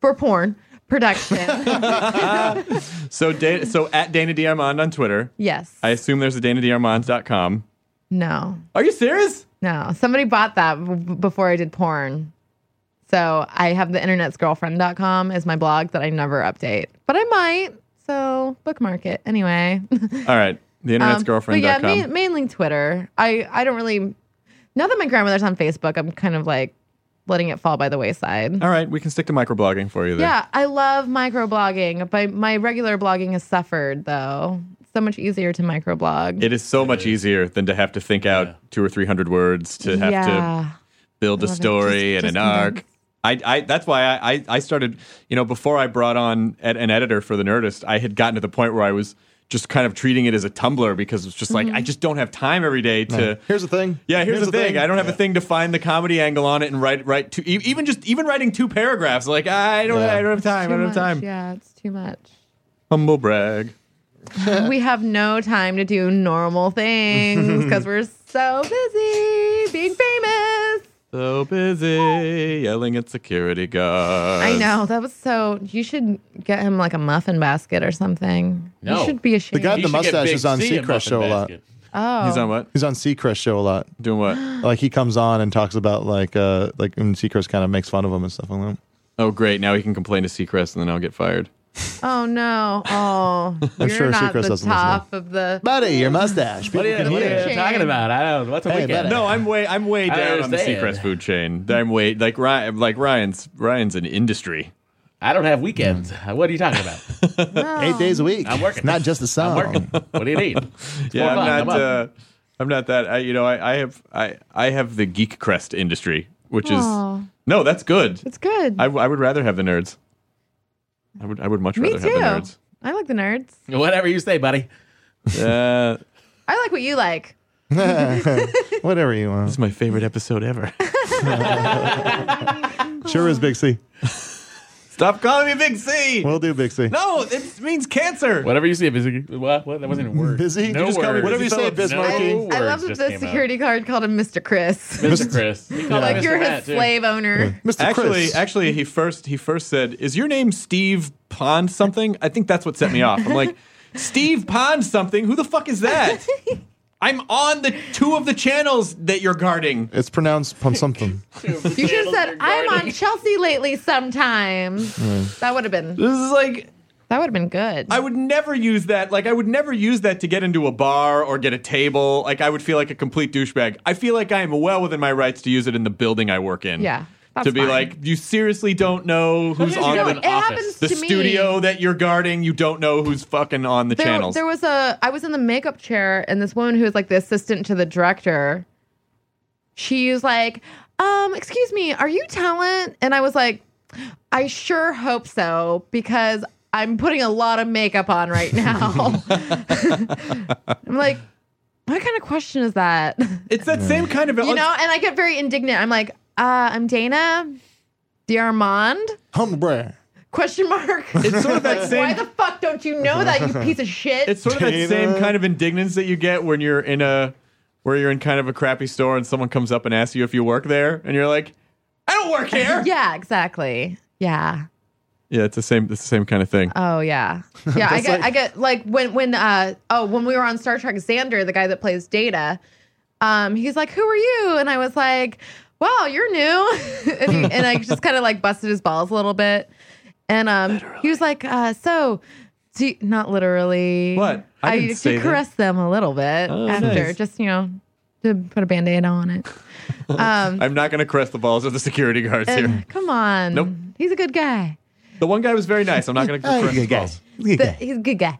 Speaker 6: for porn production.
Speaker 4: so da- so at Dana Diarmond on Twitter.
Speaker 6: yes.
Speaker 4: I assume there's a danadiarmond.com.
Speaker 6: No.
Speaker 4: Are you serious?
Speaker 6: No. Somebody bought that b- b- before I did porn. So I have the internetsgirlfriend.com as my blog that I never update, but I might. So bookmark it anyway.
Speaker 4: All right, the internet's
Speaker 6: Um,
Speaker 4: girlfriend.
Speaker 6: But yeah,
Speaker 4: girlfriend.com.
Speaker 6: ma- mainly Twitter. I I don't really. Now that my grandmother's on Facebook, I'm kind of like letting it fall by the wayside.
Speaker 4: All right, we can stick to microblogging for you then.
Speaker 6: Yeah, I love microblogging, but my regular blogging has suffered though. It's so much easier to microblog.
Speaker 4: It is so much easier than to have to think out two or three hundred words to have
Speaker 6: Yeah.
Speaker 4: to build
Speaker 6: I
Speaker 4: a
Speaker 6: love it.
Speaker 4: story
Speaker 6: Just-
Speaker 4: and an
Speaker 6: just
Speaker 4: arc. I, I that's why I, I I started you know before I brought on ed- an editor for the Nerdist I had gotten to the point where I was just kind of treating it as a Tumblr because it's just like
Speaker 6: Mm-hmm.
Speaker 7: Mhm.
Speaker 4: I just don't have time every day to
Speaker 7: Yeah. Here's the thing.
Speaker 4: yeah, here's,
Speaker 7: Here's
Speaker 4: the
Speaker 7: the
Speaker 4: thing.
Speaker 7: thing.
Speaker 4: I don't have a thing to find the comedy angle on it and write write two, e- even just even writing two paragraphs. Like "Ah, I don't
Speaker 7: Yeah.
Speaker 4: I don't have time.
Speaker 6: Too
Speaker 4: I don't
Speaker 6: much,
Speaker 4: have time.
Speaker 6: Yeah, it's too much.
Speaker 4: Humble brag. Uh.
Speaker 6: we have no time to do normal things because we're so busy being famous.
Speaker 4: So busy yelling at security guards.
Speaker 6: I know that was so. You should get him like a muffin basket or something.
Speaker 4: No.
Speaker 6: you should be
Speaker 7: The
Speaker 6: ashamed.
Speaker 7: guy with the mustache is on Seacrest show a lot.
Speaker 6: Oh,
Speaker 4: what?
Speaker 7: He's on Seacrest show a lot.
Speaker 4: Doing what?
Speaker 7: like he comes on and talks about like uh like and Seacrest kind of makes fun of him and stuff like that.
Speaker 4: Oh, great. Now he can complain to Seacrest and then I'll get fired.
Speaker 6: Oh no! Oh,
Speaker 7: I'm
Speaker 6: you're
Speaker 7: sure
Speaker 6: not
Speaker 7: Seacrest
Speaker 6: the
Speaker 7: doesn't listen.
Speaker 6: top of the.
Speaker 7: Buddy, your mustache.
Speaker 5: What are you,
Speaker 7: People can
Speaker 5: what are you
Speaker 7: hear.
Speaker 5: talking about? I don't. What's a
Speaker 7: Hey,
Speaker 5: weekend?
Speaker 7: buddy.
Speaker 4: No, I'm way I'm way
Speaker 5: I
Speaker 4: down on the
Speaker 5: understand.
Speaker 4: Seacrest food chain. I'm way like Ryan like Ryan's Ryan's an industry. I don't have weekends.
Speaker 7: Mm.
Speaker 4: What are you talking about?
Speaker 7: Eight days a week.
Speaker 4: I'm working.
Speaker 7: Not just the song.
Speaker 5: What do you need?
Speaker 4: yeah,
Speaker 5: more fun.
Speaker 4: I'm
Speaker 5: I'm
Speaker 4: not.
Speaker 5: up.
Speaker 4: uh, I'm not that. I, you know, I, I have I I have the geek crest industry, which
Speaker 6: Aw.
Speaker 4: is no, that's good.
Speaker 6: It's good.
Speaker 4: I, w- I would rather have the nerds. I would I would much
Speaker 6: Me
Speaker 4: rather
Speaker 6: too.
Speaker 4: have the nerds.
Speaker 6: I like the nerds.
Speaker 5: Whatever you say, buddy.
Speaker 4: Uh,
Speaker 6: I like what you like.
Speaker 7: Whatever you want. This
Speaker 4: is my favorite episode ever.
Speaker 7: sure is Big C.
Speaker 4: Stop calling me Big C.
Speaker 7: We'll do Big C.
Speaker 4: No, it means cancer.
Speaker 5: Whatever you say, busy. What? what? That wasn't a word.
Speaker 7: Busy?
Speaker 5: No
Speaker 7: You just call me
Speaker 5: word.
Speaker 7: Busy Phillips. No
Speaker 5: No
Speaker 7: words
Speaker 5: words
Speaker 6: I love that
Speaker 5: just
Speaker 6: the
Speaker 5: came out.
Speaker 6: security guard called him Mr. Chris.
Speaker 5: Mr. Chris. He called
Speaker 6: like
Speaker 5: him
Speaker 6: you're
Speaker 5: Mr.
Speaker 6: his
Speaker 5: Matt, too.
Speaker 6: slave owner.
Speaker 4: actually, actually, he first he first said, "Is your name Steve Pond something?" I think that's what set me off. I'm like, Steve Pond something. Who the fuck is that? I'm on the two of the channels that you're guarding.
Speaker 7: It's pronounced pun something.
Speaker 6: You should have said, I'm on Chelsea lately sometimes. That would have been.
Speaker 4: This is like.
Speaker 6: That would have been good.
Speaker 4: I would never use that. Like, I would never use that to get into a bar or get a table. Like, I would feel like a complete douchebag. I feel like I am well within my rights to use it in the building I work in.
Speaker 6: Yeah, that's
Speaker 4: To be
Speaker 6: fine.
Speaker 4: like, you seriously don't know who's
Speaker 6: Sometimes you
Speaker 4: on the,
Speaker 6: don't. It happens
Speaker 4: the
Speaker 6: to me.
Speaker 4: studio that you're guarding. You don't know who's fucking on the
Speaker 6: there,
Speaker 4: channels.
Speaker 6: there was a. I was in the makeup chair, and this woman who was like the assistant to the director, she was like, um, Excuse me, are you talent? And I was like, I sure hope so, because I'm putting a lot of makeup on right now. I'm like, What kind of question is that?
Speaker 4: it's that same kind of.
Speaker 6: you know, and I get very indignant. I'm like, uh, I'm Dana D'Armond?
Speaker 7: Humbre.
Speaker 6: Question mark.
Speaker 4: It's sort of that
Speaker 6: Like,
Speaker 4: same-
Speaker 6: Why the fuck don't you know that, you piece of shit?
Speaker 4: It's sort of that
Speaker 7: Dana.
Speaker 4: same kind of indignance that you get when you're in a where you're in kind of a crappy store and someone comes up and asks you if you work there and you're like, I don't work here.
Speaker 6: yeah, exactly. Yeah.
Speaker 4: Yeah, it's the same it's the same kind of thing.
Speaker 6: Oh yeah. Yeah, I
Speaker 7: That's
Speaker 6: get
Speaker 7: like-
Speaker 6: I get like when when uh oh when we were on Star Trek Xander, the guy that plays Data, um, he's like, Who are you? And I was like, Wow, you're new and, he, and I just kinda like busted his balls a little bit. And um he was like, uh, so do you, not literally
Speaker 4: What? I
Speaker 6: I,
Speaker 4: didn't
Speaker 6: used
Speaker 4: say
Speaker 6: to
Speaker 4: that.
Speaker 6: caress them a little bit
Speaker 4: Oh,
Speaker 6: after,
Speaker 4: nice.
Speaker 6: just you know, to put a band aid on it. Um
Speaker 4: I'm not gonna caress the balls of the security guards
Speaker 6: and-
Speaker 4: here.
Speaker 6: come on.
Speaker 4: Nope.
Speaker 6: He's a good guy.
Speaker 4: The one guy was very nice. I'm not gonna caress his balls.
Speaker 6: the, he's a good guy.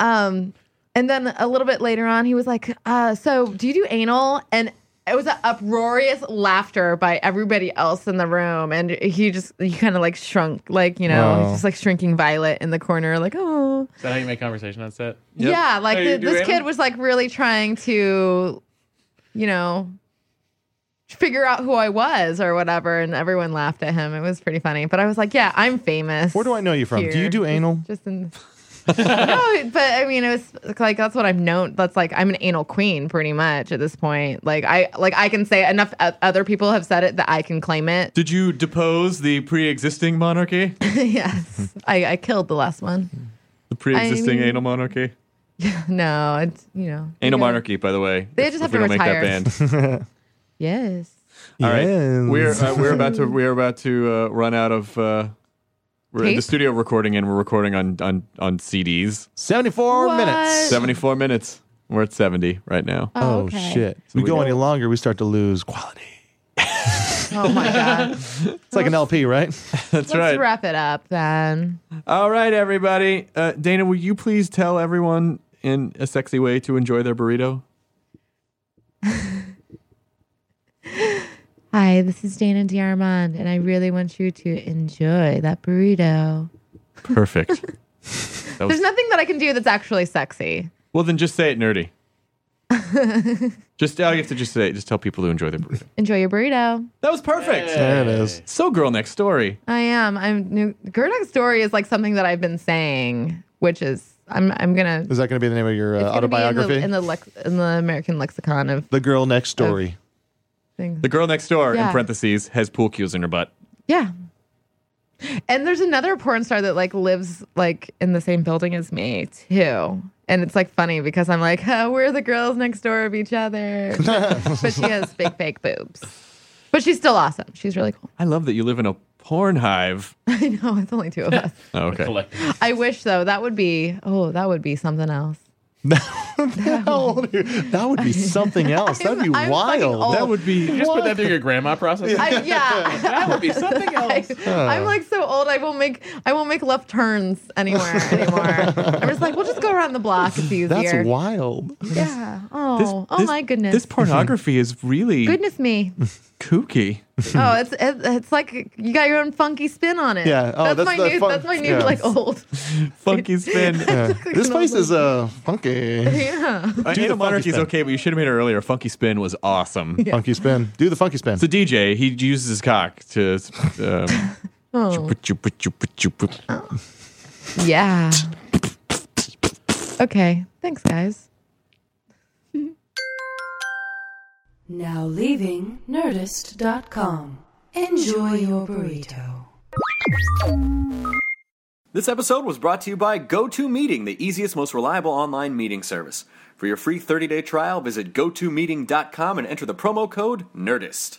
Speaker 6: Um, and then a little bit later on, he was like, uh, "So, do you do anal?" And it was an uproarious laughter by everybody else in the room, and he just he kind of like shrunk, like you know,
Speaker 7: Wow.
Speaker 6: he's just like shrinking Violet in the corner, like oh
Speaker 5: Is that how you make conversation on set?
Speaker 6: yeah, like
Speaker 5: Oh, you
Speaker 6: the,
Speaker 5: do
Speaker 6: this
Speaker 5: anal?
Speaker 6: kid was like really trying to, you know. Figure out who I was or whatever, and everyone laughed at him. It was pretty funny, but I was like, "Yeah, I'm famous."
Speaker 7: Where do I know you from? Do
Speaker 6: Here.
Speaker 7: you do anal?
Speaker 6: just in no but i mean it was like that's what i've known that's like i'm an anal queen pretty much at this point like i like i can say enough o- other people have said it that i can claim it
Speaker 4: Did you depose the pre existing monarchy?
Speaker 6: yes i i killed the last one
Speaker 4: The pre existing
Speaker 6: mean-
Speaker 4: anal monarchy?
Speaker 6: no it's you know
Speaker 4: Anal
Speaker 6: you know.
Speaker 4: monarchy, by the way.
Speaker 6: They
Speaker 4: if-
Speaker 6: just
Speaker 4: if
Speaker 6: have
Speaker 4: we
Speaker 6: to
Speaker 4: don't
Speaker 6: retire.
Speaker 4: Make that band.
Speaker 6: yes
Speaker 4: All right,
Speaker 7: Yes.
Speaker 4: we're uh, we're about to we're about to uh, run out of. Uh, we're in the
Speaker 6: Tape?
Speaker 4: studio recording, and we're recording on on on CDs.
Speaker 7: 74
Speaker 6: What?
Speaker 7: minutes.
Speaker 4: 74 minutes. We're at 70 right now.
Speaker 6: oh,
Speaker 7: Oh,
Speaker 6: okay.
Speaker 7: shit. we,
Speaker 4: we
Speaker 7: go
Speaker 4: got-
Speaker 7: any longer, we start to lose quality.
Speaker 6: oh my god
Speaker 7: It's like an LP, right?
Speaker 4: That's
Speaker 6: let's
Speaker 4: right.
Speaker 6: wrap it up then
Speaker 4: All right, everybody. Uh, Dana, will you please tell everyone in a sexy way to enjoy their burrito?
Speaker 6: hi this is dana diarmond and i really want you to enjoy that burrito
Speaker 4: Perfect. That was-
Speaker 6: there's nothing that i can do that's actually sexy
Speaker 4: well, then just say it nerdy. just all you have to just say it. Just tell people to enjoy their burrito.
Speaker 6: enjoy your burrito
Speaker 4: That was perfect.
Speaker 7: there it is.
Speaker 4: So, girl next story.
Speaker 6: I am. I'm new. Gerdak story is like something that I've been saying, which is I'm I'm gonna,
Speaker 7: Is that going to be the name of your uh,
Speaker 6: it's gonna be
Speaker 7: autobiography?
Speaker 6: in the, in the lex, in the American lexicon of
Speaker 7: the Girl Next Story.
Speaker 6: things.
Speaker 4: The girl next door, in
Speaker 6: Yeah.
Speaker 4: parentheses, has pool cues in her butt.
Speaker 6: yeah. And there's another porn star that like lives like in the same building as me too. And it's like funny because I'm like, oh, we're the girls next door of each other. but she has big fake boobs. But she's still awesome. She's really cool.
Speaker 4: I love that you live in a porn hive.
Speaker 6: I know it's only two of us.
Speaker 4: Oh, okay.
Speaker 5: Collective.
Speaker 6: I wish though that would be oh that would be something else.
Speaker 7: No, dude, that would be something else. That would be
Speaker 6: I'm- I'm fucking
Speaker 7: wild.
Speaker 6: old.
Speaker 4: That would be.
Speaker 5: Just put that through your grandma process.
Speaker 6: I, yeah,
Speaker 5: that would be something
Speaker 6: I,
Speaker 5: else.
Speaker 6: I'm like so old. I won't make I won't make left turns anywhere anymore. I'm just like, we'll just go around the block. It's easier.
Speaker 7: That's wild.
Speaker 6: Yeah. Oh.
Speaker 4: This-
Speaker 6: oh
Speaker 4: this-
Speaker 6: my goodness.
Speaker 4: This pornography is really
Speaker 6: goodness me.
Speaker 4: kooky.
Speaker 6: Oh, it's it, it's like you got your own funky spin on it.
Speaker 7: Yeah. Oh,
Speaker 6: that's,
Speaker 7: that's
Speaker 6: my
Speaker 7: the
Speaker 6: new.
Speaker 7: fun-
Speaker 6: that's my new
Speaker 7: yeah.
Speaker 6: like old.
Speaker 4: Funky spin.
Speaker 7: Yeah. This place is uh, funky.
Speaker 6: Yeah.
Speaker 4: Uh,
Speaker 7: Do the
Speaker 4: Anal Monarchy is
Speaker 7: funky spin.
Speaker 4: okay, but you should have made it earlier. Funky Spin was awesome.
Speaker 7: Funky spin. Do the funky spin.
Speaker 4: It's a DJ. He uses his cock to. Um,
Speaker 6: Oh. Yeah. Okay. Thanks, guys.
Speaker 9: Now leaving Nerdist.com. Enjoy your burrito.
Speaker 3: This episode was brought to you by GoToMeeting, the easiest, most reliable online meeting service. For your free 30-day trial, visit gotomeeting.com and enter the promo code NERDIST.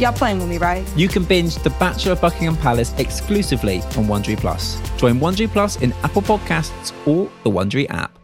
Speaker 10: Y'all playing with me, right?
Speaker 11: You can binge The Bachelor of Buckingham Palace exclusively on Wondery Plus. Join Wondery Plus in Apple Podcasts or the Wondery app.